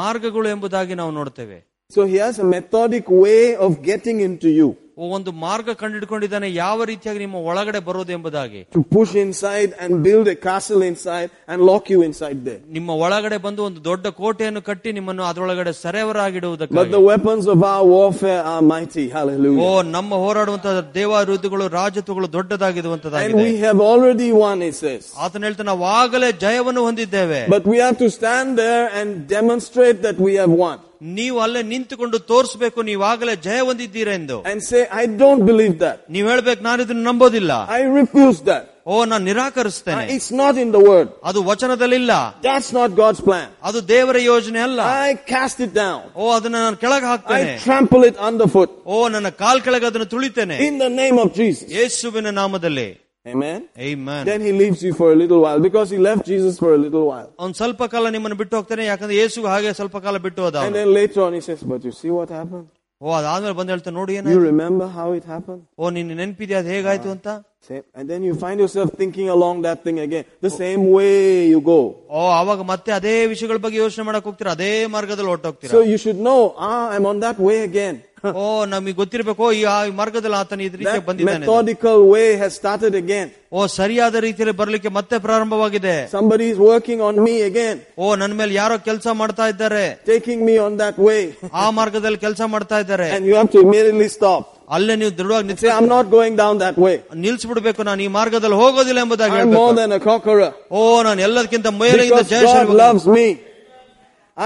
Speaker 2: ಮಾರ್ಗಗಳು ಎಂಬುದಾಗಿ ನಾವು ನೋಡ್ತೇವೆ
Speaker 1: So he has a methodic way of getting into you.
Speaker 2: ಓ ಒಂದು ಮಾರ್ಗ ಕಂಡಿಡ್ಕೊಂಡಿದ್ದಾನೆ ಯಾವ ರೀತಿಯಾಗಿ ನಿಮ್ಮ ಒಳಗಡೆ ಬರೋದು ಎಂಬುದಾಗಿ
Speaker 1: To push inside and build a castle inside and lock you inside there.
Speaker 2: ನಿಮ್ಮ ಒಳಗಡೆ ಬಂದು ಒಂದು ದೊಡ್ಡ ಕೋಟೆಯನ್ನು ಕಟ್ಟಿ ನಿಮ್ಮನ್ನು ಅದರೊಳಗಡೆ
Speaker 1: But
Speaker 2: ಸರೆವರಾಗಿಡುವುದಕ್ಕಾಗಿ
Speaker 1: the weapons of our warfare are mighty.
Speaker 2: O
Speaker 1: Hallelujah.
Speaker 2: ನಮ್ಮ ಹೋರಾಡುವಂತಹ ದೇವಾರುದ್ಧಗಳು ರಾಜತ್ವಗಳು
Speaker 1: And
Speaker 2: ದೊಡ್ಡದಾಗಿರುವಂತದಾಗಿದೆ
Speaker 1: we have already won, it says.
Speaker 2: ಆತನ ಹೇಳ್ತಾನೆ ನಾವಾಗಲೇ ಜಯವನ್ನು ಹೊಂದಿದ್ದೇವೆ
Speaker 1: But we have to stand there and demonstrate that we have won.
Speaker 2: ನೀವು ಅಲ್ಲೇ ನಿಂತುಕೊಂಡು ತೋರಿಸಬೇಕು ನೀವಾಗಲೇ ಜಯ ಹೊಂದಿದ್ದೀರಾ ಎಂದು
Speaker 1: And say, I don't believe that.
Speaker 2: ನೀವ್ ಹೇಳ್ಬೇಕು ನಾನು ಇದನ್ನು ನಂಬೋದಿಲ್ಲ
Speaker 1: I refuse that.
Speaker 2: ಓ ನಾನು ನಿರಾಕರಿಸ್ತೇನೆ
Speaker 1: It's not in the word.
Speaker 2: ಅದು ವಚನದಲ್ಲಿಲ್ಲ
Speaker 1: That's not God's plan.
Speaker 2: ಅದು ದೇವರ ಯೋಜನೆ ಅಲ್ಲ
Speaker 1: I cast it down.
Speaker 2: ಓ ಅದನ್ನ ನಾನು ಕೆಳಗೆ ಹಾಕ್ತೇನೆ
Speaker 1: I trample it underfoot.
Speaker 2: ಓ ನನ್ನ ಕಾಲ್ ಕೆಳಗೆ ಅದನ್ನು ತುಳಿತೇನೆ
Speaker 1: In the name of Jesus.
Speaker 2: ಯೇಸುವಿನ ನಾಮದಲ್ಲಿ
Speaker 1: Amen.
Speaker 2: Amen.
Speaker 1: Then he leaves you for a little while because he left Jesus for a little while.
Speaker 2: ಅವ್ನು ಸ್ವಲ್ಪ ಕಾಲ ನಿಮ್ಮನ್ನು ಬಿಟ್ಟು ಹೋಗ್ತಾನೆ ಯಾಕಂದ್ರೆ ಯೇಸುಗೆ ಹಾಗೆ ಸ್ವಲ್ಪ ಕಾಲ ಬಿಟ್ಟು ಹೋದ
Speaker 1: And
Speaker 2: ಅವ್ನು.
Speaker 1: then later on he says, but you see what happened?
Speaker 2: ಓ ಅದಾದ್ಮೇಲೆ ಬಂದು ಹೇಳ್ತಾನೆ ನೋಡಿ ಏನ
Speaker 1: You remember how it happened?
Speaker 2: ಓ ನಿನ್ನ ನೆನಪಿದೆ ಅದು ಹೇಗಾಯ್ತು ಅಂತ
Speaker 1: Same. And then you find yourself thinking along that thing again. The same way you go.
Speaker 2: ಓ ಅವಾಗ ಮತ್ತೆ ಅದೇ ವಿಷಯಗಳ ಬಗ್ಗೆ ಯೋಚನೆ ಮಾಡಕ್ ಹೋಗ್ತೀರಾ ಅದೇ ಮಾರ್ಗದಲ್ಲಿ ಹೊರಟೋಗ್ತೀರಾ
Speaker 1: So you should know, ah, I'm on that way again.
Speaker 2: ಓ ನಮಗೆ ಗೊತ್ತಿರ್ಬೇಕು ಓ, ಈ ಆ ಈ ಮಾರ್ಗದಲ್ಲಿ ಆತನ ಇದ್ ರೀತಿ
Speaker 1: That
Speaker 2: ಬಂದಿದ್ದಾನೆ
Speaker 1: methodical way has started again.
Speaker 2: ಓ ಸರಿಯಾದ ರೀತಿಯಲ್ಲಿ ಬರ್ಲಿಕ್ಕೆ ಮತ್ತೆ ಪ್ರಾರಂಭವಾಗಿದೆ
Speaker 1: Somebody is working on me again,
Speaker 2: ಓ ನನ್ನ ಮೇಲೆ ಯಾರೋ ಕೆಲಸ ಮಾಡ್ತಾ ಇದ್ದಾರೆ
Speaker 1: taking me on that way.
Speaker 2: ಆ ಮಾರ್ಗದಲ್ಲಿ ಕೆಲಸ ಮಾಡ್ತಾ ಇದ್ದಾರೆ
Speaker 1: And you have to immediately stop.
Speaker 2: ಅಲ್ಲೇ ನೀವು ದೃಢವಾಗಿ ನಿಲ್ಸ್
Speaker 1: Say, I'm not going down that way.
Speaker 2: ನಿಲ್ಸ್ಬಿಡ್ಬೇಕು ನಾನು ಈ ಮಾರ್ಗದಲ್ಲಿ ಹೋಗೋದಿಲ್ಲ ಎಂಬುದಾಗಿ
Speaker 1: I'm
Speaker 2: ಹೇಳ್ಬೇಕು
Speaker 1: more than a conqueror.
Speaker 2: ಓ ನಾನು ಎಲ್ಲದಕ್ಕಿಂತ ಮೇಲೆಯಿಂದ
Speaker 1: Because God
Speaker 2: ಜಯಶಾಲಿ
Speaker 1: loves me.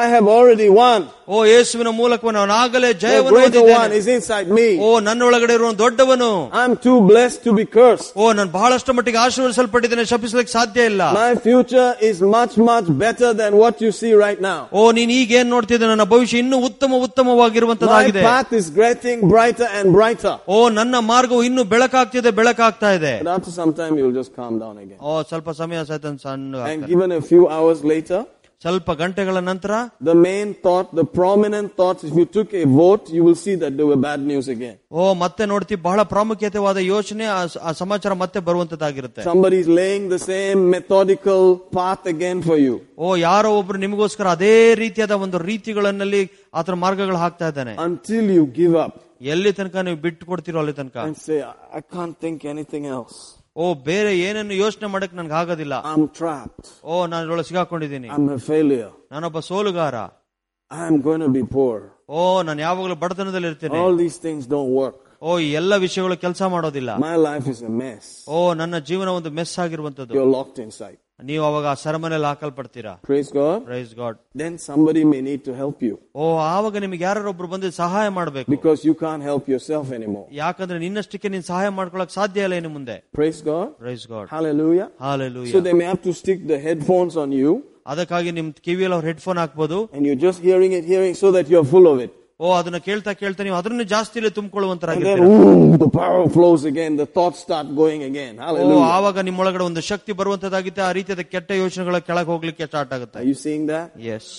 Speaker 1: I have already won.
Speaker 2: ಓ ಯೇಸುವಿನ ಮೂಲಕ ನಾನು ಆಗಲೇ
Speaker 1: The
Speaker 2: ಜಯವನ್ನು
Speaker 1: greater one
Speaker 2: ಹೊಂದಿದ್ದೇನೆ.
Speaker 1: is inside me.
Speaker 2: ಓ ನನ್ನ ಒಳಗಡೆ ಇರುವ ಒಂದು ದೊಡ್ಡವನು
Speaker 1: I'm too blessed to be cursed.
Speaker 2: ಓ ನಾನು ಬಹಳಷ್ಟು ಮಟ್ಟಿಗೆ ಆಶೀರ್ವದಿಸಲ್ಪಟ್ಟಿದ್ದೇನೆ ಶಪಿಸಲಿಕ್ಕೆ ಸಾಧ್ಯ ಇಲ್ಲ
Speaker 1: My future is much, much better than what you see right now.
Speaker 2: ಓ ನೀನ್ ಈಗ ಏನ್ ನೋಡ್ತಿದ್ದೆ ನನ್ನ ಭವಿಷ್ಯ ಇನ್ನೂ ಉತ್ತಮ
Speaker 1: My
Speaker 2: ಉತ್ತಮವಾಗಿರುವಂತದ್ದಾಗಿದೆ
Speaker 1: path is getting brighter and brighter.
Speaker 2: ಓ ನನ್ನ ಮಾರ್ಗವು ಇನ್ನೂ ಬೆಳಕಾಗ್ತಿದೆ ಬೆಳಕಾಗ್ತಾ ಇದೆ
Speaker 1: But after some time, you'll just calm down again.
Speaker 2: ಓ ಸ್ವಲ್ಪ ಸಮಯ ಸಹಿತ ಸಣ್ಣ
Speaker 1: And
Speaker 2: ಆಗ್ತಾನೆ.
Speaker 1: given a few hours later,
Speaker 2: ಸ್ವಲ್ಪ ಗಂಟೆಗಳ ನಂತರ
Speaker 1: the main thought, the prominent thoughts, if you took a vote, you will see that they were bad news again.
Speaker 2: ಓ ಮತ್ತೆ ನೋಡ್ತೀವಿ ಬಹಳ ಪ್ರಾಮುಖ್ಯತೆವಾದ ಯೋಚನೆ ಆ ಸ- ಆ ಸಮಾಚಾರ ಮತ್ತೆ ಬರುವಂತದ್ದಾಗಿರುತ್ತೆ
Speaker 1: Somebody is laying the same methodical path again for you
Speaker 2: ಓ ಯಾರೋ ಒಬ್ರು ನಿಮಗೋಸ್ಕರ ಅದೇ ರೀತಿಯಾದ ಒಂದು ರೀತಿಗಳಲ್ಲಿ ಆತರ ಮಾರ್ಗಗಳು ಹಾಕ್ತಾ ಇದ್ದಾನೆ
Speaker 1: until you give up
Speaker 2: ಎಲ್ಲಿ ತನಕ ನೀವು ಬಿಟ್ಟು ಕೊಡ್ತೀರೋ ಅಲ್ಲಿ ತನಕ
Speaker 1: and say, I I can't think anything else.
Speaker 2: ಓ ಬೇರೆ ಏನನ್ನು ಯೋಚನೆ ಮಾಡಕ್ ನನ್ಗೆ ಆಗೋದಿಲ್ಲ
Speaker 1: I'm trapped.
Speaker 2: ಓ ನಾನು ಒಳಗೆ ಸಿಗಾಕೊಂಡಿದ್ದೀನಿ
Speaker 1: I'm a failure.
Speaker 2: ನಾನೊಬ್ಬ ಸೋಲುಗಾರ
Speaker 1: I'm going to be poor.
Speaker 2: ಓ ನಾನು ಯಾವಾಗಲೂ ಬಡತನದಲ್ಲಿ ಇರ್ತೇನೆ
Speaker 1: All these things don't work.
Speaker 2: ಓ ಈ ಎಲ್ಲ ವಿಷಯಗಳು ಕೆಲಸ ಮಾಡೋದಿಲ್ಲ
Speaker 1: My life is a mess.
Speaker 2: ಓ ನನ್ನ ಜೀವನ ಒಂದು ಮೆಸ್ ಆಗಿರುವಂತದ್ದು
Speaker 1: You're locked inside.
Speaker 2: ನೀವು ಅವಾಗ ಆ ಸರಮನೆಯಲ್ಲಿ ಹಾಕಲ್ಪಡ್ತೀರಾ
Speaker 1: Praise God.
Speaker 2: Praise God
Speaker 1: Then somebody may need to help you
Speaker 2: ಓ ಆವಾಗ ನಿಮ್ಗೆ ಯಾರೊಬ್ರು ಬಂದು ಸಹಾಯ ಮಾಡಬೇಕು
Speaker 1: because you can't help yourself anymore.
Speaker 2: ಯಾಕಂದ್ರೆ ನಿನ್ನಷ್ಟಕ್ಕೆ ನೀನ್ ಸಹಾಯ ಮಾಡ್ಕೊಳಕ್ ಸಾಧ್ಯ ಇಲ್ಲ ಇನ್ನು ಮುಂದೆ
Speaker 1: Praise God.
Speaker 2: Praise god
Speaker 1: Hallelujah.
Speaker 2: ಹಾಲೆಲು
Speaker 1: So they may have to stick the headphones on you
Speaker 2: ಅದಕ್ಕಾಗಿ ನಿಮ್ ಕಿವಿಯಲ್ಲಿ ಅವ್ರ ಹೆಡ್ಫೋನ್ ಹಾಕ್ಬೋದು
Speaker 1: and you're just hearing it, hearing so that you're full of it.
Speaker 2: ಓ ಅದನ್ನ ಕೇಳ್ತಾ ಕೇಳ್ತಾ ನೀವು ಅದನ್ನ ಜಾಸ್ತಿ
Speaker 1: And then
Speaker 2: ತುಂಬಿಕೊಳ್ಳುವಂತರಾಗಿರ್ತೀರ
Speaker 1: ooh, the power flows again, the thoughts start going again.
Speaker 2: O
Speaker 1: Hallelujah.
Speaker 2: ಆವಾಗ ನಿಮ್ಮೊಳಗಡೆ ಒಂದು ಶಕ್ತಿ ಬರುವಂತದಾಗಿತ್ತೆ ಆ ರೀತಿಯಾದ ಕೆಟ್ಟ ಯೋಚನೆಗಳ ಕೆಳಗೆ ಹೋಗ್ಲಿಕ್ಕೆ ಸ್ಟಾರ್ಟ್ ಆಗುತ್ತೆ
Speaker 1: Are you seeing that?
Speaker 2: Yes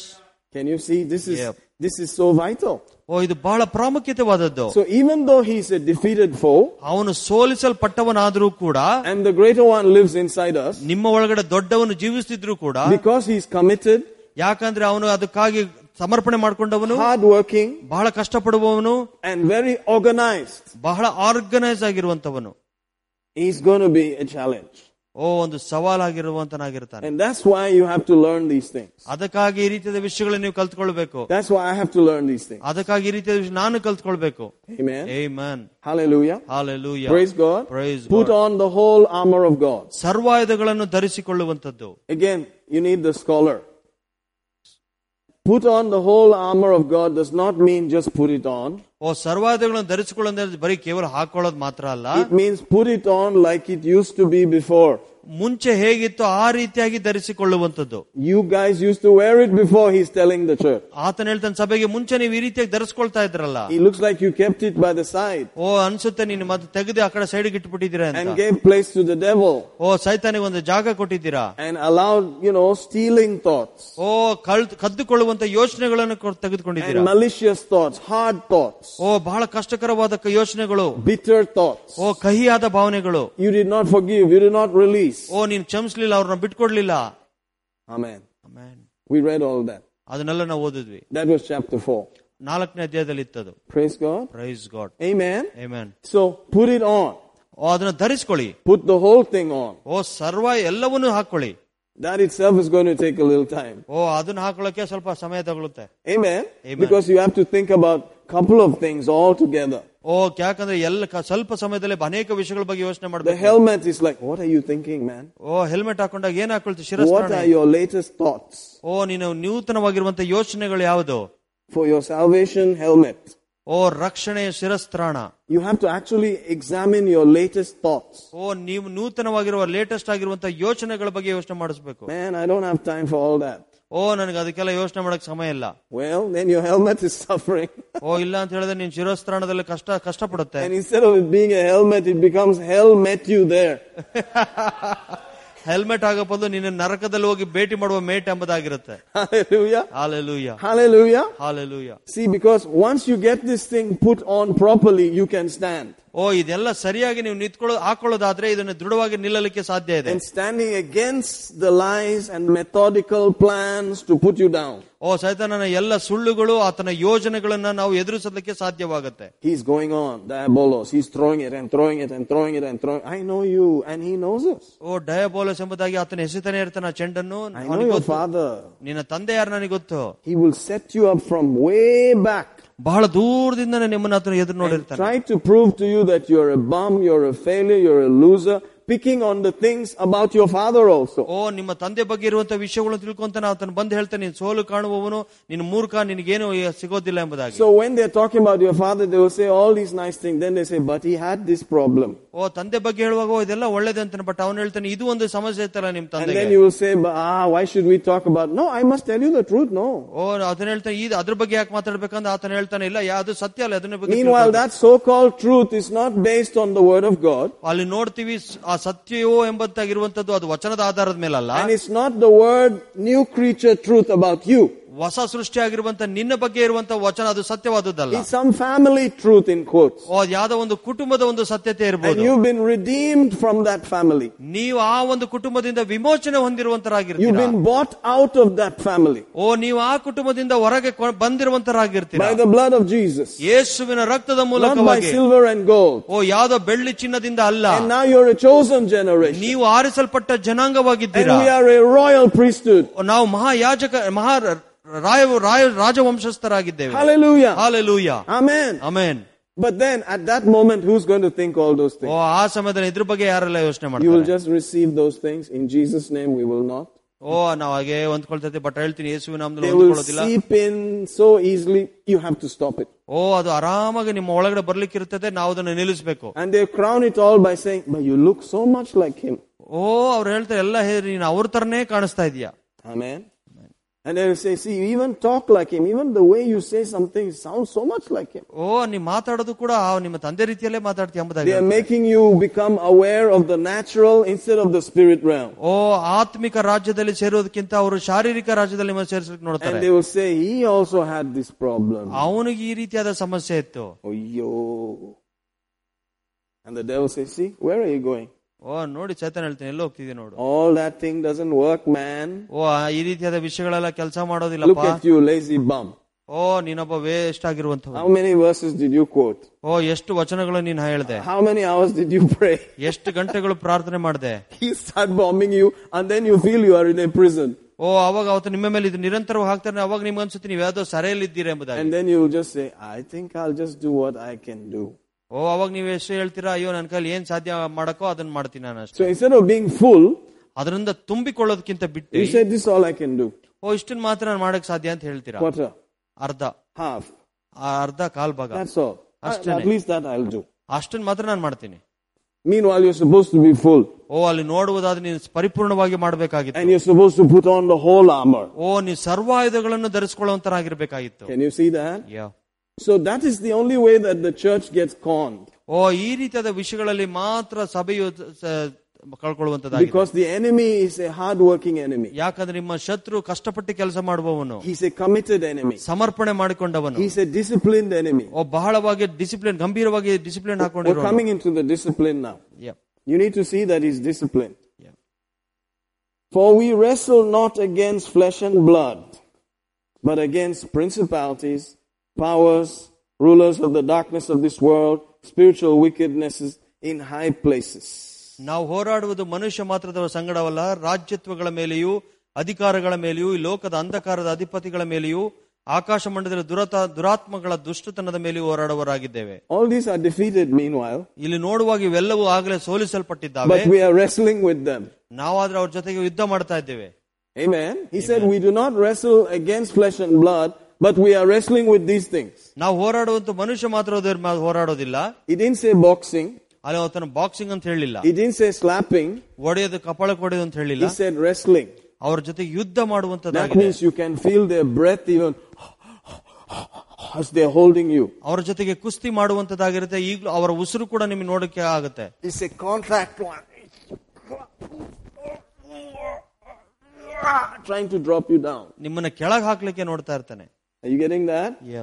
Speaker 1: Can you see? This is
Speaker 2: Yep.
Speaker 1: this is so vital.
Speaker 2: ಓ ಇದು ಬಹಳ ಪ್ರಾಮುಖ್ಯತೆವಾದದ್ದು
Speaker 1: So even though he's a defeated foe
Speaker 2: ಅವನು ಸೋಲಿಸಲ್ಪಟ್ಟವನಾದರೂ ಕೂಡ
Speaker 1: and the greater one lives inside us,
Speaker 2: ನಿಮ್ಮ ಒಳಗಡೆ ದೊಡ್ಡವನು ಜೀವಿಸ್ತಿದ್ರು ಕೂಡ
Speaker 1: because he's committed,
Speaker 2: ಯಾಕಂದ್ರೆ ಅವನು ಅದಕ್ಕಾಗಿ ಸಮರ್ಪಣೆ ಮಾಡಿಕೊಂಡವನು
Speaker 1: hardworking,
Speaker 2: ಬಹಳ ಕಷ್ಟಪಡುವವನು
Speaker 1: and very organized,
Speaker 2: ಬಹಳ ಆರ್ಗನೈಸ್ ಆಗಿರುವಂತವನು
Speaker 1: he's going to be a challenge.
Speaker 2: ಓ ಒಂದು ಸವಾಲಾಗಿರುವಂತನಾಗಿರ್ತಾನೆ
Speaker 1: And that's why you have to learn these things.
Speaker 2: ಅದಕ್ಕಾಗಿ ಈ ರೀತಿಯಾದ ವಿಷಯಗಳನ್ನ ನೀವು ಕಲ್ತ್ಕೊಳ್ಬೇಕು
Speaker 1: That's why I have to learn these things.
Speaker 2: ಅದಕ್ಕಾಗಿ ಈ ರೀತಿಯಾದ ವಿಷಯ ನಾನು ಕಲ್ತ್ಕೊಳ್ಬೇಕು
Speaker 1: Amen.
Speaker 2: ಏ Mann
Speaker 1: Hallelujah.
Speaker 2: Hallelujah
Speaker 1: Praise God.
Speaker 2: Praise
Speaker 1: Put
Speaker 2: God.
Speaker 1: on the whole armor of God.
Speaker 2: ಸರ್ವಾಯುಧಗಳನ್ನು ಧರಿಸಿಕೊಳ್ಳುವಂತದ್ದು
Speaker 1: Again, you need the scholar. Put on the whole armor of God does not mean just put it on.
Speaker 2: ಓ ಸರ್ವಾಯುಧಗಳನ್ನು ಧರಿಸಿಕೊಳ್ಳೋದು ಬರೀ ಕೇವಲ ಹಾಕೊಳ್ಳೋದು ಮಾತ್ರ ಅಲ್ಲ
Speaker 1: It means put it on like it used to be before.
Speaker 2: ಮುಂಚೆ ಹೇಗಿತ್ತು ಆ ರೀತಿಯಾಗಿ ಧರಿಸಿಕೊಳ್ಳುವಂತದ್ದು
Speaker 1: You guys used to wear it before, he's telling the church.
Speaker 2: ಆತನ ಹೇಳ್ತಾನೆ ಸಭೆಗೆ ಮುಂಚೆ ನೀವು ಈ ರೀತಿಯಾಗಿ ಧರಿಸ್ಕೊಳ್ತಾ ಇದ್ರಲ್ಲ
Speaker 1: It looks like you kept it by the side
Speaker 2: ಓ ಅನ್ಸುತ್ತೆ ನೀನು ಮತ್ತೆ ತೆಗೆದು ಆ ಕಡೆ ಸೈಡ್ಗೆ ಇಟ್ಬಿಟ್ಟಿದ್ದೀರಾ
Speaker 1: and
Speaker 2: ಅಂತ
Speaker 1: gave place to the devil
Speaker 2: ಓ ಸೈತಾನಿಗೆ ಒಂದು ಜಾಗ ಕೊಟ್ಟಿದ್ದೀರಾ
Speaker 1: and allowed, you know, stealing thoughts
Speaker 2: ಓ ಕಳ್ ಕದ್ದುಕೊಳ್ಳುವಂತ ಯೋಚನೆಗಳನ್ನು ಕೊ- ತೆಗೆದುಕೊಂಡಿದ್ದೀರಾ
Speaker 1: and malicious thoughts, hard thoughts,
Speaker 2: ಓ ಬಹಳ ಕಷ್ಟಕರವಾದ ಕ- ಯೋಚನೆಗಳು
Speaker 1: bitter thoughts.
Speaker 2: ಓ ಕಹಿಯಾದ ಭಾವನೆಗಳು
Speaker 1: You did not forgive, you did not release.
Speaker 2: ಓ ನೀನ್ ಕ್ಷಮಿಸ್ಲಿಲ್ಲ ಅವ್ರನ್ನ ಬಿಟ್ಕೊಡ್ಲಿಲ್ಲ
Speaker 1: Amen.
Speaker 2: Amen.
Speaker 1: We read all that.
Speaker 2: ಅದನ್ನೆಲ್ಲ ನಾವು ಓದಿದ್ವಿ
Speaker 1: That was chapter 4.
Speaker 2: ನಾಲ್ಕನೇ ಅಧ್ಯಾಯದಲ್ಲಿ ಇತ್ತದು
Speaker 1: Praise God.
Speaker 2: Praise God
Speaker 1: Amen.
Speaker 2: Amen
Speaker 1: So put it on.
Speaker 2: ಓ ಅದನ್ನ ಧರಿಸ್ಕೊಳ್ಳಿ
Speaker 1: Put the whole thing on.
Speaker 2: ಓ ಸರ್ವ ಎಲ್ಲವನ್ನೂ ಹಾಕೊಳ್ಳಿ
Speaker 1: That itself is going to take a little time.
Speaker 2: ಓ ಅದನ್ನ ಹಾಕೊಳ್ಳೋಕೆ ಸ್ವಲ್ಪ ಸಮಯ ತಗೊಳುತ್ತೆ
Speaker 1: Amen.
Speaker 2: Amen.
Speaker 1: Because you have to think about a couple of things all together.
Speaker 2: ಓ ಯಾಕಂದ್ರೆ ಎಲ್ಲ ಕ- ಸ್ವಲ್ಪ ಸಮಯದಲ್ಲಿ ಅನೇಕ ವಿಷಯಗಳ ಬಗ್ಗೆ ಯೋಚನೆ
Speaker 1: The
Speaker 2: ಮಾಡ್ಬೇಕು
Speaker 1: helmet is like, what are you thinking, man?
Speaker 2: ಓ ಹೆಲ್ಮೆಟ್ ಹಾಕೊಂಡಾಗ ಏನ್ ಹಾಕೊಳ್ತಿ
Speaker 1: What
Speaker 2: ಶಿರಸ್ತ್ರಾಣ
Speaker 1: are your latest thoughts
Speaker 2: ಓ ನೀನು ನೂತನವಾಗಿರುವಂತ ಯೋಚನೆಗಳು ಯಾವುದು
Speaker 1: for your salvation helmet?
Speaker 2: ಓ ರಕ್ಷಣೆಯ ಶಿರಸ್ತ್ರಾಣ
Speaker 1: You have to actually examine your latest thoughts.
Speaker 2: ಓ ನೀವು ನೂತನವಾಗಿರುವ ಲೇಟೆಸ್ಟ್ ಆಗಿರುವಂತ ಯೋಚನೆಗಳ ಬಗ್ಗೆ ಯೋಚನೆ ಮಾಡಿಸ್ಬೇಕು
Speaker 1: Man, I don't have time for all that.
Speaker 2: ಓ ನನಗೆ ಅದಕ್ಕೆಲ್ಲ ಯೋಚನೆ ಮಾಡಕ್ ಸಮಯ ಇಲ್ಲ
Speaker 1: Well, then your helmet is suffering.
Speaker 2: ಓ ಇಲ್ಲ ಅಂತ ಹೇಳಿದ್ರೆ ನೀನ್ ಶಿರಸ್ತ್ರಾಣದಲ್ಲಿ ಕಷ್ಟ ಕಷ್ಟಪಡುತ್ತೆ
Speaker 1: and instead of it being a helmet, it becomes hell met you there.
Speaker 2: Helmet ಆಗೋ ಬದಲು ನಿನ್ನ ನರಕದಲ್ಲಿ ಹೋಗಿ ಭೇಟಿ ಮಾಡುವ mate ಎಂಬುದಾಗಿರುತ್ತೆ
Speaker 1: Hallelujah.
Speaker 2: Hallelujah
Speaker 1: Hallelujah.
Speaker 2: Hallelujah
Speaker 1: See, because once you get this thing put on properly, you can stand.
Speaker 2: ಓ ಇದೆಲ್ಲ ಸರಿಯಾಗಿ ನೀವು ನಿಂತ್ಕೊಳ್ಳೋ ಹಾಕೊಳ್ಳೋದಾದ್ರೆ ಇದನ್ನು ದೃಢವಾಗಿ ನಿಲ್ಲಲಿಕ್ಕೆ ಸಾಧ್ಯ ಇದೆ
Speaker 1: And standing against the lies and methodical plans to put you down.
Speaker 2: ಓ ಸೈತಾನನ ಎಲ್ಲ ಸುಳ್ಳುಗಳು ಆತನ ಯೋಜನೆಗಳನ್ನ ನಾವು ಎದುರಿಸಲಿಕ್ಕೆ ಸಾಧ್ಯವಾಗುತ್ತೆ
Speaker 1: He's going on, diabolos. He's throwing it and throwing it and throwing it and throwing. I know you, and he knows us.
Speaker 2: ಓ ಡಯಾಬೋಲಸ್ ಎಂಬುದಾಗಿ ಆತನ ಎಸೆತಾನೆ ಇರ್ತಾನೆ ಆ ಚೆಂಡನ್ನು
Speaker 1: I know
Speaker 2: ಅವನಿಗೆ
Speaker 1: your
Speaker 2: ಗೊತ್ತು.
Speaker 1: father.
Speaker 2: ನಿನ್ನ ತಂದೆ ಯಾರು ನನಗೆ ಗೊತ್ತು
Speaker 1: He will set you up from way back.
Speaker 2: ಬಹಳ ದೂರದಿಂದನೇ ನಿಮ್ಮನ್ನ ಆತನ ಎದುರು ನೋಡಿರ್ತಾನೆ
Speaker 1: Try to prove to you that you're a bum, you're a failure, you're a loser, picking on the things about your father also.
Speaker 2: ಓ ನಿಮ್ಮ ತಂದೆ ಬಗ್ಗೆ ಇರುವಂತ ವಿಷಯಗಳನ್ನು ತಿಳ್ಕೊಂತಾನೆ ಆತನ ಬಂದು ಹೇಳ್ತಾನೆ ನೀನು ಸೋಲು ಕಾಣುವವನು ನಿನ್ನ ಮೂರ್ಖ ನಿನಗೇನು ಸಿಗೋದಿಲ್ಲ ಎಂಬುದಾಗಿ
Speaker 1: So when they're talking about your father, they will say all these nice things. Then they say, but he had this problem.
Speaker 2: ಓ ತಂದೆ ಬಗ್ಗೆ ಹೇಳುವಾಗ ಓ, ಇದೆಲ್ಲ ಒಳ್ಳೇದು ಅಂತಾನೆ ಬಟ್ ಅವನು ಹೇಳ್ತಾನೆ ಇದು ಒಂದು ಸಮಸ್ಯೆ ಇತ್ತಲ್ಲ ನಿಮ್
Speaker 1: And
Speaker 2: ತಂದೆ
Speaker 1: then you will say, "But, ah, why should we talk about? No, I must tell you the truth. No.
Speaker 2: ಓ ಆತನ ಹೇಳ್ತಾನೆ ಇದು ಅದ್ರ ಬಗ್ಗೆ ಯಾಕೆ ಮಾತಾಡ್ಬೇಕಂತ ಆತನ ಹೇಳ್ತಾನೆ ಇಲ್ಲ ಯಾ, ಅದು ಸತ್ಯ ಅಲ್ಲ ಅದನ್ನ ಬಗ್ಗೆ
Speaker 1: Meanwhile,
Speaker 2: ತಿಳ್ಕೊಳ್ಬೇಕು.
Speaker 1: that so-called truth is not based on the word of God,
Speaker 2: ಅಲ್ಲಿ ನೋಡ್ತೀವಿ ಸ್- ಆ ಸತ್ಯವೋ ಎಂಬಂತಾಗಿರುವಂತದ್ದು ಅದು ವಚನದ ಆಧಾರದ ಮೇಲಲ್ಲ
Speaker 1: and it's not the word new creature truth about you.
Speaker 2: ಹೊಸ ಸೃಷ್ಟಿ ಆಗಿರುವಂತ ನಿನ್ನ ಬಗ್ಗೆ ಇರುವಂತ ವಚನ ಅದು ಸತ್ಯವಾದದ್ದಲ್ಲ
Speaker 1: It's some family truth in quotes,
Speaker 2: ಓ, ಅದು ಯಾವ್ದೋ ಒಂದು ಕುಟುಂಬದ ಒಂದು ಸತ್ಯತೆ
Speaker 1: and
Speaker 2: ಇರಬಹುದು
Speaker 1: you've been redeemed from that family.
Speaker 2: ನೀವು ಆ ಒಂದು ಕುಟುಂಬದಿಂದ ವಿಮೋಚನೆ
Speaker 1: You've
Speaker 2: ಹೊಂದಿರುವಂತರಾಗಿರ್ತೀರಾ
Speaker 1: been bought out of that family
Speaker 2: ಓ ನೀವು ಆ ಕುಟುಂಬದಿಂದ ಹೊರಗೆ ಕೊ- ಬಂದಿರುವಂತರಾಗಿರ್ತೀರಾ
Speaker 1: by the blood of Jesus,
Speaker 2: ಯೇಸುವಿನ ರಕ್ತದ
Speaker 1: not by
Speaker 2: ಮೂಲಕವಾಗಿ
Speaker 1: silver and gold.
Speaker 2: ಓ ಯಾವ್ದೋ ಬೆಳ್ಳಿ ಚಿನ್ನದಿಂದ ಅಲ್ಲ
Speaker 1: And now you're a chosen generation,
Speaker 2: ನೀವು ಆರಿಸಲ್ಪಟ್ಟ
Speaker 1: and
Speaker 2: ಜನಾಂಗವಾಗಿದ್ದೀರಾ
Speaker 1: we are a royal priesthood.
Speaker 2: ನಾವು ಮಹಾಯಾಜಕ ಮಹಾ ರಾಯ ರಾಯ ರಾಜವಂಶಸ್ಥರಾಗಿದ್ದೇವೆ
Speaker 1: Hallelujah.
Speaker 2: Hallelujah
Speaker 1: Amen.
Speaker 2: Amen
Speaker 1: But then at that moment, who's going to think all those
Speaker 2: ಓ
Speaker 1: things?
Speaker 2: ಆ ಸಮಯದಲ್ಲಿ ಇದ್ರ ಬಗ್ಗೆ ಯಾರೆಲ್ಲ ಯೋಚನೆ
Speaker 1: You will
Speaker 2: ಮಾಡ್ತಾರೆ
Speaker 1: just receive those things. In Jesus' name, we will not.
Speaker 2: ಓ ನಾವು ಹಾಗೆ ಹೊಂದ್ಕೊಳ್ತೈತಿ ಬಟ್ ಹೇಳ್ತೀನಿ ಯೇಸುವಿನ ನಾಮದಲ್ಲಿ
Speaker 1: They will
Speaker 2: ಹೊಂದ್ಕೊಳ್ಳೋದಿಲ್ಲ
Speaker 1: seep in so easily, you have to stop it.
Speaker 2: ಓ ಅದು ಆರಾಮಾಗಿ ನಿಮ್ಮ ಒಳಗಡೆ ಬರ್ಲಿಕ್ಕೆ ಇರ್ತದೆ ನಾವು ಅದನ್ನ ನಿಲ್ಲಿಸಬೇಕು
Speaker 1: And they crown it all by saying, But you look so much like him.
Speaker 2: ಓ ಅವ್ರು ಹೇಳ್ತಾರೆ ಎಲ್ಲ ಹೇಳಿ ನೀನು ಅವ್ರ ತರನೇ ಕಾಣಿಸ್ತಾ ಇದೀಯ
Speaker 1: Amen. And they will say, See, you even talk like him. Even the way you say something sounds so much like him.
Speaker 2: ಓ ನೀವು ಮಾತಾಡೋದು ಕೂಡ ಆ ನಿಮ್ಮ ತಂದೆ ರೀತಿಯಲ್ಲೇ ಮಾತಾಡ್ತೀಯ ಎಂಬುದಾಗಿ
Speaker 1: They are making you become aware of the natural instead of the spirit realm.
Speaker 2: ಓ ಆತ್ಮಿಕ ರಾಜ್ಯದಲ್ಲಿ ಸೇರೋದಕ್ಕಿಂತ ಅವರು ಶಾರೀರಿಕ ರಾಜ್ಯದಲ್ಲಿ ನಿಮ್ಮನ್ನು ಸೇರಿಸಲಿಕ್ಕೆ ನೋಡ್ತಾರೆ
Speaker 1: And they will say, He also had this problem.
Speaker 2: ಅವನಿಗೆ ಈ ರೀತಿಯಾದ ಸಮಸ್ಯೆ ಇತ್ತು
Speaker 1: Oh, yo. And the devil says, See, where are you going?
Speaker 2: ಓ ನೋಡಿ ಚೇತನ್ ಹೇಳ್ತೀನಿ ಎಲ್ಲೋ ಹೋಗ್ತಿದ್ದೆ ನೋಡು
Speaker 1: All that thing doesn't work, man.
Speaker 2: ಓ ಆ- ಈ ರೀತಿಯಾದ ವಿಷಯಗಳೆಲ್ಲ ಕೆಲಸ ಮಾಡೋದಿಲ್ಲಪ್ಪ
Speaker 1: Look at you, lazy bum.
Speaker 2: ಓ ನೀನೊಬ್ಬ ವೇಸ್ಟ್ ಆಗಿರುವಂತಹ
Speaker 1: How many verses did you quote?
Speaker 2: ಓ ಎಷ್ಟು ವಚನಗಳು ನೀನು ಹೇಳ್ದೆ
Speaker 1: How many hours did you pray?
Speaker 2: ಎಷ್ಟು ಗಂಟೆಗಳು ಪ್ರಾರ್ಥನೆ ಮಾಡಿದೆ
Speaker 1: He start bombing you and then you feel you are in a prison.
Speaker 2: ಓ ಅವಾಗ ಅವತ್ತು ನಿಮ್ಮ ಮೇಲೆ ಇದು ನಿರಂತರವಾಗಿ ಹಾಕ್ತಾರೆ ಅವಾಗ ನಿಮ್ಗೆ ಅನ್ಸುತ್ತೆ ನೀವು ಯಾವ್ದೋ ಸರೆಯಲ್ಲಿದ್ದೀರಾ ಎಂಬುದಾಗಿ
Speaker 1: And then you just say, I think I'll just do what I can do.
Speaker 2: ಓ ಅವಾಗ ನೀವು ಎಷ್ಟು ಹೇಳ್ತೀರಾ ಅಯ್ಯೋ ನನ್ನ ಕೈಲಿ ಏನ್ ಸಾಧ್ಯ ಮಾಡಕ್ಕೋ ಅದನ್ನ ಮಾಡ್ತೀನಿ ನಾನು ಅಷ್ಟೇ
Speaker 1: So instead of being full,
Speaker 2: ಅದರಿಂದ ತುಂಬಿಕೊಳ್ಳೋದಕ್ಕಿಂತ ಬಿಟ್ಟು
Speaker 1: you said, This is all I can do.
Speaker 2: ಓ ಇಷ್ಟನ್ ಮಾತ್ರ ನಾನು ಮಾಡಕ್ ಸಾಧ್ಯ ಅಂತ ಹೇಳ್ತೀರಾ
Speaker 1: Quarter,
Speaker 2: ಅರ್ಧ
Speaker 1: half.
Speaker 2: ಆ ಅರ್ಧ ಕಾಲ್ ಭಾಗ
Speaker 1: That's all. At at least that I'll do.
Speaker 2: ಅಷ್ಟನ್ ಮಾತ್ರ ನಾನು ಮಾಡ್ತೀನಿ
Speaker 1: Meanwhile, you're supposed to be full
Speaker 2: ಓ ಅಲ್ಲಿ ನೋಡುವುದಾದ್ರೆ ನೀನು ಪರಿಪೂರ್ಣವಾಗಿ ಮಾಡಬೇಕಾಗಿತ್ತು
Speaker 1: and you're supposed to put on the whole armor.
Speaker 2: ಓ ನೀವು ಸರ್ವಾಯುಧಗಳನ್ನು ಧರಿಸ್ಕೊಳ್ಳುವಂತರಾಗಿರ್ಬೇಕಾಗಿತ್ತು
Speaker 1: Can you see that?
Speaker 2: Yeah.
Speaker 1: So that is the only way that the church gets conned
Speaker 2: ಓ ಈ ರೀತಿಯಾದ ವಿಷಯಗಳಲ್ಲಿ ಮಾತ್ರ ಸಭೆಯು ಸ- ಕಳ್ಕೊಳ್ಳುವಂತದ್ದಾಗಿದೆ
Speaker 1: because the enemy is a hard-working enemy.
Speaker 2: ಯಾಕಂದ್ರೆ ನಿಮ್ಮ ಶತ್ರು ಕಷ್ಟಪಟ್ಟು ಕೆಲಸ ಮಾಡುವವನು
Speaker 1: He's a committed enemy.
Speaker 2: ಸಮರ್ಪಣೆ ಮಾಡಿಕೊಂಡವನು
Speaker 1: He's a disciplined enemy.
Speaker 2: ಓ ಬಹಳವಾಗಿ ಡಿಸಿಪ್ಲಿನ್ ಗಂಭೀರವಾಗಿ ಡಿಸಿಪ್ಲಿನ್
Speaker 1: We're
Speaker 2: ಹಾಕೊಂಡಿರೋ
Speaker 1: coming into the discipline now. You need to see that he's disciplined. For we wrestle not against flesh and blood, but against principalities, powers, rulers of the darkness of this world, spiritual wickednesses in high places.
Speaker 2: ನಾವು ಹೋರಾಡುವುದು ಮನುಷ್ಯ ಮಾತ್ರದ ಸಂಗಡವಲ್ಲ ರಾಜ್ಯತ್ವಗಳ ಮೇಲೆಯೂ ಅಧಿಕಾರಗಳ ಮೇಲೆಯೂ ಈ ಲೋಕದ ಅಂಧಕಾರದ ಅಧಿಪತಿಗಳ ಮೇಲೆಯೂ ಆಕಾಶ ಮಂಡಲದ ದುರತ ದುರಾತ್ಮಗಳ ದುಷ್ಟತನದ ಮೇಲೆಯೂ ಹೋರಾಡುವರಾಗಿದ್ದೇವೆ
Speaker 1: All these are defeated meanwhile,
Speaker 2: ಇಲ್ಲಿ ನೋಡುವಾಗ ಇವೆಲ್ಲವೂ ಆಗಲೇ ಸೋಲಿಸಲ್ಪಟ್ಟಿದ್ದಾವೆ
Speaker 1: but we are wrestling with them.
Speaker 2: ನಾವಾದ್ರೆ ಅವ್ರ ಜೊತೆಗೆ ಯುದ್ಧ ಮಾಡ್ತಾ ಇದ್ದೇವೆ
Speaker 1: Amen. He said, We do not wrestle against flesh and blood, but we are wrestling with these things.
Speaker 2: ನಾವು ಹೋರಾಡುವಂತ ಮನುಷ್ಯ ಮಾತ್ರ ಅದ್ರ ಮ- ಹೋರಾಡೋದಿಲ್ಲ
Speaker 1: He didn't say boxing,
Speaker 2: ಅಲ್ಲಿ ಅವತನ ಬಾಕ್ಸಿಂಗ್ ಅಂತ ಹೇಳಿಲ್ಲ
Speaker 1: he didn't say slapping,
Speaker 2: ಒಡೆಯೋದು ಕಪಾಳ ಕೊಡೆಯೋದು ಅಂತ ಹೇಳಿಲ್ಲ
Speaker 1: he said wrestling.
Speaker 2: ಅವ್ರ ಜೊತೆ ಯುದ್ಧ
Speaker 1: That
Speaker 2: ಮಾಡುವಂತದ್ದಾಗಿದೆ
Speaker 1: means you can feel their breath even as they're holding you.
Speaker 2: ಅವ್ರ ಜೊತೆಗೆ ಕುಸ್ತಿ ಮಾಡುವಂತದ್ದಾಗಿರುತ್ತೆ ಈಗಲೂ ಅವರ ಉಸಿರು ಕೂಡ ನಿಮ್ಗೆ ನೋಡಕ್ಕೆ ಆಗುತ್ತೆ
Speaker 1: It's a contract one. Trying to drop you down.
Speaker 2: ನಿಮ್ಮನ್ನ ಕೆಳಗೆ ಹಾಕ್ಲಿಕ್ಕೆ ನೋಡ್ತಾ ಇರ್ತಾನೆ
Speaker 1: Are you getting that?
Speaker 2: Yeah.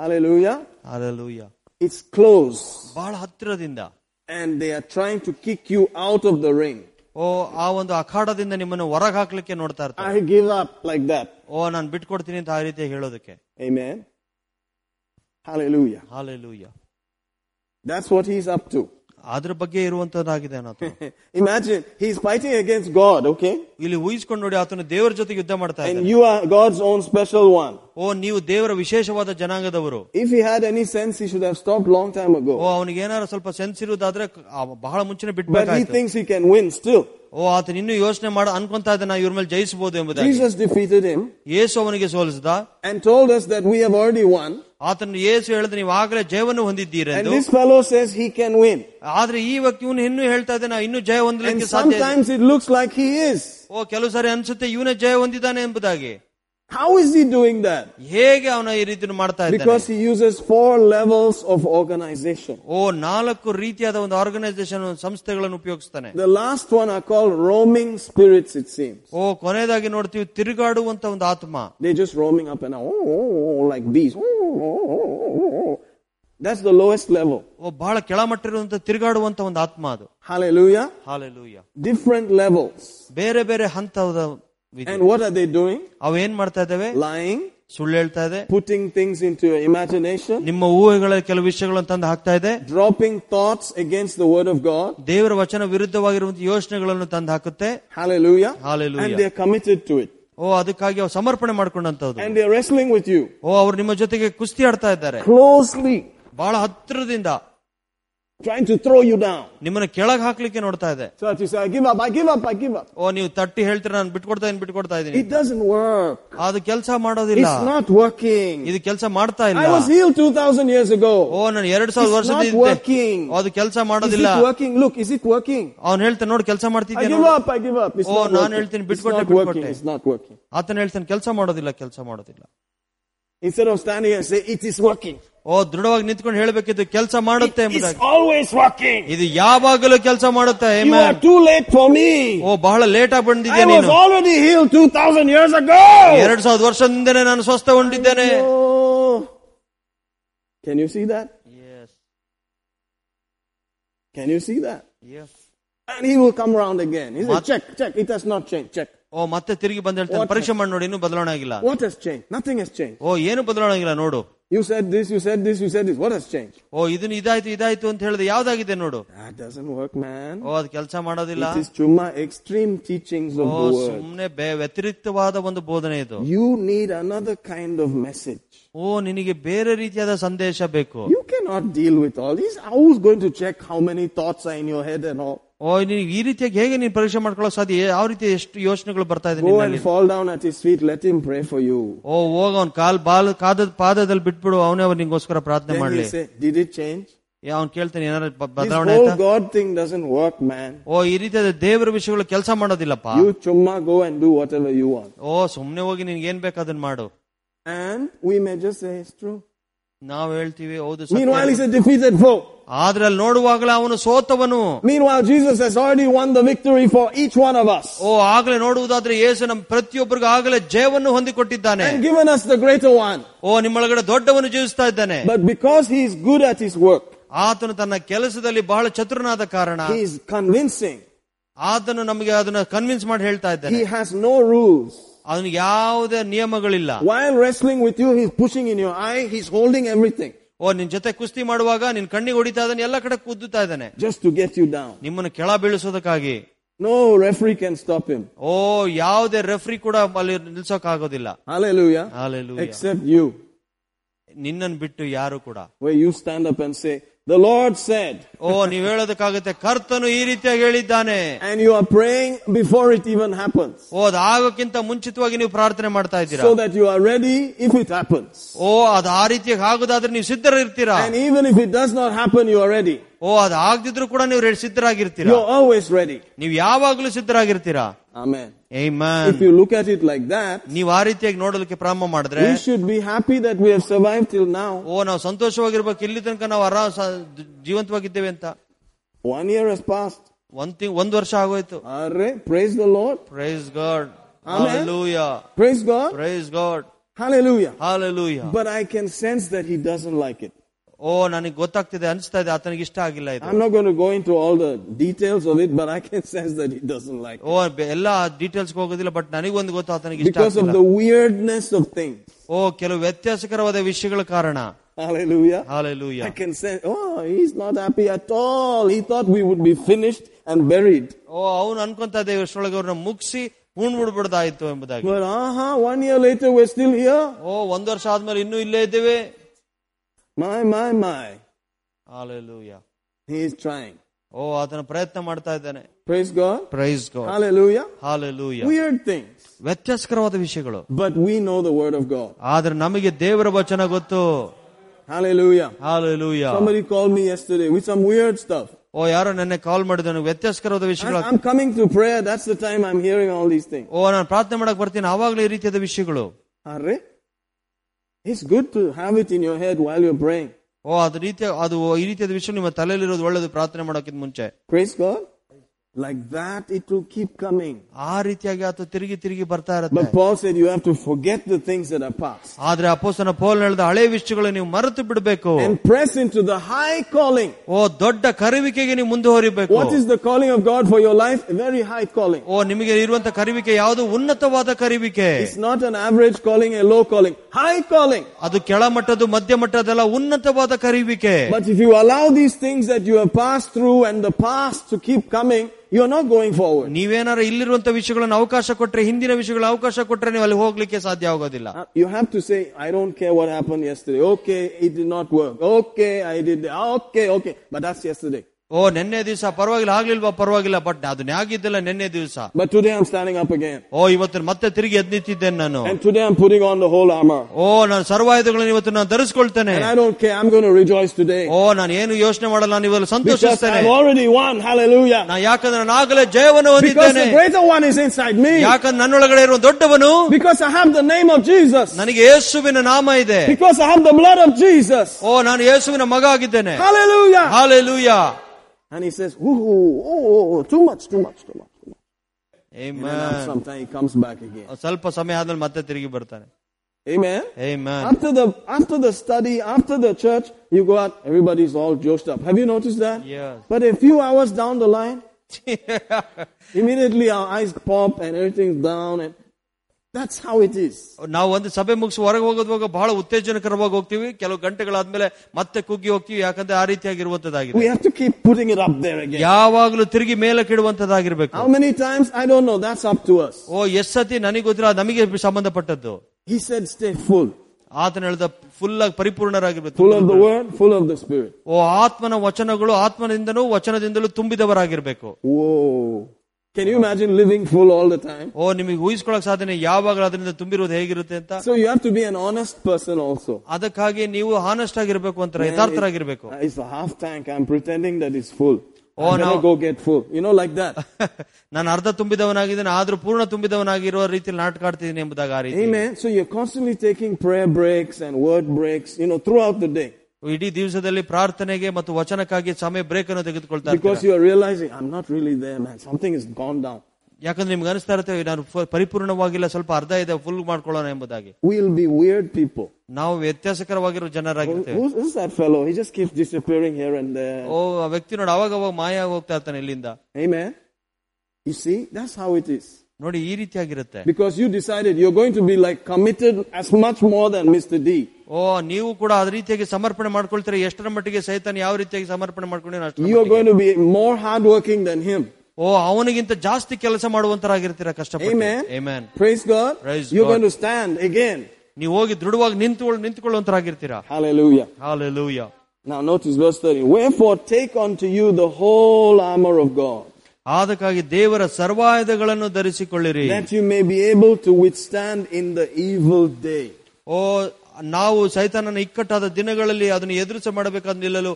Speaker 1: Hallelujah.
Speaker 2: Hallelujah.
Speaker 1: It's close.
Speaker 2: ಬಹಳ ಹತ್ತಿರದಿಂದ
Speaker 1: And they are trying to kick you out of the ring.
Speaker 2: ಓ ಆ ಒಂದು ಅಖಾಡದಿಂದ ನಿಮ್ಮನ್ನು ಹೊರಗೆ ಹಾಕ್ಲಿಕ್ಕೆ ನೋಡ್ತಾ ಇರ್ತಾನೆ
Speaker 1: I give up like that.
Speaker 2: ಓ ನಾನು ಬಿಟ್ಕೊಡ್ತೀನಿ ಅಂತ ಆ ರೀತಿ ಹೇಳೋದಕ್ಕೆ
Speaker 1: Amen. Hallelujah.
Speaker 2: Hallelujah
Speaker 1: That's what he's up to.
Speaker 2: ಅದ್ರ ಬಗ್ಗೆ ಇರುವಂತದ್ದಾಗಿದೆ ಅನ್ನೋದು
Speaker 1: Imagine he's fighting against God, okay?
Speaker 2: ಇಲ್ಲಿ ಊಹಿಸ್ಕೊಂಡು ನೋಡಿ ಆತನು ದೇವರ ಜೊತೆಗೆ ಯುದ್ಧ ಮಾಡ್ತಾ
Speaker 1: And
Speaker 2: ಇದ್ದಾನೆ
Speaker 1: you are God's own special one.
Speaker 2: ಓ ನೀವು ದೇವರ ವಿಶೇಷವಾದ ಜನಾಂಗದವರು
Speaker 1: If he had any sense, he should have stopped long time
Speaker 2: O
Speaker 1: ago.
Speaker 2: ಅವನಿಗೆ ಏನಾರ ಸ್ವಲ್ಪ ಸೆನ್ಸ್ ಇರುವುದಾದ್ರೆ ಆ, ಬಹಳ ಮುಂಚೆನೆ
Speaker 1: But he
Speaker 2: ಬಿಟ್ಬೇಕಾಯ್ತು
Speaker 1: thinks he can win still.
Speaker 2: ಓ ಆತನ ಇನ್ನೂ ಯೋಚನೆ ಮಾಡ ಅನ್ಕೊಂತ ಇದ್ದಾನೆ ಇವ್ರ ಮೇಲೆ ಜಯಿಸಬಹುದು ಎಂಬುದಾಗಿ
Speaker 1: Jesus defeated him
Speaker 2: ಯೇಸು ಅವನಿಗೆ ಸೋಲಿಸಿದ
Speaker 1: and told us that we have already won.
Speaker 2: ಆತನ ಯೇಸು ಹೇಳಿದ ನೀವು ಆಗಲೇ ಜಯವನ್ನು
Speaker 1: And
Speaker 2: ಹೊಂದಿದ್ದೀರೆಂದು
Speaker 1: this fellow says he can win.
Speaker 2: ಆದ್ರೆ ಈ ವ್ಯಕ್ತಿ ಇವನು ಇನ್ನೂ ಹೇಳ್ತಾ ಇದ್ದಾನೆ ಇನ್ನೂ ಜಯ
Speaker 1: And
Speaker 2: ಹೊಂದಲಿಕ್ಕೆ ಸಾಧ್ಯ ಇದೆ.
Speaker 1: sometimes it looks like he is.
Speaker 2: ಓ ಕೆಲವು ಸಾರಿ ಅನ್ಸುತ್ತೆ ಇವನೇ ಜಯ ಹೊಂದಿದ್ದಾನೆ ಎಂಬುದಾಗಿ
Speaker 1: How is he doing that?
Speaker 2: ಹೇಗೆ ಅವನ ಈ ರೀತಿ ಮಾಡ್ತಾ ಇದ್ದಾನೆ
Speaker 1: Because he uses four levels of organization.
Speaker 2: ಓ ನಾಲ್ಕು ರೀತಿಯಾದ ಒಂದು ಆರ್ಗನೈಸೇಷನ್ ಸಂಸ್ಥೆಗಳನ್ನು ಉಪಯೋಗಿಸ್ತಾನೆ
Speaker 1: The last one are called roaming spirits, it seems.
Speaker 2: ಓ ಕೊನೆಯದಾಗಿ ನೋಡ್ತೀವಿ ತಿರುಗಾಡುವಂತ ಒಂದು ಆತ್ಮ
Speaker 1: They're just roaming up and down, oh, oh, oh, like these. Oh, oh, oh, oh, oh. That's the lowest level.
Speaker 2: ಓ ಬಹಳ ಕೆಳಮಟ್ಟಿರುವಂತ ತಿರುಗಾಡುವಂತ ಒಂದು ಆತ್ಮ ಅದು
Speaker 1: Hallelujah.
Speaker 2: Hallelujah
Speaker 1: Different levels.
Speaker 2: ಬೇರೆ ಬೇರೆ ಹಂತದ ಇದು.
Speaker 1: And what are they doing?
Speaker 2: ಅವು ಏನ್ ಮಾಡ್ತಾ ಇದ್ದಾವೆ
Speaker 1: Lying,
Speaker 2: ಸುಳ್ಳು ಹೇಳ್ತಾ ಇದೆ
Speaker 1: putting things into your imagination,
Speaker 2: ನಿಮ್ಮ ಊಹೆಗಳ ಕೆಲವು ವಿಷಯಗಳನ್ನು ತಂದು ಹಾಕ್ತಾ ಇದೆ
Speaker 1: dropping thoughts against the word of God.
Speaker 2: ದೇವರ ವಚನ ವಿರುದ್ಧವಾಗಿರುವಂತ ಯೋಚನೆಗಳನ್ನು ತಂದು ಹಾಕುತ್ತೆ
Speaker 1: Hallelujah.
Speaker 2: Hallelujah.
Speaker 1: And they're committed to it.
Speaker 2: ಓ ಅದಕ್ಕಾಗಿ ಅವ್ರು ಸಮರ್ಪಣೆ ಮಾಡ್ಕೊಂಡಂತವ್ರು
Speaker 1: And they're wrestling with you
Speaker 2: ಓ ಅವ್ರು ನಿಮ್ಮ ಜೊತೆಗೆ ಕುಸ್ತಿ ಆಡ್ತಾ ಇದ್ದಾರೆ
Speaker 1: closely,
Speaker 2: ಬಹಳ ಹತ್ತಿರದಿಂದ
Speaker 1: trying to throw you down.
Speaker 2: ನಿಮ್ಮನ್ನ ಕೆಳಗೆ ಹಾಕ್ಲಿಕ್ಕೆ ನೋಡ್ತಾ ಇದೆ
Speaker 1: So that you say, I give up, I give up, I give up.
Speaker 2: ಓ ನೀವು ತಟ್ಟಿ ಹೇಳ್ತೀರಾ ನಾನು ಬಿಟ್ಕೊಡ್ತಾ ಇದೀನಿ ಬಿಟ್ಕೊಡ್ತಾ ಇದೀನಿ
Speaker 1: It doesn't work.
Speaker 2: ಅದು ಕೆಲಸ
Speaker 1: It's
Speaker 2: ಮಾಡೋದಿಲ್ಲ
Speaker 1: not working.
Speaker 2: ಇದು ಕೆಲಸ ಮಾಡ್ತಾ ಇಲ್ಲ
Speaker 1: I was healed 2,000 years
Speaker 2: O
Speaker 1: ago.
Speaker 2: ನಾನು ಎರಡ್ ಸಾವಿರ
Speaker 1: It's
Speaker 2: ವರ್ಷದಿಂದ
Speaker 1: not
Speaker 2: ಇದ್ದೆ
Speaker 1: working.
Speaker 2: ಓ, ಅದು ಕೆಲಸ
Speaker 1: Is
Speaker 2: ಮಾಡೋದಿಲ್ಲ
Speaker 1: it working? Look, is it working?
Speaker 2: ಅವ್ನು ಹೇಳ್ತಾನೆ ನೋಡಿ ಕೆಲಸ
Speaker 1: I
Speaker 2: ಮಾಡ್ತಿದ್ದೆ
Speaker 1: give up, I give up. It's
Speaker 2: Oh,
Speaker 1: not
Speaker 2: ನಾನು
Speaker 1: working.
Speaker 2: ಹೇಳ್ತೀನಿ,
Speaker 1: It's
Speaker 2: ಬಿಟ್ಕೊಟ್ಟೆ,
Speaker 1: not working.
Speaker 2: ಬಿಟ್ಕೊಟ್ಟೆ.
Speaker 1: It's not working.
Speaker 2: ಆತನ ಹೇಳ್ತಾನೆ ಕೆಲಸ ಮಾಡೋದಿಲ್ಲ ಕೆಲಸ ಮಾಡೋದಿಲ್ಲ
Speaker 1: Instead of standing here and say, it is working.
Speaker 2: ಓ ದೃಢವಾಗಿ ನಿಂತ್ಕೊಂಡು ಹೇಳ್ಬೇಕಿದ್ದು ಕೆಲಸ ಮಾಡುತ್ತೆ
Speaker 1: It's
Speaker 2: ಎಂಬುದಾಗಿ
Speaker 1: always working.
Speaker 2: ಇದು ಯಾವಾಗಲೂ ಕೆಲಸ ಮಾಡುತ್ತೆ
Speaker 1: You
Speaker 2: amen. Oh,
Speaker 1: are too late for me.
Speaker 2: ಓ ಬಹಳ ಲೇಟ್ ಆಗಿ ಬಂದಿದ್ದೆ
Speaker 1: I was
Speaker 2: ನೀನು
Speaker 1: already healed 2000 years ago.
Speaker 2: ಎರಡ್ ಸಾವಿರದ ವರ್ಷದಿಂದನೇ ನಾನು ಸ್ವಸ್ಥ ಹೊಂದಿದ್ದೇನೆ
Speaker 1: Oh. Can you see that? Can you see that? And he will come round again. He said,
Speaker 2: Mat-
Speaker 1: check, check. It has not changed. Check.
Speaker 2: ಓ ಮತ್ತೆ ತಿರುಗಿ ಬಂದು ಹೇಳ್ತಾನೆ ಪರೀಕ್ಷೆ ಮಾಡಿ ನೋಡಿ ಇನ್ನೂ ಬದಲಾವಣೆ ಆಗಿಲ್ಲ
Speaker 1: What has changed? Nothing has changed.
Speaker 2: ಓ ಏನು ಬದಲಾವಣೆ ಆಗಿಲ್ಲ ನೋಡು
Speaker 1: You said this, you said this, you said this. What has changed?
Speaker 2: ಓ ಇದನ್ನ ಇದಾಯ್ತು ಇದಾಯ್ತು ಅಂತ ಹೇಳಿದ್ರೆ ಯಾವ್ದಾಗಿದೆ ನೋಡು
Speaker 1: That doesn't work, man.
Speaker 2: ಓ ಅದು ಕೆಲಸ ಮಾಡೋದಿಲ್ಲ
Speaker 1: It is Chuma extreme teachings of
Speaker 2: O
Speaker 1: the word.
Speaker 2: ಸುಮ್ನೆ ಬೆ- ವ್ಯತಿರಿಕ್ತವಾದ ಒಂದು ಬೋಧನೆ ಇದು
Speaker 1: You need another kind of message.
Speaker 2: ಓ ನಿನಗೆ ಬೇರೆ ರೀತಿಯಾದ ಸಂದೇಶ ಬೇಕು
Speaker 1: You cannot deal with all these. Who's going to check how many thoughts are in your head and all?
Speaker 2: ಓ ನಿನಗೆ ಈ ರೀತಿಯಾಗಿ ಹೇಗೆ ನೀನು ಪರೀಕ್ಷೆ ಮಾಡ್ಕೊಳ್ಳೋಕೆ ಸಾಧ್ಯ ಯಾವ ರೀತಿ ಎಷ್ಟು ಯೋಚನೆಗಳು ಬರ್ತಾ ಇದೆ
Speaker 1: Go and
Speaker 2: ನಿನ್ನಲ್ಲಿ?
Speaker 1: fall down at his feet. Let him pray for you.
Speaker 2: ಓ ಹೋಗ ಅವ್ನ್ ಕಾಲ್ ಬಾಲ್ ಕಾದ ಪಾದದಲ್ಲಿ ಬಿಟ್ಬಿಡು ಅವನೇ ಅವ್ನು ನಿಂಗೋಸ್ಕರ ಪ್ರಾರ್ಥನೆ
Speaker 1: Then
Speaker 2: ಮಾಡ್ಲಿ
Speaker 1: he say, did it change?
Speaker 2: ಅವ್ನು ಕೇಳ್ತಾನೆ ಏನಾರ
Speaker 1: This
Speaker 2: ಬದಲಾವಣೆ
Speaker 1: whole
Speaker 2: ಆಯ್ತಾ
Speaker 1: God thing doesn't work, man.
Speaker 2: ಓ ಈ ರೀತಿಯಾದ ದೇವರ ವಿಷಯಗಳು ಕೆಲಸ ಮಾಡೋದಿಲ್ಲಪ್ಪ
Speaker 1: You chumma go and do whatever you want.
Speaker 2: ಓ ಸುಮ್ನೆ ಹೋಗಿ ನಿನ್ಗೆ ಏನ್ ಬೇಕು ಅದನ್ನ ಮಾಡು
Speaker 1: And we may just say it's true.
Speaker 2: ನಾವ್ ಹೇಳ್ತೀವಿ ಹೌದು ಸತ್ಯ.
Speaker 1: Meanwhile, he's a defeated foe.
Speaker 2: ಆದ್ರೆ ಅಲ್ಲಿ ನೋಡುವಾಗಲೇ ಅವನು ಸೋತವನು
Speaker 1: Meanwhile, Jesus has already won the victory for each one of us
Speaker 2: ಓ ಆಗ್ಲೇ ನೋಡುವುದಾದ್ರೆ ಯೇಸು ನಮ್ಮ ಪ್ರತಿಯೊಬ್ಬರಿಗೂ ಆಗಲೇ ಜಯವನ್ನು ಹೊಂದಿಕೊಟ್ಟಿದ್ದಾನೆ
Speaker 1: and given us the greater one.
Speaker 2: ಓ ನಿಮ್ಮೊಳಗಡೆ ದೊಡ್ಡವನು ಜೀವಿಸ್ತಾ ಇದ್ದಾನೆ
Speaker 1: But because he is good at his work,
Speaker 2: ಆತನು ತನ್ನ ಕೆಲಸದಲ್ಲಿ ಬಹಳ ಚತುರನಾದ ಕಾರಣ
Speaker 1: he is convincing.
Speaker 2: ಆತನು ನಮಗೆ ಅದನ್ನ ಕನ್ವಿನ್ಸ್ ಮಾಡಿ ಹೇಳ್ತಾ ಇದ್ದಾನೆ
Speaker 1: He has no rules.
Speaker 2: ಅವನಿಗೆ ಯಾವುದೇ ನಿಯಮಗಳಿಲ್ಲ
Speaker 1: While wrestling with you, he's pushing in your eye, he's holding everything
Speaker 2: ಓ ನಿನ್ ಜೊತೆ ಕುಸ್ತಿ ಮಾಡುವಾಗ ನಿನ್ ಕಣ್ಣಿಗೆ ಹೊಡಿತಾ ಇದ್ದಾನೆ ಎಲ್ಲ ಕಡೆ ಕುದ್ದುತ್ತಾ ಇದ್ದಾನೆ
Speaker 1: just to get you down.
Speaker 2: ನಿಮ್ಮನ್ನು ಕೆಳ ಬೀಳಿಸೋದಕ್ಕಾಗಿ
Speaker 1: No referee can stop him.
Speaker 2: ಓ ಯಾವುದೇ ರೆಫ್ರಿ ಕೂಡ ಅಲ್ಲಿ ನಿಲ್ಸೋಕ್ ಆಗೋದಿಲ್ಲ
Speaker 1: Hallelujah.
Speaker 2: Hallelujah.
Speaker 1: Except you,
Speaker 2: ನಿನ್ನನ್ ಬಿಟ್ಟು ಯಾರು ಕೂಡ
Speaker 1: where you stand up and say, The Lord said,
Speaker 2: ಓ ನೀವ್ ಹೇಳೋದಕ್ಕಾಗುತ್ತೆ ಕರ್ತನು ಈ ರೀತಿಯಾಗಿ ಹೇಳಿದ್ದಾನೆ
Speaker 1: and you are praying before it even happens,
Speaker 2: ಓ ಅದಾಗೋಕ್ಕಿಂತ ಮುಂಚಿತವಾಗಿ ನೀವು ಪ್ರಾರ್ಥನೆ ಮಾಡ್ತಾ ಇದ್ದೀರಾ
Speaker 1: so that you are ready if it happens.
Speaker 2: ಓ ಅದ್ ಆ ರೀತಿಯಾಗಿ ಆಗೋದಾದ್ರೆ ನೀವು ಸಿದ್ಧರಿರ್ತೀರಾ
Speaker 1: And even if it does not happen, you are ready.
Speaker 2: ಓ ಅದ್ ಆಗದಿದ್ರು ಕೂಡ ನೀವು ರೆ- ಸಿದ್ಧರಾಗಿರ್ತೀರಾ
Speaker 1: You're always ready.
Speaker 2: ನೀವು ಯಾವಾಗ್ಲೂ ಸಿದ್ಧರಾಗಿರ್ತೀರಾ
Speaker 1: Amen.
Speaker 2: ಏಮನ್
Speaker 1: If you look at it like that,
Speaker 2: ನೀವು ಆ ರೀತಿಯಾಗಿ ನೋಡೋದಕ್ಕೆ ಪ್ರಾರಂಭ ಮಾಡಿದ್ರೆ
Speaker 1: we should be happy that we have survived till now.
Speaker 2: ಓ ನಾವು ಸಂತೋಷವಾಗಿರ್ಬೇಕು ಇಲ್ಲಿ ತನಕ ನಾವು ಆರಾಮ ಜೀವಂತವಾಗಿದ್ದೇವೆ ಅಂತ
Speaker 1: One year has passed.
Speaker 2: ಒಂದ್ ತಿಂಗ್ ಒಂದ್ ವರ್ಷ ಆಗೋಯ್ತು
Speaker 1: Arre, praise the Lord.
Speaker 2: Price God
Speaker 1: Amen.
Speaker 2: Hallelujah
Speaker 1: Praise God.
Speaker 2: Praise god
Speaker 1: Hallelujah.
Speaker 2: Hallelujah
Speaker 1: But I can sense that he doesn't like it.
Speaker 2: ಓ ನನಗೆ ಗೊತ್ತಾಗ್ತಿದೆ ಅನಿಸ್ತಾ ಇದೆ ಆತನಿಗೆ ಇಷ್ಟ ಆಗಿಲ್ಲ ಇದು
Speaker 1: I'm not going to go into all the details of it, but I can sense that he doesn't like it.
Speaker 2: ಓ ಬೆ- ಎಲ್ಲ details ಹೋಗೋದಿಲ್ಲ ಬಟ್ ನನಗೊಂದು ಗೊತ್ತು ಆತನಿಗೆ ಇಷ್ಟ
Speaker 1: Because of
Speaker 2: ಆಗ್ತಿಲ್ಲ
Speaker 1: the weirdness of things.
Speaker 2: ಓ ಕೆಲವು ವ್ಯತ್ಯಾಸಕರವಾದ ವಿಷಯಗಳ ಕಾರಣ
Speaker 1: Hallelujah.
Speaker 2: Hallelujah
Speaker 1: I can sense, oh, he's not happy at all. He thought we would be finished and buried.
Speaker 2: ಓ ಅವನು ಅನ್ಕೊಂತ ಇದ್ದೆ ಇಷ್ಟೊಳಗೆ ಅವ್ರನ್ನ ಮುಗಿಸಿ ಹೂಣ್ ಬಿಡ್ಬಿಡ್ದಾಯ್ತು ಎಂಬುದಾಗಿ
Speaker 1: But aha, one year later we're still here.
Speaker 2: ಓ ಒಂದ್ ವರ್ಷ ಆದ್ಮೇಲೆ ಇನ್ನೂ ಇಲ್ಲೇ ಇದ್ದೇವೆ
Speaker 1: My, my, my.
Speaker 2: Hallelujah
Speaker 1: He is trying.
Speaker 2: ಓ ಆತನ ಪ್ರಯತ್ನ ಮಾಡ್ತಾ ಇದ್ದಾನೆ
Speaker 1: Praise God.
Speaker 2: Praise god
Speaker 1: Hallelujah.
Speaker 2: Hallelujah
Speaker 1: Weird things.
Speaker 2: ವ್ಯತ್ಯಾಸಕರವಾದ ವಿಷಯಗಳು
Speaker 1: But we know the word of God.
Speaker 2: ಆದ್ರೆ ನಮಗೆ ದೇವರ ವಚನ ಗೊತ್ತು
Speaker 1: Hallelujah.
Speaker 2: Hallelujah
Speaker 1: Somebody called me yesterday with some weird stuff.
Speaker 2: ಓ ಯಾರೋ ನೆನ್ನೆ ಕಾಲ್ ಮಾಡಿದ ನನಗೆ ವ್ಯತ್ಯಾಸಕರವಾದ
Speaker 1: As
Speaker 2: ವಿಷಯಗಳು
Speaker 1: I'm coming to prayer, that's the time I'm hearing all these things.
Speaker 2: ಓ ನಾನು ಪ್ರಾರ್ಥನೆ ಮಾಡಕ್ ಬರ್ತೀನಿ ಆವಾಗಲೇ ಈ ರೀತಿಯಾದ ವಿಷಯಗಳು
Speaker 1: Arre? It's good to have it in your head while you're praying.
Speaker 2: ಓ ಅದ್ ರೀತಿಯ ಅದು ಈ ರೀತಿಯಾದ ವಿಷಯ ನಿಮ್ಮ ತಲೆಯಲ್ಲಿರೋದು ಒಳ್ಳೇದು ಪ್ರಾರ್ಥನೆ ಮಾಡೋಕ್ಕಿಂತ ಮುಂಚೆ
Speaker 1: Praise God. Like that, it will keep coming.
Speaker 2: ಆ ರೀತಿಯಾಗಿ ಆತ ತಿರುಗಿ ತಿರುಗಿ ಬರ್ತಾ ಇರುತ್ತೆ
Speaker 1: But Paul said you have to forget the things that are past
Speaker 2: ಆದ್ರೆ ಅಪೋಸ್ತನ ಪೌಲ್ ಹೇಳಿದ ಹಳೆ ವಿಷಯಗಳು ನೀವು ಮರೆತು ಬಿಡಬೇಕು
Speaker 1: and press into the high calling.
Speaker 2: ಓ ದೊಡ್ಡ ಕರುವಿಕೆಗೆ ನೀವು ಮುಂದುವರಿಬೇಕು
Speaker 1: What is the calling of God for your life? A very high calling.
Speaker 2: ಓ ನಿಮಗೆ ಇರುವಂತ ಕರುವಿಕೆ ಯಾವುದು ಉನ್ನತವಾದ ಕರುವಿಕೆ
Speaker 1: It's not an average calling, a low calling. High calling.
Speaker 2: ಅದು ಕೆಳಮಟ್ಟದ್ದು ಮಧ್ಯಮಟ್ಟದಲ್ಲ ಉನ್ನತವಾದ ಕರುವಿಕೆ
Speaker 1: But if you allow these things that you have passed through and the past to keep coming, you're not going forward.
Speaker 2: ನೀವೇನಾರ ಇಲ್ಲಿರುವಂತ ವಿಷಯಗಳನ್ನು ಅವಕಾಶ ಕೊಟ್ರೆ ಹಿಂದಿನ ವಿಷಯಗಳ ಅವಕಾಶ ಕೊಟ್ರೆ ನೀವು ಅಲ್ಲಿ ಹೋಗ್ಲಿಕ್ಕೆ ಸಾಧ್ಯ ಆಗೋದಿಲ್ಲ
Speaker 1: Uh, You have to say, I don't care what happened yesterday. Okay, it did not work. Okay, I did. that. Okay, okay. But that's yesterday.
Speaker 2: ಓ ನಿನ್ನೆ ದಿವಸ ಪರವಾಗಿಲ್ಲ ಆಗ್ಲಿಲ್ವಾ ಪರವಾಗಿಲ್ಲ ಬಟ್ ಅದನ್ನ ಆಗಿದ್ದಿಲ್ಲ ನಿನ್ನೆ ದಿವಸ
Speaker 1: But today I'm standing up again.
Speaker 2: ಓ ಇವತ್ತು ಮತ್ತೆ ತಿರುಗಿ ಎದ್ದು ನಿಂತಿದ್ದೇನೆ ನಾನು
Speaker 1: And today I'm putting on the whole armor.
Speaker 2: ಓ ನಾನು ಸರ್ವಾಯುಧಗಳನ್ನು ಇವತ್ತು ನಾನು ಧರಿಸ್ಕೊಳ್ತೇನೆ
Speaker 1: And I don't care. I'm going to rejoice today.
Speaker 2: ಓ ನಾನು ಏನು ಯೋಚನೆ ಮಾಡಲ್ಲ ನೀವು ಇವತ್ತು
Speaker 1: Because
Speaker 2: ಸಂತೋಷಿಸ್ತೇನೆ
Speaker 1: I've already won. Hallelujah.
Speaker 2: ನಾ ಯಾಕಂದ್ರೆ ನಾನು ಆಗಲೇ ಜಯವನ್ನು
Speaker 1: Because
Speaker 2: ಹೊಂದಿದ್ದೇನೆ
Speaker 1: the greater one is inside me.
Speaker 2: ಯಾಕಂದ್ರೆ ನನ್ನೊಳಗಡೆ ಇರುವ ದೊಡ್ಡವನು
Speaker 1: Because I have the name of Jesus.
Speaker 2: ನನಗೆ ಯೇಸುವಿನ ನಾಮ ಇದೆ
Speaker 1: Because I have the blood of Jesus.
Speaker 2: ಓ ನಾನು ಯೇಸುವಿನ ಮಗ ಆಗಿದ್ದೇನೆ
Speaker 1: Hallelujah.
Speaker 2: Hallelujah
Speaker 1: And he says, ooh, ooh, ooh, ooh, too much, too much, too much. Too much. And
Speaker 2: Amen.
Speaker 1: sometimes he comes back again.
Speaker 2: ಸ್ವಲ್ಪ ಸಮಯ ಆದ್ಮೇಲೆ ಮತ್ತೆ ತಿರುಗಿ ಬರ್ತಾನೆ
Speaker 1: Amen.
Speaker 2: Amen.
Speaker 1: After the after the study, after the church, you go out, everybody's all joshed up. Have you noticed that?
Speaker 2: Yes.
Speaker 1: But a few hours down the line, Immediately our eyes pop and everything's down and that's how it is.
Speaker 2: ನಾವು ಒಂದು ಸಭೆ ಮುಗಿಸಿ ಹೊರಗೆ ಹೋಗೋದಾಗ ಬಹಳ ಉತ್ತೇಜನಕರವಾಗಿ ಹೋಗ್ತೀವಿ ಕೆಲವು ಗಂಟೆಗಳಾದ್ಮೇಲೆ ಮತ್ತೆ ಕುಗ್ಗಿ ಹೋಗ್ತೀವಿ ಯಾಕಂದ್ರೆ ಆ ರೀತಿಯಾಗಿರುವಂತದ್ದಾಗಿದೆ
Speaker 1: We have to keep putting it up there again.
Speaker 2: ಯಾವಾಗಲೂ ತಿರುಗಿ ಮೇಲಕ್ಕಿಡುವಂತದ್ದಾಗಿರ್ಬೇಕು
Speaker 1: How many times? I don't know. That's up to us.
Speaker 2: ಓ ಎಷ್ಟ್ ಸತಿ ನನಗೆ ಗೊತ್ತಿಲ್ಲ ಅದು ನಮಗೆ ಸಂಬಂಧಪಟ್ಟದ್ದು
Speaker 1: He said stay full.
Speaker 2: ಆತನ ಹೇಳಿದ ಫುಲ್ ಆಗಿ ಪರಿಪೂರ್ಣರಾಗಿರ್ಬೇಕು
Speaker 1: Full of the word, full of the spirit.
Speaker 2: ಓ ಆತ್ಮನ ವಚನಗಳು ಆತ್ಮನಿಂದನೂ ವಚನದಿಂದಲೂ ತುಂಬಿದವರಾಗಿರ್ಬೇಕು
Speaker 1: Whoa. Can you imagine living full all the time?
Speaker 2: ಓ ನಿಮಗೆ ಊಹಿಸ್ಕೊಳಕ್ ಸಾಧನೆ ಯಾವಾಗ ಅದರಿಂದ ತುಂಬಿರುವುದು ಹೇಗಿರುತ್ತೆ ಅಂತ
Speaker 1: So you have to be an honest person also.
Speaker 2: ಅದಕ್ಕಾಗಿ ನೀವು ಹಾನೆಸ್ಟ್ ಆಗಿರ್ಬೇಕು ಅಂತ ಯಥಾರ್ಥರಾಗಿರ್ಬೇಕು
Speaker 1: Uh, It's a half tank. I'm pretending that it's full.
Speaker 2: Oh,
Speaker 1: I better
Speaker 2: no.
Speaker 1: go get full. You know, like that.
Speaker 2: ನಾನು ಅರ್ಧ ತುಂಬಿದವನಾಗಿದ್ದೇನೆ ಆದ್ರೂ ಪೂರ್ಣ ತುಂಬಿದವನಾಗಿರುವ ರೀತಿಯಲ್ಲಿ ನಾಟಕಾಡ್ತಿದ್ದೀನಿ ಎಂಬುದಾಗ ಆ ರೀತಿ
Speaker 1: Amen. So you're constantly taking prayer breaks and word breaks, you know, throughout the day.
Speaker 2: ಇಡೀ ದಿವಸದಲ್ಲಿ ಪ್ರಾರ್ಥನೆಗೆ ಮತ್ತು ವಚನಕ್ಕಾಗಿ ಸಮಯ ಬ್ರೇಕ್ ಅನ್ನು ತೆಗೆದುಕೊಳ್ತಾ ಇರ್ತೀರ.
Speaker 1: Because you are realizing, I'm not really there, man. Something has gone down.
Speaker 2: ಯಾಕಂದ್ರೆ ನಿಮ್ಗೆ ಅನಿಸ್ತಾ ಇರ್ತೇವೆ ನಾನು ಫ- ಪರಿಪೂರ್ಣವಾಗಿಲ್ಲ ಸ್ವಲ್ಪ ಅರ್ಧ ಇದೆ ಫುಲ್ ಮಾಡ್ಕೊಳ್ಳೋಣ ಎಂಬುದಾಗಿ
Speaker 1: We'll be weird people.
Speaker 2: ನಾವು ವ್ಯತ್ಯಾಸಕರವಾಗಿರೋ ಜನರಾಗಿರ್ತೇವೆ
Speaker 1: Who's, who's that fellow? He just keeps disappearing here and there.
Speaker 2: ಓ ಆ ವ್ಯಕ್ತಿ ನೋಡಿ ಅವಾಗ ಅವಾಗ ಮಾಯ ಆಗ್ ಹೋಗ್ತಾ ಇರ್ತಾನೆ ಇಲ್ಲಿಂದ
Speaker 1: Amen. You see, that's how it is.
Speaker 2: ನೋಡಿ ಈ ರೀತಿಯಾಗಿರುತ್ತೆ
Speaker 1: Because you decided you're going to be like committed as much more than Mr. D.
Speaker 2: ಓ ನೀವು ಕೂಡ ಅದ ರೀತಿಯಾಗಿ ಸಮರ್ಪಣೆ ಮಾಡ್ಕೊಳ್ತೀರಾ ಎಷ್ಟರ ಮಟ್ಟಿಗೆ ಸೈತಾನ ಯಾವ ರೀತಿಯಾಗಿ ಸಮರ್ಪಣೆ ಮಾಡ್ಕೊಂಡಿರೋ ಅಷ್ಟರ
Speaker 1: You are
Speaker 2: ಮಟ್ಟಿಗೆ.
Speaker 1: going to be more hardworking than him.
Speaker 2: ಓ ಅವನಿಗಿಂತ ಜಾಸ್ತಿ ಕೆಲಸ ಮಾಡುವಂತರಾಗಿರ್ತೀರಾ
Speaker 1: Amen.
Speaker 2: ಕಷ್ಟಪಟ್ಟು Amen.
Speaker 1: Praise God.
Speaker 2: Praise
Speaker 1: You're
Speaker 2: God.
Speaker 1: going to stand again.
Speaker 2: ನೀವು ಹೋಗಿ ದೃಢವಾಗಿ ನಿಂತು ನಿಂತುಕೊಳ್ಳುವಂತರಾಗಿರ್ತೀರಾ
Speaker 1: Hallelujah.
Speaker 2: Hallelujah
Speaker 1: Now notice verse 30. Wherefore take unto you the whole armor of God,
Speaker 2: ಅದಕ್ಕಾಗಿ ದೇವರ ಸರ್ವಾಯುಧಗಳನ್ನು ಧರಿಸಿಕೊಳ್ಳಿರಿ
Speaker 1: that you may be able to withstand in the evil day.
Speaker 2: ಓ ನಾವು ಸೈತಾನನ ಇಕ್ಕಟ್ಟಾದ ದಿನಗಳಲ್ಲಿ ಅದನ್ನು ಎದುರಿಸ ಮಾಡಬೇಕಾದ ನಿಲ್ಲಲು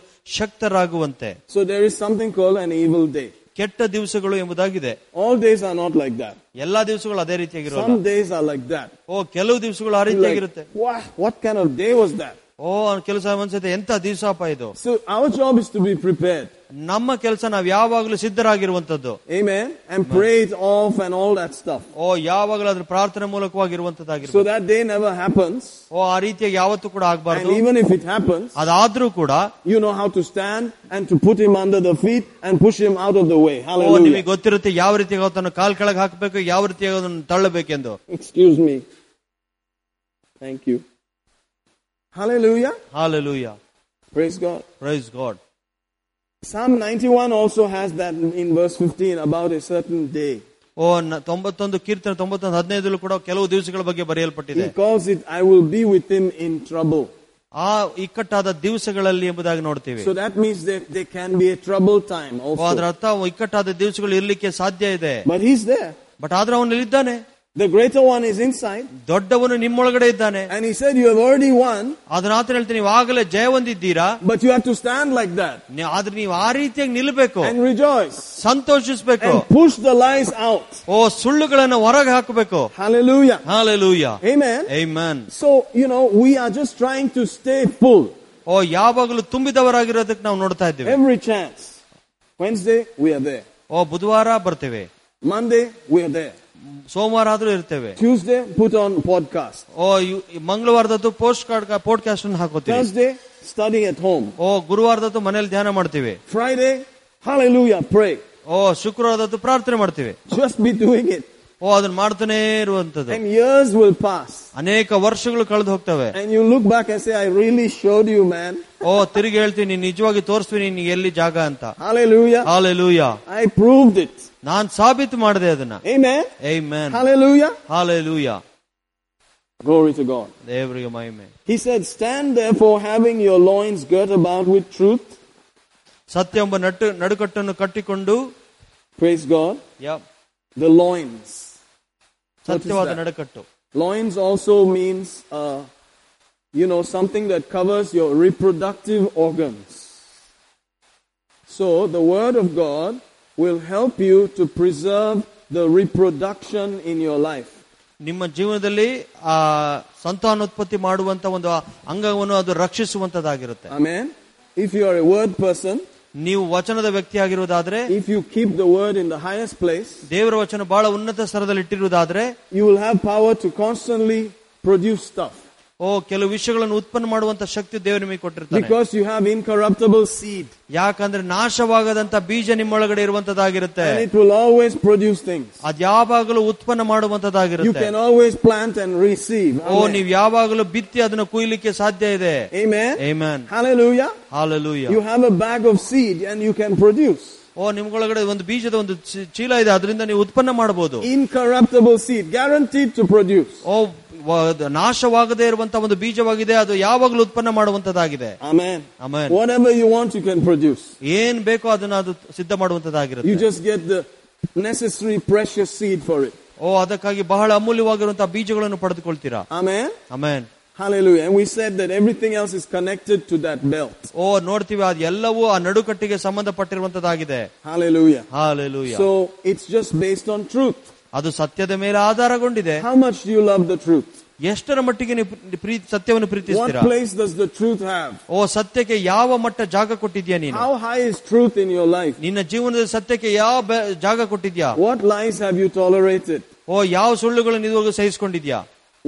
Speaker 2: ಶಕ್ತರಾಗುವಂತೆ
Speaker 1: So there is something called an evil day.
Speaker 2: ಕೆಟ್ಟ ದಿವಸಗಳು ಎಂಬುದಾಗಿದೆ
Speaker 1: All days are not like that.
Speaker 2: ಎಲ್ಲಾ ದಿವಸಗಳು ಅದೇ ರೀತಿಯಾಗಿರೋಲ್ಲ
Speaker 1: Some days are like that.
Speaker 2: ಓ ಕೆಲವು ದಿವಸಗಳು ಆ
Speaker 1: Like,
Speaker 2: ರೀತಿಯಾಗಿರುತ್ತೆ
Speaker 1: what, what kind of day was that?
Speaker 2: ಓ ಕೆಲಸ ಅನ್ಸುತ್ತೆ ಎಂತ ದಿವಸಪ್ಪ ಇದು
Speaker 1: So our job is to be prepared.
Speaker 2: ನಮ್ಮ ಕೆಲಸ ನಾವ್ ಯಾವಾಗಲೂ ಸಿದ್ಧರಾಗಿರುವಂತದ್ದು
Speaker 1: Amen. And pray it off and all that stuff.
Speaker 2: ಓ ಯಾವಾಗಲೂ ಅದ್ರ ಪ್ರಾರ್ಥನೆ ಮೂಲಕವಾಗಿರುವಂತದ್ದಾಗಿರ್ಬೋದು
Speaker 1: So that day never happens.
Speaker 2: ಓ ಆ ರೀತಿಯಾಗಿ ಯಾವತ್ತೂ ಕೂಡ
Speaker 1: And
Speaker 2: ಆಗ್ಬಾರ್ದು
Speaker 1: even if it happens,
Speaker 2: ಅದಾದ್ರೂ ಕೂಡ
Speaker 1: you know how to stand and to put him under the feet and push him out of the way.
Speaker 2: O
Speaker 1: Hallelujah.
Speaker 2: ನಿಮಗೆ ಗೊತ್ತಿರುತ್ತೆ ಯಾವ ರೀತಿಯಾಗಿ ಅವತ್ತನ್ನು ಕಾಲ್ ಕೆಳಗೆ ಹಾಕಬೇಕು ಯಾವ ರೀತಿಯಾಗಿ ಅದನ್ನು ತಳ್ಳಬೇಕೆಂದು
Speaker 1: Excuse me. Thank you. Hallelujah.
Speaker 2: Hallelujah
Speaker 1: Praise God.
Speaker 2: Praise god
Speaker 1: Psalm 91 also has that in verse 15 about a certain day.
Speaker 2: ಓ ನ- ತೊಂಬತ್ತೊಂದು ಕೀರ್ತನೆ ತೊಂಬತ್ತೊಂದು ಹದಿನೈದಲ್ಲೂ ಕೂಡ ಕೆಲವು ದಿವಸಗಳ ಬಗ್ಗೆ ಬರೆಯಲ್ಪಟ್ಟಿದೆ
Speaker 1: He calls it, I will be with him in trouble.
Speaker 2: ಆ ಇಕ್ಕಟ್ಟಾದ ದಿವಸಗಳಲ್ಲಿ ಎಂಬುದಾಗಿ ನೋಡ್ತೀವಿ
Speaker 1: So that means that there can be a trouble time
Speaker 2: ಓ, ಅದರ
Speaker 1: also.
Speaker 2: ಅರ್ಥ ಅವ ಇಕ್ಕಟ್ಟಾದ ದಿವಸಗಳು ಇರ್ಲಿಕ್ಕೆ ಸಾಧ್ಯ ಇದೆ
Speaker 1: But he's there.
Speaker 2: ಬಟ್ ಆದ್ರೆ ಅವನಲ್ಲಿದ್ದಾನೆ
Speaker 1: The greater one is inside.
Speaker 2: ದೊಡ್ಡವನು ನಿಮ್ಮೊಳಗಡೆ ಇದ್ದಾನೆ
Speaker 1: And he said, You have already won,
Speaker 2: ಅದನ್ನ ಆತನ ಹೇಳ್ತೀನಿ ನೀವು ಆಗಲೇ ಜಯ ಹೊಂದಿದ್ದೀರಾ
Speaker 1: but you have to stand like that
Speaker 2: ನೀ- ಆದ್ರೆ ನೀವು ಆ ರೀತಿಯಾಗಿ ನಿಲ್ಬೇಕು
Speaker 1: and rejoice
Speaker 2: ಸಂತೋಷಿಸ್ಬೇಕು
Speaker 1: and push the lies out.
Speaker 2: ಓ ಸುಳ್ಳುಗಳನ್ನ ಹೊರಗೆ ಹಾಕಬೇಕು
Speaker 1: Hallelujah.
Speaker 2: Hallelujah
Speaker 1: Amen.
Speaker 2: ಏಮನ್
Speaker 1: So, you know, we are just trying to stay full
Speaker 2: ಓ ಯಾವಾಗಲೂ ತುಂಬಿದವರಾಗಿರೋದಕ್ಕೆ ನಾವು ನೋಡ್ತಾ ಇದ್ದೀವಿ
Speaker 1: every chance. Wednesday, we are there.
Speaker 2: ಓ ಬುಧವಾರ ಬರ್ತೇವೆ
Speaker 1: Monday, we are there.
Speaker 2: ಸೋಮವಾರ ಆದ್ರೂ ಇರ್ತೇವೆ
Speaker 1: Tuesday, put on podcast.
Speaker 2: ಓ ಯು- ಈ ಮಂಗಳವಾರದದ್ದು ಪೋಸ್ಟ್ ಕಾರ್ಡ್ ಪಾಡ್ಕಾಸ್ಟ್ ಅನ್ನು ಹಾಕೋತೀವಿ
Speaker 1: Thursday, study at home.
Speaker 2: ಓ ಗುರುವಾರದದ್ದು ಮನೇಲಿ ಧ್ಯಾನ ಮಾಡ್ತೀವಿ
Speaker 1: Friday, hallelujah, pray.
Speaker 2: ಓ ಶುಕ್ರವಾರದದ್ದು ಪ್ರಾರ್ಥನೆ ಮಾಡ್ತೀವಿ
Speaker 1: Just be doing it.
Speaker 2: ಓ ಅದನ್ನ ಮಾಡ್ತಾನೆ ಇರುವಂತದ್ದು
Speaker 1: And years will pass.
Speaker 2: ಅನೇಕ ವರ್ಷಗಳು ಕಳೆದು ಹೋಗ್ತವೆ
Speaker 1: And you look back and say, I really showed you, man.
Speaker 2: ಓ ತಿರುಗಿ ಹೇಳ್ತೀನಿ ನೀನ್ ನಿಜವಾಗಿ ತೋರಿಸ್ತೀನಿ ನೀನ್ ಎಲ್ಲಿ ಜಾಗ ಅಂತ
Speaker 1: Hallelujah.
Speaker 2: Hallelujah
Speaker 1: I proved it.
Speaker 2: ನಾನ್ ಸಾಬೀತು ಮಾಡಿದೆ ಅದನ್ನ
Speaker 1: Amen.
Speaker 2: ಏಯ್ man
Speaker 1: Hallelujah.
Speaker 2: Hallelujah
Speaker 1: Glory to God.
Speaker 2: ದೇವರಿಗೆ ಮಹಿಮೆ
Speaker 1: He said, Stand therefore, having your loins girt about with truth.
Speaker 2: ಸತ್ಯ ಎಂಬ ನಟ್ಟು ನಡುಕಟ್ಟನ್ನು ಕಟ್ಟಿಕೊಂಡು
Speaker 1: Praise God.
Speaker 2: Yeah
Speaker 1: The loins.
Speaker 2: ಸತ್ಯವಾದ
Speaker 1: that?
Speaker 2: ನಡುಕಟ್ಟು
Speaker 1: Loins also means, uh, you know, something that covers your reproductive organs. So the Word of God will help you to preserve the reproduction in your life.
Speaker 2: ನಿಮ್ಮ ಜೀವನದಲ್ಲಿ ಆ ಸಂತಾನೋತ್ಪತ್ತಿ ಮಾಡುವಂತ ಒಂದು ಆ ಅಂಗವನ್ನು ಅದು ರಕ್ಷಿಸುವಂತದ್ದಾಗಿರುತ್ತೆ
Speaker 1: Amen. If you are a Word person,
Speaker 2: ನೀವು ವಚನದ ವ್ಯಕ್ತಿ ಆಗಿರುವುದಾದ್ರೆ
Speaker 1: if you keep the Word in the highest place,
Speaker 2: ದೇವರ ವಚನ ಬಹಳ ಉನ್ನತ ಸ್ತರದಲ್ಲಿ ಇಟ್ಟಿರುವುದಾದ್ರೆ
Speaker 1: you will have power to constantly produce stuff.
Speaker 2: ಓ ಕೆಲವು ವಿಷಯಗಳನ್ನು ಉತ್ಪನ್ನ ಮಾಡುವಂತ ಶಕ್ತಿ ದೇವರು ನಿಮಗೆ ಕೊಟ್ಟಿರ್ತಾನೆ
Speaker 1: because you have incorruptible seed
Speaker 2: ಯಾಕಂದ್ರೆ ನಾಶವಾಗದಂತ ಬೀಜ ನಿಮ್ಮೊಳಗಡೆ ಇರುವಂತದ್ದಾಗಿರುತ್ತೆ
Speaker 1: and it will always produce things.
Speaker 2: ಅದ್ ಯಾವಾಗಲೂ ಉತ್ಪನ್ನ
Speaker 1: You
Speaker 2: ಮಾಡುವಂತದ್ದಾಗಿರುತ್ತೆ
Speaker 1: can always plant and receive.
Speaker 2: O
Speaker 1: Amen.
Speaker 2: ನೀವ್ ಯಾವಾಗಲೂ ಬಿತ್ತಿ ಅದನ್ನ ಕುಯ್ಲಿಕ್ಕೆ ಸಾಧ್ಯ ಇದೆ
Speaker 1: Amen.
Speaker 2: Amen
Speaker 1: Hallelujah.
Speaker 2: Hallelujah
Speaker 1: You have a bag of seed and you can produce
Speaker 2: ಓ ನಿಮ್ಗೊಳಗಡೆ ಒಂದು ಬೀಜದ ಒಂದು ಚೀ- ಚೀಲ ಇದೆ ಅದರಿಂದ ನೀವು ಉತ್ಪನ್ನ ಮಾಡಬಹುದು
Speaker 1: incorruptible seed, guaranteed to produce.
Speaker 2: ಓ ವ- ಅದು ನಾಶವಾಗದೇ ಇರುವಂತ ಒಂದು ಬೀಜವಾಗಿದೆ ಅದು ಯಾವಾಗಲೂ ಉತ್ಪನ್ನ ಮಾಡುವಂತದ್ದಾಗಿದೆ
Speaker 1: Amen.
Speaker 2: Amen.
Speaker 1: Whatever you want, you can produce.
Speaker 2: ಏನ್ ಬೇಕೋ ಅದನ್ನ ಅದು ಸಿದ್ಧ ಮಾಡುವಂತದ್ದಾಗಿರುತ್ತೆ
Speaker 1: You just get the necessary precious seed for it.
Speaker 2: ಓ ಅದಕ್ಕಾಗಿ ಬಹಳ ಅಮೂಲ್ಯವಾಗಿರುವಂತಹ ಬೀಜಗಳನ್ನು ಪಡೆದುಕೊಳ್ತೀರಾ
Speaker 1: Amen.
Speaker 2: Amen
Speaker 1: Hallelujah. And we said that everything else is connected to that belt.
Speaker 2: ಓ ನೋಡ್ತೀವಿ ಅದು ಎಲ್ಲವೂ ಆ ನಡುಕಟ್ಟಿಗೆ ಸಂಬಂಧಪಟ್ಟಿರುವಂತದ್ದಾಗಿದೆ
Speaker 1: Hallelujah.
Speaker 2: Hallelujah
Speaker 1: So it's just based on truth.
Speaker 2: ಅದು ಸತ್ಯದ ಮೇಲೆ ಆಧಾರಗೊಂಡಿದೆ
Speaker 1: How much do you love the truth?
Speaker 2: ಎಷ್ಟರ ಮಟ್ಟಿಗೆ ನೀವು ಪ್ರೀ- ಪ್ರೀತಿ ಸತ್ಯವನ್ನು
Speaker 1: What
Speaker 2: ಪ್ರೀತಿಸ್ತೀರಾ
Speaker 1: place does the truth have?
Speaker 2: ಓ ಸತ್ಯಕ್ಕೆ ಯಾವ ಮಟ್ಟ ಜಾಗ ಕೊಟ್ಟಿದ್ಯಾ ನೀನು
Speaker 1: How high is truth in your life?
Speaker 2: ನಿನ್ನ ಜೀವನದ ಸತ್ಯಕ್ಕೆ ಯಾವ ಬೆ- ಜಾಗ ಕೊಟ್ಟಿದ್ಯಾ
Speaker 1: What lies have you tolerated?
Speaker 2: ಓ ಯಾವ ಸುಳ್ಳುಗಳನ್ನು ಇದುವರೆಗೂ ಸಹಿಸಿಕೊಂಡಿದ್ಯಾ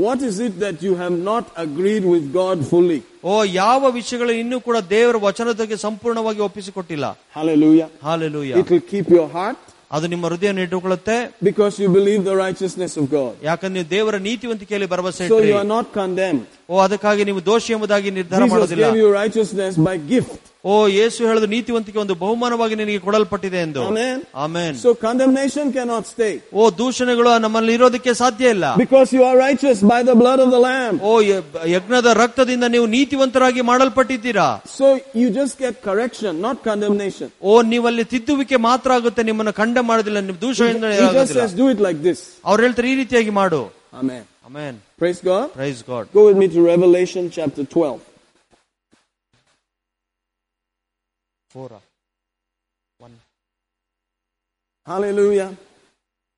Speaker 1: What is it that you have not agreed with God fully?
Speaker 2: ಓ ಯಾವ ವಿಷಯಗಳು ಇನ್ನೂ ಕೂಡ ದೇವರ ವಚನದಕ್ಕೆ ಸಂಪೂರ್ಣವಾಗಿ ಒಪ್ಪಿಸಿಕೊಟ್ಟಿಲ್ಲ
Speaker 1: Hallelujah.
Speaker 2: Hallelujah
Speaker 1: It will keep your heart
Speaker 2: ಅದು ನಿಮ್ಮ ಹೃದಯವನ್ನು ಇಟ್ಟುಕೊಳ್ಳುತ್ತೆ
Speaker 1: because you believe the righteousness of God.
Speaker 2: ಯಾಕಂದ್ರೆ ನೀವು ದೇವರ ನೀತಿವಂತಿಕೆಯಲ್ಲಿ ಭರವಸೆ
Speaker 1: So
Speaker 2: ಇಟ್ರಿ
Speaker 1: you are not condemned.
Speaker 2: ಓ ಅದಕ್ಕಾಗಿ ನೀವು ದೋಷಿ ಎಂಬುದಾಗಿ ನಿರ್ಧಾರ
Speaker 1: Jesus
Speaker 2: ಮಾಡೋದಿಲ್ಲ
Speaker 1: gave you righteousness by gift.
Speaker 2: ಓ ಯೇಸು ಹೇಳಿದ ನೀತಿವಂತಿಕೆ ಒಂದು ಬಹುಮಾನವಾಗಿ ನಿನಗೆ ಕೊಡಲ್ಪಟ್ಟಿದೆ ಎಂದು
Speaker 1: Amen.
Speaker 2: ಆಮೇನ್
Speaker 1: So condemnation cannot stay
Speaker 2: ಓ ದೂಷಣೆಗಳು ನಮ್ಮಲ್ಲಿ ಇರೋದಕ್ಕೆ ಸಾಧ್ಯ ಇಲ್ಲ
Speaker 1: because you are righteous by the blood of the Lamb.
Speaker 2: ಓ ಯ- ಯಜ್ಞದ ರಕ್ತದಿಂದ ನೀವು ನೀತಿವಂತರಾಗಿ ಮಾಡಲ್ಪಟ್ಟಿದ್ದೀರಾ
Speaker 1: So you just get correction, not condemnation.
Speaker 2: ಓ ನೀವಲ್ಲಿ ತಿದ್ದುವಿಕೆ ಮಾತ್ರ ಆಗುತ್ತೆ ನಿಮ್ಮನ್ನು ಕಂಡ ಮಾಡೋದಿಲ್ಲ ನಿಮ್ಮ ದೂಷಣೆಯಿಂದ
Speaker 1: He just says, do it like this.
Speaker 2: ಅವ್ರು ಹೇಳ್ತಾರೆ ಈ ರೀತಿಯಾಗಿ ಮಾಡು
Speaker 1: Amen.
Speaker 2: Amen
Speaker 1: Praise God.
Speaker 2: Praise God
Speaker 1: Go with me to Revelation chapter 12. Hallelujah.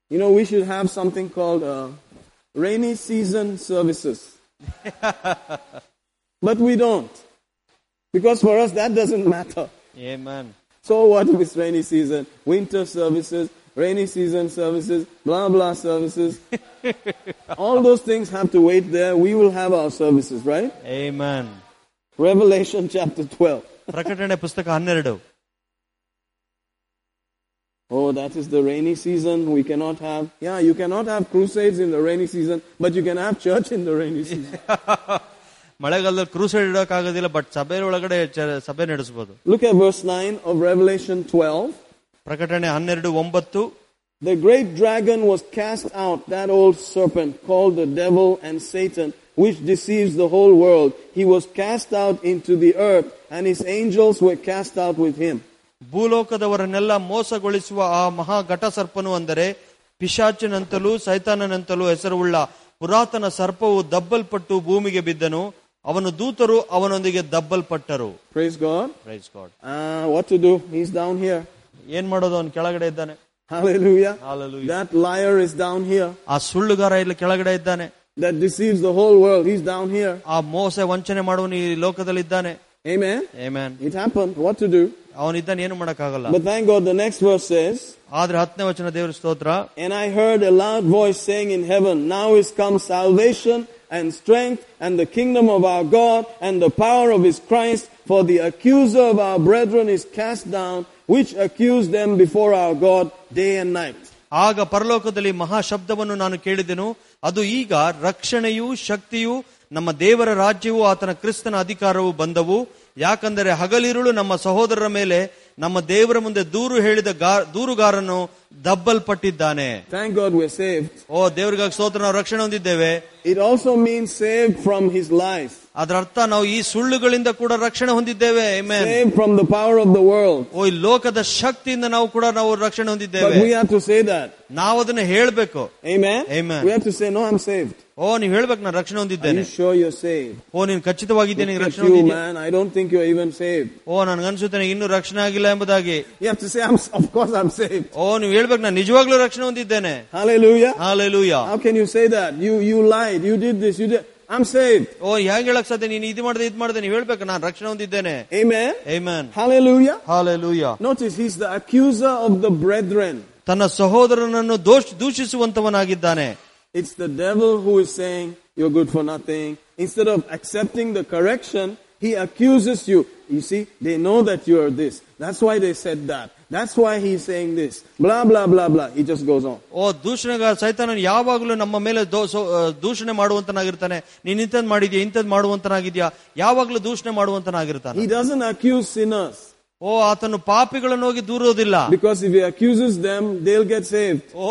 Speaker 1: You know, we should have something called uh, rainy season services. but we don't. Because for us, that doesn't matter.
Speaker 2: Amen
Speaker 1: So what if it's rainy season? Winter services, rainy season services, blah, blah services. All those things have to wait there. We will have our services, right?
Speaker 2: Amen
Speaker 1: Revelation chapter 12.
Speaker 2: ಪ್ರಕಟಣೆ ಪುಸ್ತಕ ಹನ್ನೆರಡು
Speaker 1: Oh, that is the rainy season. We cannot have. Yeah, you cannot have crusades in the rainy season, but you can have church in the rainy season.
Speaker 2: ಮಳೆಗಾಲದಲ್ಲಿ ಕ್ರೂಸೈಡ್ ಇಡೋಕ್ಕಾಗೋದಿಲ್ಲ but ಸಭೆ ಒಳಗಡೆ ಚ- ಸಭೆ ನಡೆಸಬಹುದು
Speaker 1: Look at verse 9 of Revelation 12.
Speaker 2: ಪ್ರಕಟಣೆ ಹನ್ನೆರಡು ಒಂಬತ್ತು
Speaker 1: The great dragon was cast out, that old serpent called the devil and Satan, which deceives the whole world. He was cast out into the earth, and his angels were cast out with him.
Speaker 2: ಭೂಲೋಕದವರನ್ನೆಲ್ಲ ಮೋಸಗೊಳಿಸುವ ಆ ಮಹಾ ಘಟ ಸರ್ಪನು ಅಂದರೆ ಪಿಶಾಚಿನಂತಲೂ ಸೈತಾನನಂತಲೂ ಹೆಸರುಳ್ಳ ಪುರಾತನ ಸರ್ಪವು ದಬ್ಬಲ್ಪಟ್ಟು ಭೂಮಿಗೆ ಬಿದ್ದನು ಅವನು ದೂತರು ಅವನೊಂದಿಗೆ ದಬ್ಬಲ್ಪಟ್ಟರು
Speaker 1: Praise God.
Speaker 2: Praise God
Speaker 1: Ah, what to do? He's down here.
Speaker 2: ಏನ್ ಮಾಡೋದು ಅವನು ಕೆಳಗಡೆ ಇದ್ದಾನೆ
Speaker 1: Hallelujah.
Speaker 2: Hallelujah.
Speaker 1: That liar is down here.
Speaker 2: ಆ ಸುಳ್ಳುಗಾರ ಇಲ್ಲಿ ಕೆಳಗಡೆ ಇದ್ದಾನೆ
Speaker 1: That deceives the whole world. He's down here.
Speaker 2: ಆ ಮೋಸ ವಂಚನೆ ಮಾಡುವನು ಈ ಲೋಕದಲ್ಲಿದ್ದಾನೆ
Speaker 1: Amen.
Speaker 2: Amen
Speaker 1: It happened. What to do?
Speaker 2: ಅವನಿದ್ದಾನೆ ಏನು ಮಾಡಕ್ಕಾಗಲ್ಲ
Speaker 1: But thank God the next verse says,
Speaker 2: ಆದ್ರೆ ಹತ್ತನೇ ವಚನ ದೇವರ ಸ್ತೋತ್ರ
Speaker 1: And I heard a loud voice saying in heaven, Now is come salvation and strength and the kingdom of our God and the power of his Christ, for the accuser of our brethren is cast down, which accused them before our God day and night.
Speaker 2: ಆಗ ಪರಲೋಕದಲ್ಲಿ ಮಹಾ ಶಬ್ದವನ್ನು ನಾನು ಕೇಳಿದೆನು ಅದು ಈಗ ರಕ್ಷಣೆಯು ಶಕ್ತಿಯು ನಮ್ಮ ದೇವರ ರಾಜ್ಯವು ಆತನ ಕ್ರಿಸ್ತನ ಅಧಿಕಾರವು ಬಂದವು ಯಾಕಂದರೆ ಹಗಲಿರುಳು ನಮ್ಮ ಸಹೋದರರ ಮೇಲೆ ನಮ್ಮ ದೇವರ ಮುಂದೆ ದೂರು ಹೇಳಿದ ಗಾ- ದೂರುಗಾರನು ದಬ್ಬಲ್ಪಟ್ಟಿದ್ದಾನೆ
Speaker 1: Thank God we're saved.
Speaker 2: ಓ ದೇವರಿಗಾಗಿ ಸ್ತೋತ್ರ ನಾವು ರಕ್ಷಣೆ ಹೊಂದಿದ್ದೇವೆ
Speaker 1: It also means saved from his lies,
Speaker 2: ಅದರ ಅರ್ಥ ನಾವು ಈ ಸುಳ್ಳುಗಳಿಂದ ಕೂಡ ರಕ್ಷಣೆ ಹೊಂದಿದ್ದೇವೆ Amen.
Speaker 1: saved from the power of the world.
Speaker 2: ಓ ಈ ಲೋಕದ ಶಕ್ತಿಯಿಂದ ನಾವು ಕೂಡ ನಾವು ರಕ್ಷಣೆ
Speaker 1: But
Speaker 2: ಹೊಂದಿದ್ದೇವೆ
Speaker 1: we have to say that.
Speaker 2: ನಾವು ಅದನ್ನ ಹೇಳ್ಬೇಕು
Speaker 1: Amen?
Speaker 2: Amen.
Speaker 1: We have to say, No, I'm saved.
Speaker 2: ಓ ನೀವ್ ಹೇಳ್ಬೇಕು ನಾನು ರಕ್ಷಣೆ
Speaker 1: Are
Speaker 2: ಹೊಂದಿದ್ದೇನೆ
Speaker 1: you sure you're saved?
Speaker 2: ಓ ನೀನು ಖಚಿತವಾಗಿದ್ದೇನೆ
Speaker 1: Look
Speaker 2: ನೀನು
Speaker 1: at
Speaker 2: ರಕ್ಷಣೆ
Speaker 1: you,
Speaker 2: ಹೊಂದಿದ್ದೀಯ?
Speaker 1: man. I don't think you're even saved.
Speaker 2: ಓ ನನ್ಗನ್ಸುತ್ತೆ ನನಗೆ ಇನ್ನೂ ರಕ್ಷಣೆ ಆಗಿಲ್ಲ ಎಂಬುದಾಗಿ
Speaker 1: You have to say, I'm, of course I'm saved.
Speaker 2: ಓ ನೀವ್ ಹೇಳ್ಬೇಕು ನಾನು ನಿಜವಾಗ್ಲೂ ರಕ್ಷಣೆ ಹೊಂದಿದ್ದೇನೆ
Speaker 1: Hallelujah.
Speaker 2: Hallelujah
Speaker 1: How can you say that? You, you lied. You did this. You did. I'm saved.
Speaker 2: ಓ ಹೇಗೆ ಹೇಳಕ್ ಸಾಧ್ಯ ನೀನು ಇದು ಮಾಡಿದೆ ಇದು ಮಾಡಿದೆ ನೀವ್ ಹೇಳ್ಬೇಕು ನಾನು ರಕ್ಷಣೆ ಹೊಂದಿದ್ದೇನೆ
Speaker 1: Amen.
Speaker 2: Amen
Speaker 1: Hallelujah.
Speaker 2: Hallelujah
Speaker 1: Notice he's the accuser of the brethren.
Speaker 2: ತನ್ನ ಸಹೋದರನನ್ನು ದೋಷ ದೂಷಿಸುವಂತವನಾಗಿದ್ದಾನೆ
Speaker 1: It's the devil who is saying, You're good for nothing. Instead of accepting the correction, he accuses you. You see, they know that you are this. That's why they said that. That's why he's saying this. Blah, blah, blah, blah. He just goes on.
Speaker 2: ಓ ದೂಷಣೆಗ ಸೈತಾನನು ಯಾವಾಗಲೂ ನಮ್ಮ ಮೇಲೆ ದೋ- so- ಆ, ದೂಷಣೆ ಮಾಡುವಂತನಾಗಿರ್ತಾನೆ ನೀನ್ ಇಂಥದ್ ಮಾಡಿದ್ಯಾ ಇಂಥದ್ ಮಾಡುವಂತನಾಗಿದ್ಯಾ ಯಾವಾಗಲೂ ದೂಷಣೆ ಮಾಡುವಂತನಾಗಿರ್ತಾನೆ
Speaker 1: He doesn't accuse sinners.
Speaker 2: ಓ ಆತನು ಪಾಪಿಗಳನ್ನು ಹೋಗಿ ದೂರೋದಿಲ್ಲ
Speaker 1: Because if he accuses them, they'll get saved.
Speaker 2: ಓ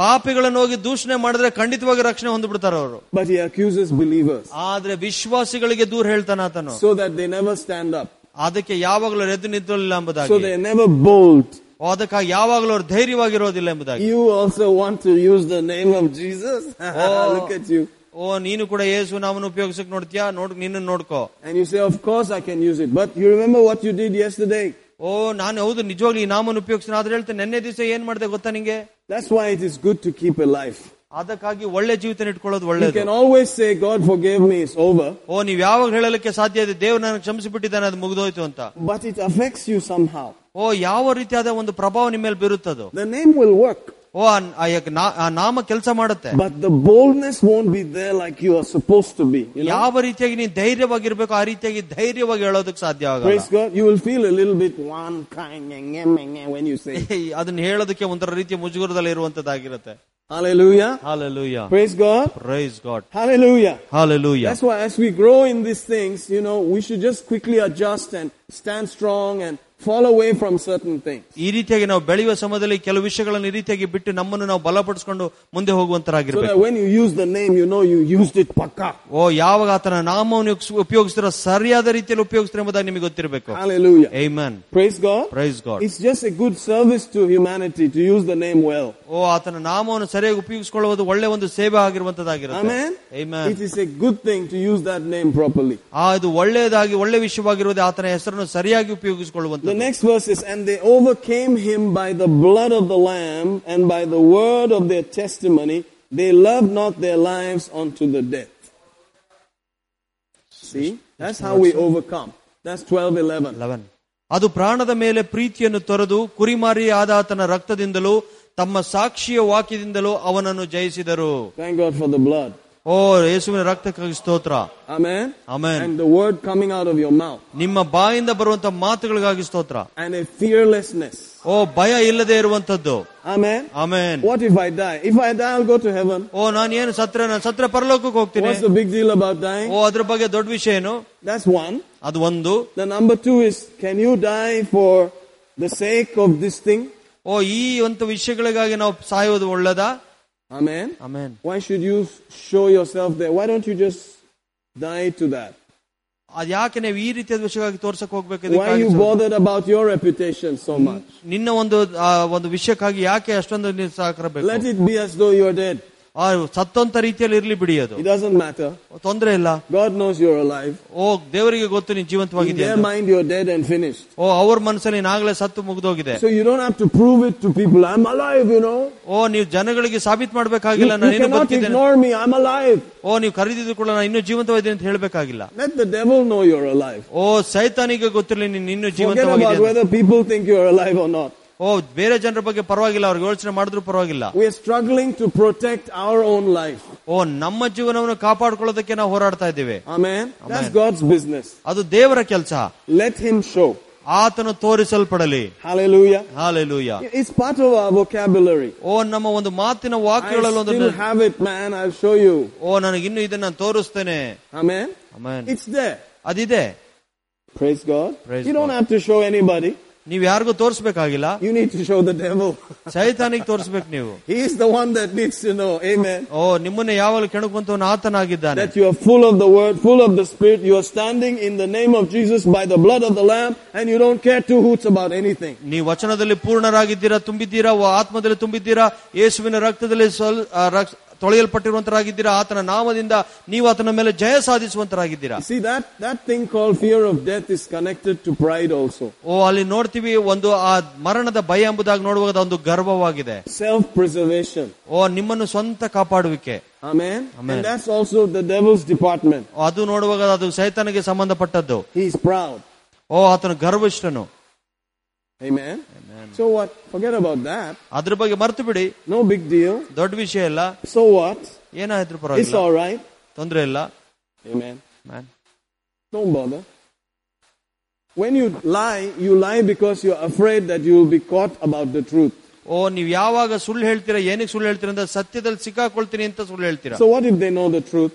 Speaker 2: ಪಾಪಿಗಳನ್ನು ಹೋಗಿ ದೂಷಣೆ ಮಾಡಿದ್ರೆ ಖಂಡಿತವಾಗಿ ರಕ್ಷಣೆ ಹೊಂದ್ಬಿಡ್ತಾರೆ ಅವರು
Speaker 1: But he accuses believers
Speaker 2: ಆದ್ರೆ ವಿಶ್ವಾಸಿಗಳಿಗೆ ದೂರ ಹೇಳ್ತಾನೆ ಆತನು
Speaker 1: so that they never stand up,
Speaker 2: ಅದಕ್ಕೆ ಯಾವಾಗಲೂ ಎದ್ದು ನಿಂತಿರಲಿಲ್ಲ
Speaker 1: so
Speaker 2: ಎಂಬುದಾಗಿ
Speaker 1: they never bolt.
Speaker 2: ಓ, ಅದಕ್ಕಾಗಿ ಯಾವಾಗಲೂ ಅವ್ರು ಧೈರ್ಯವಾಗಿರೋದಿಲ್ಲ ಎಂಬುದಾಗಿ
Speaker 1: You also want to use the name of Jesus? Look at you.
Speaker 2: ಓ ನೀನು ಕೂಡ ಯೇಸು ನಾಮನ ಉಪಯೋಗಿಸಕ್ ನೋಡ್ತೀಯಾ ನೋಡ್ ನಿನ್ನ ನೋಡ್ಕೋ
Speaker 1: And you say, Of course I can use it. But you remember what you did yesterday?
Speaker 2: ಓ ನಾನು ಹೌದು ನಿಜವಾಗ್ಲೂ ಈ ನಾಮನ ಉಪಯೋಗಿಸ್ತೀನಿ ಆದ್ರೆ ಹೇಳ್ತೇನೆ ನಿನ್ನೆ ದಿವಸ ಏನ್ ಮಾಡಿದೆ ಗೊತ್ತಾ ನಿಂಗೆ
Speaker 1: That's why it is good to keep alive.
Speaker 2: ಅದಕ್ಕಾಗಿ ಒಳ್ಳೆ ಜೀವಿತ ಇಟ್ಕೊಳ್ಳೋದು
Speaker 1: You
Speaker 2: ಒಳ್ಳೇದು
Speaker 1: can always say, God forgave me, it's over.
Speaker 2: ಓ ನೀವ್ ಯಾವಾಗ ಹೇಳಲಿಕ್ಕೆ ಸಾಧ್ಯ ಇದೆ ದೇವ್ರು ನನಗೆ ಕ್ಷಮಿಸಿಬಿಟ್ಟಿದ್ದಾನೆ ಅದು ಮುಗಿದೋಯ್ತು ಅಂತ
Speaker 1: But it affects you somehow.
Speaker 2: ಓ ಯಾವ ರೀತಿಯಾದ ಒಂದು ಪ್ರಭಾವ ನಿಮ್ಮ ಮೇಲೆ ಬೀರುತ್ತದು
Speaker 1: The name will work,
Speaker 2: ಓ ಆ- ಆ ಯಕ್- ನಾ- ಆ ನಾಮ ಕೆಲಸ ಮಾಡುತ್ತೆ
Speaker 1: but the boldness won't be there like you are supposed to be. You know?
Speaker 2: ಯಾವ ರೀತಿಯಾಗಿ ನೀನ್ ಧೈರ್ಯವಾಗಿರ್ಬೇಕು ಆ ರೀತಿಯಾಗಿ ಧೈರ್ಯವಾಗಿ ಹೇಳೋದಕ್ಕೆ ಸಾಧ್ಯ ಆಗಲ್ಲ
Speaker 1: Praise God. You will feel a little bit one kind when you say, it.
Speaker 2: ಅದನ್ನ ಹೇಳೋದಕ್ಕೆ ಒಂಥರ ರೀತಿಯ ಮುಜುಗರದಲ್ಲಿ ಇರುವಂತದ್ದಾಗಿರುತ್ತೆ
Speaker 1: Hallelujah.
Speaker 2: Hallelujah
Speaker 1: Praise God.
Speaker 2: Praise god
Speaker 1: Hallelujah.
Speaker 2: Hallelujah
Speaker 1: That's why as we grow in these things, you know, we should just quickly adjust and stand strong and fall away from certain things.
Speaker 2: ಈ ರೀತಿಯಾಗಿ ನಾವು ಬೆಳೆಯುವ ಸಮಯದಲ್ಲಿ ಕೆಲವು ವಿಷಯಗಳನ್ನು ಈ ರೀತಿಯಾಗಿ ಬಿಟ್ಟು ನಮ್ಮನ್ನು ನಾವು ಬಲಪಡಿಸಿಕೊಂಡು ಮುಂದೆ
Speaker 1: So
Speaker 2: ಹೋಗುವಂತರಾಗಿರ್ಬೇಕು
Speaker 1: that when you use the name, you know you used it paka.
Speaker 2: ಓ ಯಾವಾಗ ಆತನ ನಾಮವನ್ನು ಉಕ್ಸ್- ಉಪಯೋಗಿಸ್ತಿರೋ ಸರಿಯಾದ ರೀತಿಯಲ್ಲಿ ಉಪಯೋಗಿಸ್ತಿರೋ ಎಂಬುದಾಗಿ ನಿಮಗೆ ಗೊತ್ತಿರಬೇಕು
Speaker 1: Hallelujah.
Speaker 2: Amen
Speaker 1: Praise God.
Speaker 2: Praise God
Speaker 1: It's just a good service to humanity to use the name well.
Speaker 2: ಓ ಆತನ ನಾಮವನ್ನು ಸರಿಯಾಗಿ ಉಪಯೋಗಿಸಿಕೊಳ್ಳುವುದು ಒಳ್ಳೆ ಒಂದು ಸೇವೆ ಆಗಿರುವಂತದ್ದಾಗಿರುತ್ತೆ
Speaker 1: Amen.
Speaker 2: Amen.
Speaker 1: It is a good thing to use that name properly.
Speaker 2: ಆ ಇದು ಒಳ್ಳೆಯದಾಗಿ ಒಳ್ಳೆ ವಿಷಯವಾಗಿರುವುದೇ ಆತನ ಹೆಸರನ್ನು ಸರಿಯಾಗಿ ಉಪಯೋಗಿಸಿಕೊಳ್ಳುವಂತ
Speaker 1: The next verse is, and they overcame him by the blood of the Lamb and by the word of their testimony. They loved not their lives unto the death. See, that's how we overcome. That's 12, 11.
Speaker 2: Eleven ಅದು ಪ್ರಾಣದ ಮೇಲೆ ಪ್ರೀತಿಯನ್ನು ತೊರೆದು ಕುರಿಮಾರಿ ಆದ ಆತನ ರಕ್ತದಿಂದಲೂ ತಮ್ಮ ಸಾಕ್ಷಿಯ ವಾಕ್ಯದಿಂದಲೂ ಅವನನ್ನು ಜಯಿಸಿದರು
Speaker 1: Thank God for the blood.
Speaker 2: ಓ ಯೇಸುವಿನ ರಕ್ತಕ್ಕಾಗಿ ಸ್ತೋತ್ರ
Speaker 1: Amen.
Speaker 2: Amen
Speaker 1: And the word coming out of your mouth.
Speaker 2: ನಿಮ್ಮ ಬಾಯಿಂದ ಬರುವಂತ ಮಾತುಗಳಿಗಾಗಿ ಸ್ತೋತ್ರ
Speaker 1: And a fearlessness.
Speaker 2: ಓ ಭಯ ಇಲ್ಲದೆ ಇರುವಂತದ್ದು
Speaker 1: Amen.
Speaker 2: Amen
Speaker 1: What if I die? If I die, I'll go to heaven.
Speaker 2: ಓ ನಾನೇನು ಸತ್ರ ನಾನು ಸತ್ರ ಪರಲೋಕಕ್ಕೆ ಹೋಗ್ತೀನಿ
Speaker 1: What's the big deal about dying?
Speaker 2: ಓ ಅದ್ರ ಬಗ್ಗೆ ದೊಡ್ಡ ವಿಷಯ ಏನು
Speaker 1: That's one.
Speaker 2: ಅದು ಒಂದು
Speaker 1: The number two is, can you die for the sake of this thing?
Speaker 2: ಓ ಈ ಒಂದು ವಿಷಯಗಳಿಗಾಗಿ ನಾವು ಸಾಯೋದು ಒಳ್ಳೇದಾ
Speaker 1: Amen.
Speaker 2: Amen
Speaker 1: Why should you show yourself there? Why don't you just die to that?
Speaker 2: ಅದ್ ಯಾಕೆ ನೀವು ಈ ರೀತಿಯಾದ ವಿಷಯವಾಗಿ ತೋರ್ಸಕ್ ಹೋಗ್ಬೇಕು
Speaker 1: Why are
Speaker 2: ಇದಕ್ಕಾಗಿ
Speaker 1: you Mm-hmm.
Speaker 2: ಸ್ವಲ್ಪ-
Speaker 1: bothered about your reputation so much?
Speaker 2: ನಿನ್ನ ಒಂದು ಆ, ಒಂದು ವಿಷಯಕ್ಕಾಗಿ ಯಾಕೆ ಅಷ್ಟೊಂದು ನೀನು ಸಾಕರಬೇಕು
Speaker 1: Let it be as though you are dead.
Speaker 2: ಆ ಸತ್ತಂತ ರೀತಿಯಲ್ಲಿ ಇರ್ಲಿ ಬಿಡಿ ಅದು
Speaker 1: It doesn't matter.
Speaker 2: ತೊಂದ್ರೆ ಇಲ್ಲ
Speaker 1: God knows you're alive.
Speaker 2: ಓ ದೇವರಿಗೆ ಗೊತ್ತು ನೀನ್
Speaker 1: In
Speaker 2: ಜೀವಂತವಾಗಿದೆಯಾ
Speaker 1: their mind, you're dead and finished.
Speaker 2: ಓ ಅವ್ರ ಮನಸ್ಸಲ್ಲಿ ನಾಗಲೇ ಸತ್ತು ಮುಗ್ದೋಗಿದೆ
Speaker 1: So you don't have to prove it to people. I'm alive, you know.
Speaker 2: ಓ ನೀವು ಜನಗಳಿಗೆ ಸಾಬೀತು
Speaker 1: You,
Speaker 2: ಮಾಡ್ಬೇಕಾಗಿಲ್ಲ
Speaker 1: you
Speaker 2: ನಾನು ಇನ್ನೂ
Speaker 1: cannot
Speaker 2: ಬದುಕಿದ್ದೇನೆ
Speaker 1: ignore me. I'm alive.
Speaker 2: ಓ ನೀವು ಕರೆದಿದ್ದು ಕೂಡ ನಾನು ಇನ್ನೂ ಜೀವಂತವಾಗಿದ್ದೀನಿ ಅಂತ ಹೇಳ್ಬೇಕಾಗಿಲ್ಲ
Speaker 1: Let the devil know you're alive.
Speaker 2: ಓ ಸೈತಾನಿಗೆ ಗೊತ್ತಿರಲಿ ನೀನು ಇನ್ನೂ
Speaker 1: Forget about
Speaker 2: ಜೀವಂತವಾಗಿದೆ
Speaker 1: whether people think you're alive or not.
Speaker 2: ಓ ಬೇರೆ ಜನರ ಬಗ್ಗೆ ಪರವಾಗಿಲ್ಲ ಅವ್ರಿಗೆ ಯೋಚನೆ ಮಾಡಿದ್ರು ಪರವಾಗಿಲ್ಲ
Speaker 1: We are struggling to protect our own life.
Speaker 2: ಓ ನಮ್ಮ ಜೀವನವನ್ನು ಕಾಪಾಡ್ಕೊಳ್ಳೋದಕ್ಕೆ ನಾವು ಹೋರಾಡ್ತಾ ಇದ್ದೇವೆ
Speaker 1: Amen. That's God's business.
Speaker 2: ಅದು ದೇವರ ಕೆಲಸ
Speaker 1: Let Him show.
Speaker 2: ಆತನು ತೋರಿಸಲ್ಪಡಲಿ
Speaker 1: Hallelujah.
Speaker 2: Hallelujah
Speaker 1: It's part of our vocabulary.
Speaker 2: ಓ ನಮ್ಮ ಒಂದು ಮಾತಿನ
Speaker 1: I
Speaker 2: ವಾಕ್ಯಗಳಲ್ಲಿ ಒಂದು
Speaker 1: still have it, man. I'll show you.
Speaker 2: ಓ ನನಗಿನ್ನು ಇದನ್ನ ನಾನು ತೋರಿಸ್ತೇನೆ
Speaker 1: Amen.
Speaker 2: Amen
Speaker 1: It's there.
Speaker 2: ಅದಿದೆ
Speaker 1: Praise God.
Speaker 2: Praise
Speaker 1: you don't
Speaker 2: God.
Speaker 1: have to show anybody.
Speaker 2: ನೀವ್ ಯಾರಿಗೂ ತೋರಿಸ್ಬೇಕಾಗಿಲ್ಲ
Speaker 1: You need to show the devil.
Speaker 2: ಸೈತಾನಿಗೆ ತೋರಿಸ್ಬೇಕು ನೀವು
Speaker 1: he is the one that needs to know. Amen.
Speaker 2: ಓ ನಿಮ್ಮನ್ನ ಯಾವಾಗಲೂ ಕೆಣಕುವಂತವನು ಆತನಾಗಿದ್ದಾನೆ
Speaker 1: That you are full of the word, full of the spirit. You are standing in the name of Jesus by the blood of the Lamb and you don't care two hoots about anything.
Speaker 2: ನೀವು ವಚನದಲ್ಲಿ ಪೂರ್ಣರಾಗಿದ್ದೀರಾ ತುಂಬಿದ್ದೀರಾ ಓ ಆತ್ಮದಲ್ಲಿ ತುಂಬಿದ್ದೀರಾ ಯೇಸುವಿನ ರಕ್ತದಲ್ಲಿ ಸ್ವಲ್ ಆ, ರಕ್ಷ- ತೊಳೆಯಲ್ಪಟ್ಟಿರುವಂತರಾಗಿದ್ದೀರಾ ಆತನ ನಾಮದಿಂದ ನೀವು ಆತನ ಮೇಲೆ ಜಯ ಸಾಧಿಸುವಂತರಾಗಿದ್ದೀರಾ
Speaker 1: See that, that thing called fear of death is connected to pride also.
Speaker 2: ಓ ಅಲ್ಲಿ ನೋಡ್ತೀವಿ ಒಂದು ಆ ಮರಣದ ಭಯ ಎಂಬುದಾಗಿ ನೋಡುವಾಗ ಒಂದು ಗರ್ವವಾಗಿದೆ
Speaker 1: Self-preservation.
Speaker 2: ಓ ನಿಮ್ಮನ್ನು ಸ್ವಂತ ಕಾಪಾಡುವಿಕೆ
Speaker 1: Amen.
Speaker 2: Amen.
Speaker 1: And that's also the devil's department.
Speaker 2: ಅದು ನೋಡುವಾಗ ಅದು ಸೈತಾನಿಗೆ ಸಂಬಂಧಪಟ್ಟದ್ದು
Speaker 1: He's proud.
Speaker 2: ಓ ಆತನು ಗರ್ವಿಷ್ಠನು
Speaker 1: Amen. So what? Forget about that.
Speaker 2: ಅದ್ರ ಬಗ್ಗೆ ಮರ್ತು ಬಿಡಿ
Speaker 1: No big deal.
Speaker 2: ದೊಡ್ಡ ವಿಷಯ ಇಲ್ಲ
Speaker 1: So what?
Speaker 2: ಏನಾದ್ರೂ
Speaker 1: It's
Speaker 2: ಪರವಾಗಿಲ್ಲ
Speaker 1: all right.
Speaker 2: ತೊಂದ್ರೆ ಇಲ್ಲ
Speaker 1: Amen.
Speaker 2: Amen
Speaker 1: Don't bother. When you lie, you lie because you're afraid that you'll be caught about the truth.
Speaker 2: ಓ ನೀವ್ ಯಾವಾಗ ಸುಳ್ಳು ಹೇಳ್ತೀರಾ ಏನಕ್ಕೆ ಸುಳ್ಳು ಹೇಳ್ತೀರಾ ಅಂದ್ರೆ ಸತ್ಯದಲ್ಲಿ ಸಿಕ್ಕಾಕೊಳ್ತೀನಿ ಅಂತ ಸುಳ್ಳು ಹೇಳ್ತೀರಾ
Speaker 1: So what if they know the truth?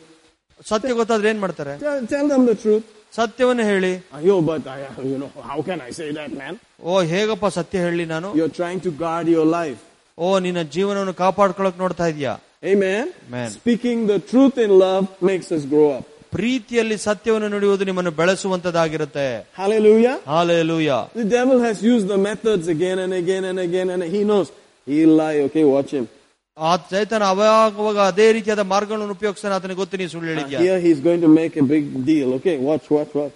Speaker 2: ಸತ್ಯ ಗೊತ್ತಾದ್ರೆ ಏನ್ ಮಾಡ್ತಾರೆ
Speaker 1: Tell, tell them the truth.
Speaker 2: ಸತ್ಯವನ್ನು ಹೇಳಿ
Speaker 1: Ah, Yo, but I, you know, how can I say that, man?
Speaker 2: ಓ ಹೇಗಪ್ಪ ಸತ್ಯ ಹೇಳಿ ನಾನು
Speaker 1: You're trying to guard your life.
Speaker 2: ಓ ನಿನ್ನ ಜೀವನವನ್ನು ಕಾಪಾಡ್ಕೊಳಕ್ ನೋಡ್ತಾ ಇದೀಯಾ
Speaker 1: Amen.
Speaker 2: Amen.
Speaker 1: Speaking the truth in love makes us grow up.
Speaker 2: ಪ್ರೀತಿಯಲ್ಲಿ ಸತ್ಯವನ್ನು ನುಡಿಯುವುದು ನಿಮ್ಮನ್ನು ಬೆಳೆಸುವಂತದಾಗಿರುತ್ತೆ
Speaker 1: Hallelujah.
Speaker 2: Hallelujah
Speaker 1: The devil has used the methods again and again and again, and he knows he'll lie. Okay, watch him.
Speaker 2: ಆ ಚೈತನ್ಯ ಅವಾಗವಾಗ ಅದೇ ರೀತಿಯಾದ ಮಾರ್ಗಗಳನ್ನು ಉಪಯೋಗಿಸ್ತಾನೆ ಆತನಿಗೆ ಗೊತ್ತು ನೀನು ಸುಳ್ಳು ಹೇಳಿದ್ಯಾ
Speaker 1: Here he's going to make a big deal. Okay, watch, watch, watch.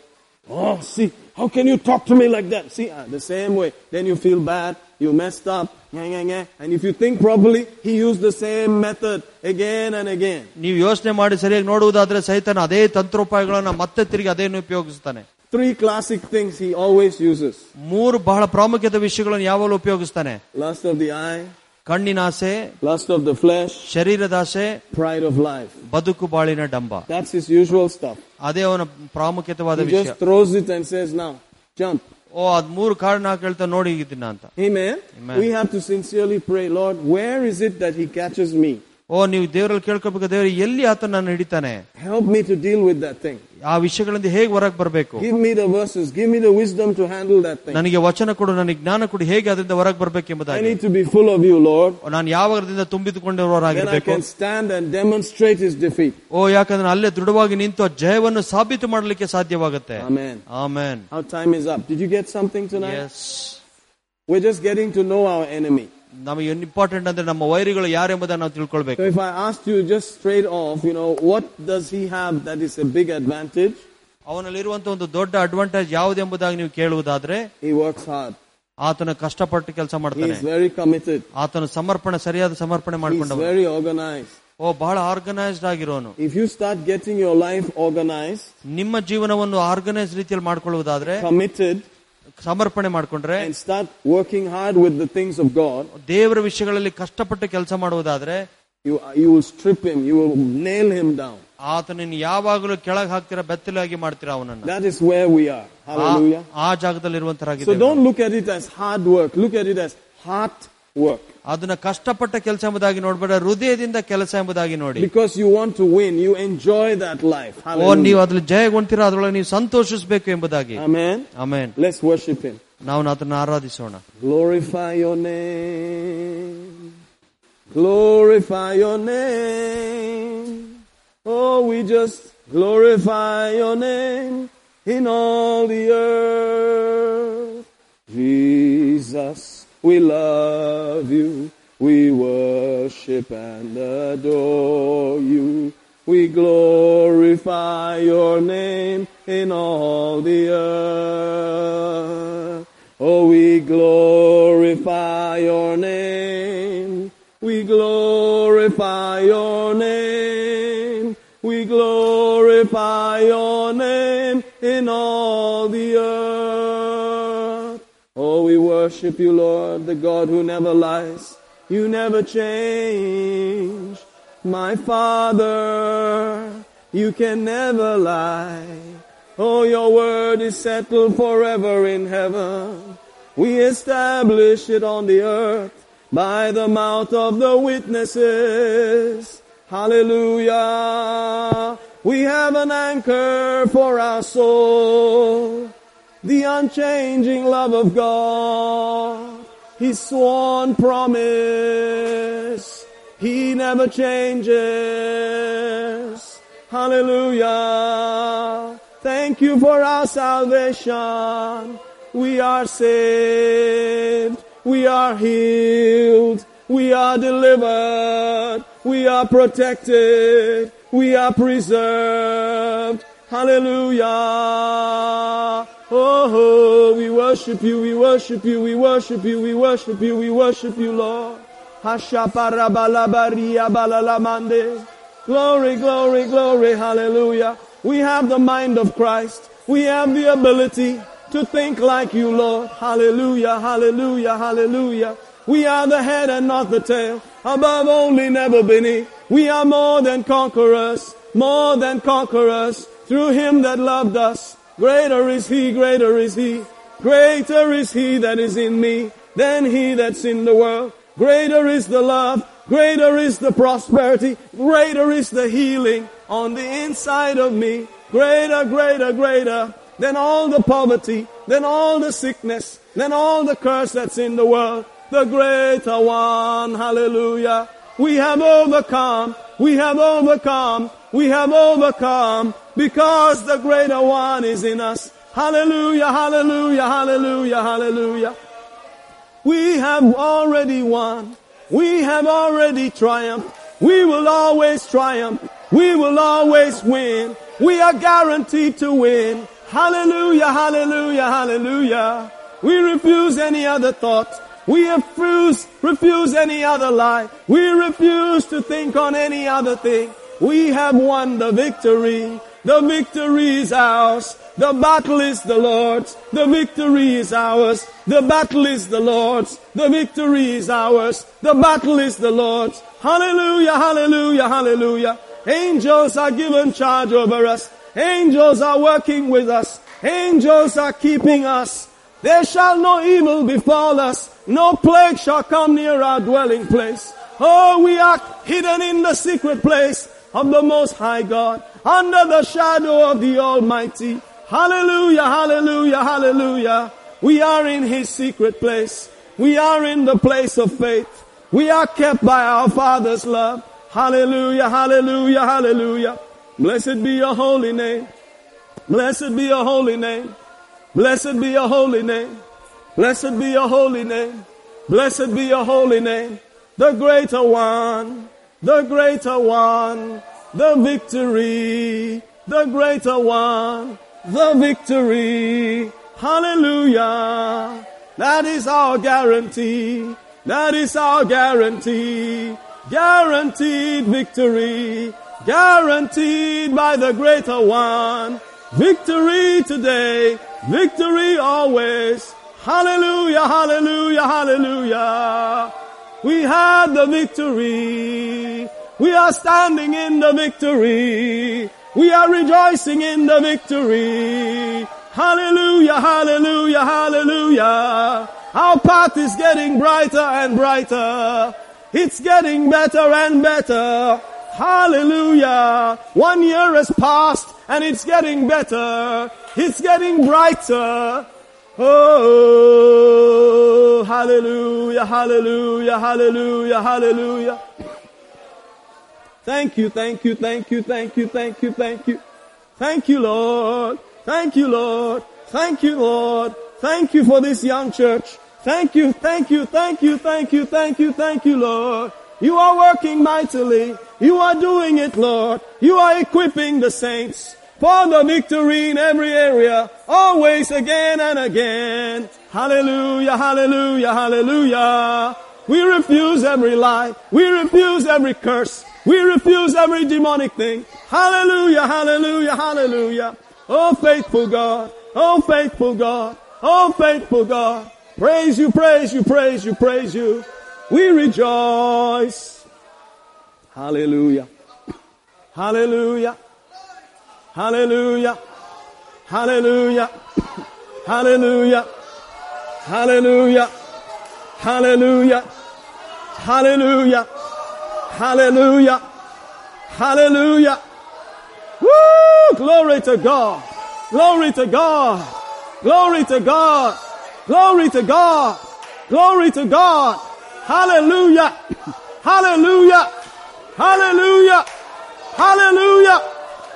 Speaker 1: Oh, see, how can you talk to me like that? See, ah, the same way. Then you feel bad, you messed up, yeah, yeah, yeah. And if you think properly, he used the same method again and again.
Speaker 2: ನೀವು ಯೋಚನೆ ಮಾಡಿ ಸರಿಯಾಗಿ ನೋಡುವುದಾದ್ರೆ ಸೈತನ ಅದೇ ತಂತ್ರೋಪಾಯಗಳನ್ನ ಮತ್ತೆ ತಿರುಗಿ ಅದೇನು ಉಪಯೋಗಿಸ್ತಾನೆ
Speaker 1: Three classic things he always uses
Speaker 2: ಮೂರು ಬಹಳ ಪ್ರಾಮುಖ್ಯದ ವಿಷಯಗಳನ್ನು ಯಾವಾಗಲೂ ಉಪಯೋಗಿಸ್ತಾನೆ
Speaker 1: lust of the eye,
Speaker 2: ಕಣ್ಣಿನ ಆಸೆ
Speaker 1: lust of the flesh,
Speaker 2: ಶರೀರದ ಆಸೆ
Speaker 1: pride of life.
Speaker 2: ಬದುಕು ಬಾಳಿನ ಡಂಬ
Speaker 1: That's his usual stuff.
Speaker 2: ಅದೇ ಅವನ ಪ್ರಾಮುಖ್ಯತವಾದ
Speaker 1: He
Speaker 2: ವಿಷಯ
Speaker 1: just throws it and says, now, jump.
Speaker 2: ಓ ಅದ್ ಮೂರು ಕಾರಣ ಹೇಳ್ತಾ ನೋಡಿ ಹೀಗಿದ್ದೀನ ಅಂತ
Speaker 1: Amen.
Speaker 2: Amen.
Speaker 1: We have to sincerely pray, Lord, where is it that he catches me?
Speaker 2: ಓ ನೀವು ದೇವರಲ್ಲಿ ಕೇಳ್ಕೊಬೇಕು ದೇವರು ಎಲ್ಲಿ ಆತ ನಾನು ಹಿಡಿತಾನೆ
Speaker 1: Help me to deal with that thing.
Speaker 2: ಆ ವಿಷಯಗಳಿಂದ ಹೇಗೆ ಹೊರಗೆ ಬರಬೇಕು
Speaker 1: Give me the verses. Give me the wisdom to handle that thing.
Speaker 2: ನನಗೆ ವಚನ ಕೊಡು ನನಗೆ ಜ್ಞಾನ ಕೊಡು ಹೇಗೆ ಅದರಿಂದ ಹೊರಗೆ
Speaker 1: I
Speaker 2: ಬರಬೇಕೆಂಬುದಾಗಿ
Speaker 1: need to be full of you, Lord.
Speaker 2: ನಾನು ಯಾವಾಗದಿಂದ
Speaker 1: Then I
Speaker 2: ತುಂಬಿದುಕೊಂಡಿರೋರಾಗಿರ್ಬೇಕು
Speaker 1: can stand and demonstrate his defeat.
Speaker 2: ಓ ಯಾಕಂದ್ರೆ ಅಲ್ಲೇ ದೃಢವಾಗಿ ನಿಂತು ಆ ಜಯವನ್ನು ಸಾಬೀತು ಮಾಡಲಿಕ್ಕೆ ಸಾಧ್ಯವಾಗುತ್ತೆ
Speaker 1: Amen.
Speaker 2: Amen
Speaker 1: Our time is up. Did you get something tonight?
Speaker 2: Yes
Speaker 1: We're just getting to know our enemy.
Speaker 2: ನಮಗೆ ಇಂಪಾರ್ಟೆಂಟ್ ಅಂದ್ರೆ ನಮ್ಮ ವೈರಿಗಳು ಯಾರೆಂಬುದನ್ನು ನಾವು
Speaker 1: So
Speaker 2: ತಿಳ್ಕೊಳ್ಬೇಕು
Speaker 1: if I asked you just straight off, you know, what does he have that is a big advantage?
Speaker 2: ಅವನಲ್ಲಿರುವಂತ ಒಂದು ದೊಡ್ಡ advantage ಯಾವ್ದು ಎಂಬುದಾಗಿ ನೀವು ಕೇಳುವುದಾದ್ರೆ
Speaker 1: He works hard.
Speaker 2: ಆತನ ಕಷ್ಟಪಟ್ಟು ಕೆಲಸ ಮಾಡ್ತಾನೆ
Speaker 1: He's very committed.
Speaker 2: ಆತನ ಸಮರ್ಪಣೆ ಸರಿಯಾದ ಸಮರ್ಪಣೆ
Speaker 1: He's
Speaker 2: ಮಾಡ್ಕೊಂಡವ
Speaker 1: very organized.
Speaker 2: ಓ ಬಹಳ ಆರ್ಗನೈಸ್ಡ್ ಆಗಿರೋನು
Speaker 1: If you start getting your life organized,
Speaker 2: ನಿಮ್ಮ ಜೀವನವನ್ನು ಆರ್ಗನೈಸ್ ರೀತಿಯಲ್ಲಿ ಮಾಡ್ಕೊಳ್ಳುವುದಾದ್ರೆ
Speaker 1: committed,
Speaker 2: ಸಮರ್ಪಣೆ ಮಾಡ್ಕೊಂಡ್ರೆ
Speaker 1: and start working hard with the things of God,
Speaker 2: ದೇವರ ವಿಷಯಗಳಲ್ಲಿ ಕಷ್ಟಪಟ್ಟು ಕೆಲಸ ಮಾಡುವುದಾದ್ರೆ
Speaker 1: you, you will strip him, you will nail him down.
Speaker 2: ಆತನನ್ನು ಯಾವಾಗಲೂ ಕೆಳಗೆ ಹಾಕ್ತೀರಾ ಬೆತ್ತಲಾಗಿ ಮಾಡ್ತೀರಾ ಅವನನ್ನ
Speaker 1: That is where we are. Hallelujah.
Speaker 2: ಆ- ಆ ಜಾಗದಲ್ಲಿ
Speaker 1: So
Speaker 2: ಇರುವಂತರಾಗಿದೆ
Speaker 1: don't look at it as hard work. Look at it as heart work.
Speaker 2: ಅದನ್ನ ಕಷ್ಟಪಟ್ಟ ಕೆಲಸ ಎಂಬುದಾಗಿ ನೋಡ್ಬೇಡ ಹೃದಯದಿಂದ ಕೆಲಸ ಎಂಬುದಾಗಿ ನೋಡಿ
Speaker 1: Because you want to win. You enjoy that life.
Speaker 2: O
Speaker 1: Hallelujah.
Speaker 2: ನೀವು ಅದ್ರಲ್ಲಿ ಜಯಗೊಂತೀರಾ ಅದ್ರೊಳಗೆ ನೀವು ಸಂತೋಷಿಸಬೇಕು ಎಂಬುದಾಗಿ
Speaker 1: Amen.
Speaker 2: Amen
Speaker 1: Let's worship him.
Speaker 2: ನಾವು ಅದನ್ನ ಆರಾಧಿಸೋಣ
Speaker 1: Glorify your name. Glorify your name. Oh, we just glorify your name in all the earth. Jesus, we love you. We worship and adore you. We glorify your name in all the earth. Oh, we glorify your name. We glorify your name. We glorify your name in all the earth. Oh, we worship you, Lord, the God who never lies. You never change. My Father, you can never lie. Oh, your word is settled forever in heaven. We establish it on the earth by the mouth of the witnesses. Hallelujah. We have an anchor for our soul the unchanging love of God, His sworn promise, He never changes. Hallelujah. Thank you for our salvation. We are saved. We are healed. We are delivered. We are protected. We are preserved. Hallelujah. Oh, we worship you, we worship you, we worship you, we worship you, we worship you, Lord. Hashaparabalabaria balalamande. Glory, glory, glory, hallelujah. We have the mind of Christ. We have the ability to think like you, Lord. Hallelujah, hallelujah, hallelujah. We are the head and not the tail, above only never beneath. We are more than conquerors, more than conquerors, through him that loved us. Greater is he, greater is he, greater is he that is in me than he that's in the world. Greater is the love, greater is the prosperity, greater is the healing on the inside of me. Greater, greater, greater than all the poverty, than all the sickness, than all the curse that's in the world. The greater one, hallelujah. We have overcome, we have overcome, we have overcome because the greater one is in us. Hallelujah, hallelujah, hallelujah, hallelujah. We have already won. We have already triumphed. We will always triumph. We will always win. We are guaranteed to win. Hallelujah, hallelujah, hallelujah. We refuse any other thought. We refuse, refuse any other lie. We refuse to think on any other thing. We have won the victory. The victory is ours. The battle is the Lord's. The victory is ours. The battle is the Lord's. The victory is ours. The battle is the Lord's. Hallelujah, hallelujah, hallelujah. Angels are given charge over us. Angels are working with us. Angels are keeping us. There shall no evil befall us. No plague shall come near our dwelling place. Oh, we are hidden in the secret place of the Most High God, under the shadow of the Almighty. Hallelujah, hallelujah, hallelujah. We are in His secret place. We are in the place of faith. We are kept by our Father's love. Hallelujah, hallelujah, hallelujah. Blessed be your holy name. Blessed be your holy name. Blessed be your holy name. Blessed be your holy name. Blessed be your holy name. The greater one, the greater one, the victory, the greater one, the victory. Hallelujah. That is our guarantee. That is our guarantee. Guaranteed victory. Guaranteed by the greater one. Victory today. Victory always. Hallelujah, hallelujah, hallelujah. We had the victory. We are standing in the victory. We are rejoicing in the victory. Hallelujah, hallelujah, hallelujah. Our path is getting brighter and brighter. It's getting better and better. Hallelujah. One year has passed and it's getting better. It's getting brighter. Oh, hallelujah, hallelujah, hallelujah, hallelujah. Thank you, thank you, thank you, thank you, thank you, thank you. Thank you, Lord. Thank you, Lord. Thank you, Lord. Thank you for this young church. Thank you, thank you, thank you, thank you, thank you, thank you, Lord. You are working mightily. You are doing it, Lord. You are equipping the saints for the victory in every area, always again and again. Hallelujah, hallelujah, hallelujah. We refuse every lie. We refuse every curse. We refuse every demonic thing. Hallelujah, hallelujah, hallelujah. Oh faithful God. Oh faithful God. Oh faithful God. Praise you, praise you, praise you, praise you. We rejoice. Hallelujah. Hallelujah. Hallelujah. Hallelujah. Hallelujah. Hallelujah. Hallelujah. Hallelujah. Hallelujah. Hallelujah. Woo! Glory to God. Glory to God. Glory to God. Glory to God. Glory to God. Hallelujah. Hallelujah. Hallelujah. Hallelujah.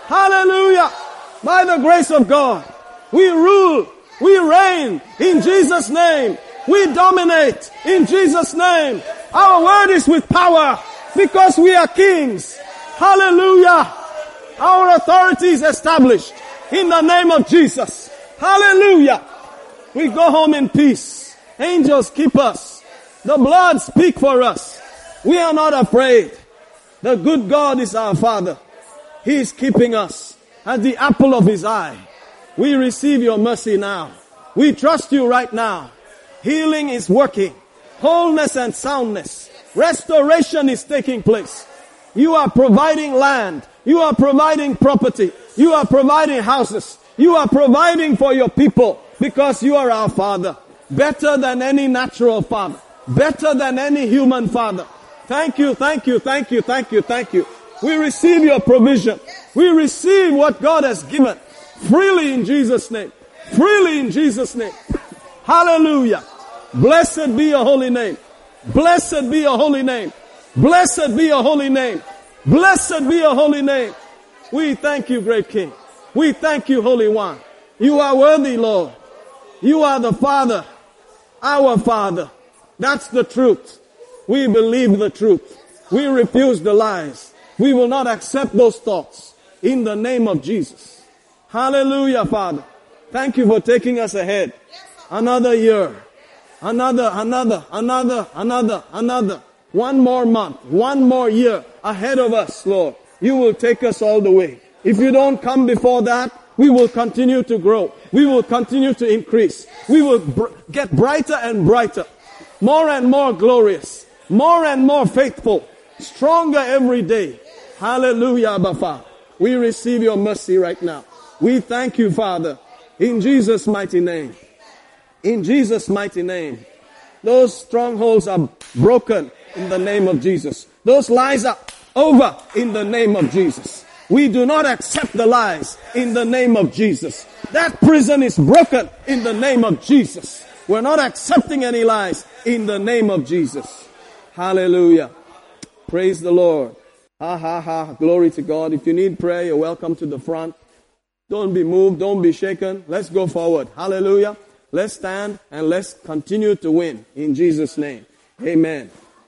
Speaker 1: Hallelujah. By the grace of God, we rule, we reign in Jesus' name. We dominate in Jesus' name. Our word is with power because we are kings. Hallelujah. Our authority is established in the name of Jesus. Hallelujah. We go home in peace. Angels keep us. The blood speak for us. We are not afraid. The good God is our Father. He is keeping us at the apple of His eye. We receive your mercy now. We trust you right now. Healing is working. wholeness and soundness. Restoration is taking place. You are providing land. You are providing property. You are providing houses. You are providing for your people because you are our father. Better than any natural father. Better than any human father. Thank you, thank you, thank you, thank you, thank you. We receive your provision. We receive what God has given freely in Jesus' name. Freely in Jesus' name. Hallelujah. Blessed be your holy name. Blessed be your holy name. Blessed be your holy name. Blessed be your holy name. We thank you, great King. We thank you, Holy One. You are worthy, Lord. You are the Father, our Father. That's the truth. We believe the truth. We refuse the lies. We will not accept those thoughts in the name of Jesus. Hallelujah, Father. Thank you for taking us ahead. Another year. Another, another, another, another, another. One more month, one more year ahead of us, Lord. You will take us all the way. If you don't come before that, we will continue to grow. We will continue to increase. We will br- get brighter and brighter. More and more glorious. More and more faithful. Stronger every day. Hallelujah, Abba Father. We receive your mercy right now. We thank you, Father. In Jesus' mighty name. In Jesus' mighty name. Those strongholds are broken in the name of Jesus. Those lies are over in the name of Jesus. We do not accept the lies in the name of Jesus. That prison is broken in the name of Jesus. We're not accepting any lies in the name of Jesus. Hallelujah. Praise the Lord. Ha ha ha. Glory to God. If you need prayer, you're welcome to the front. Don't be moved. Don't be shaken. Let's go forward. Hallelujah. Let's stand and let's continue to win in Jesus' name. Amen.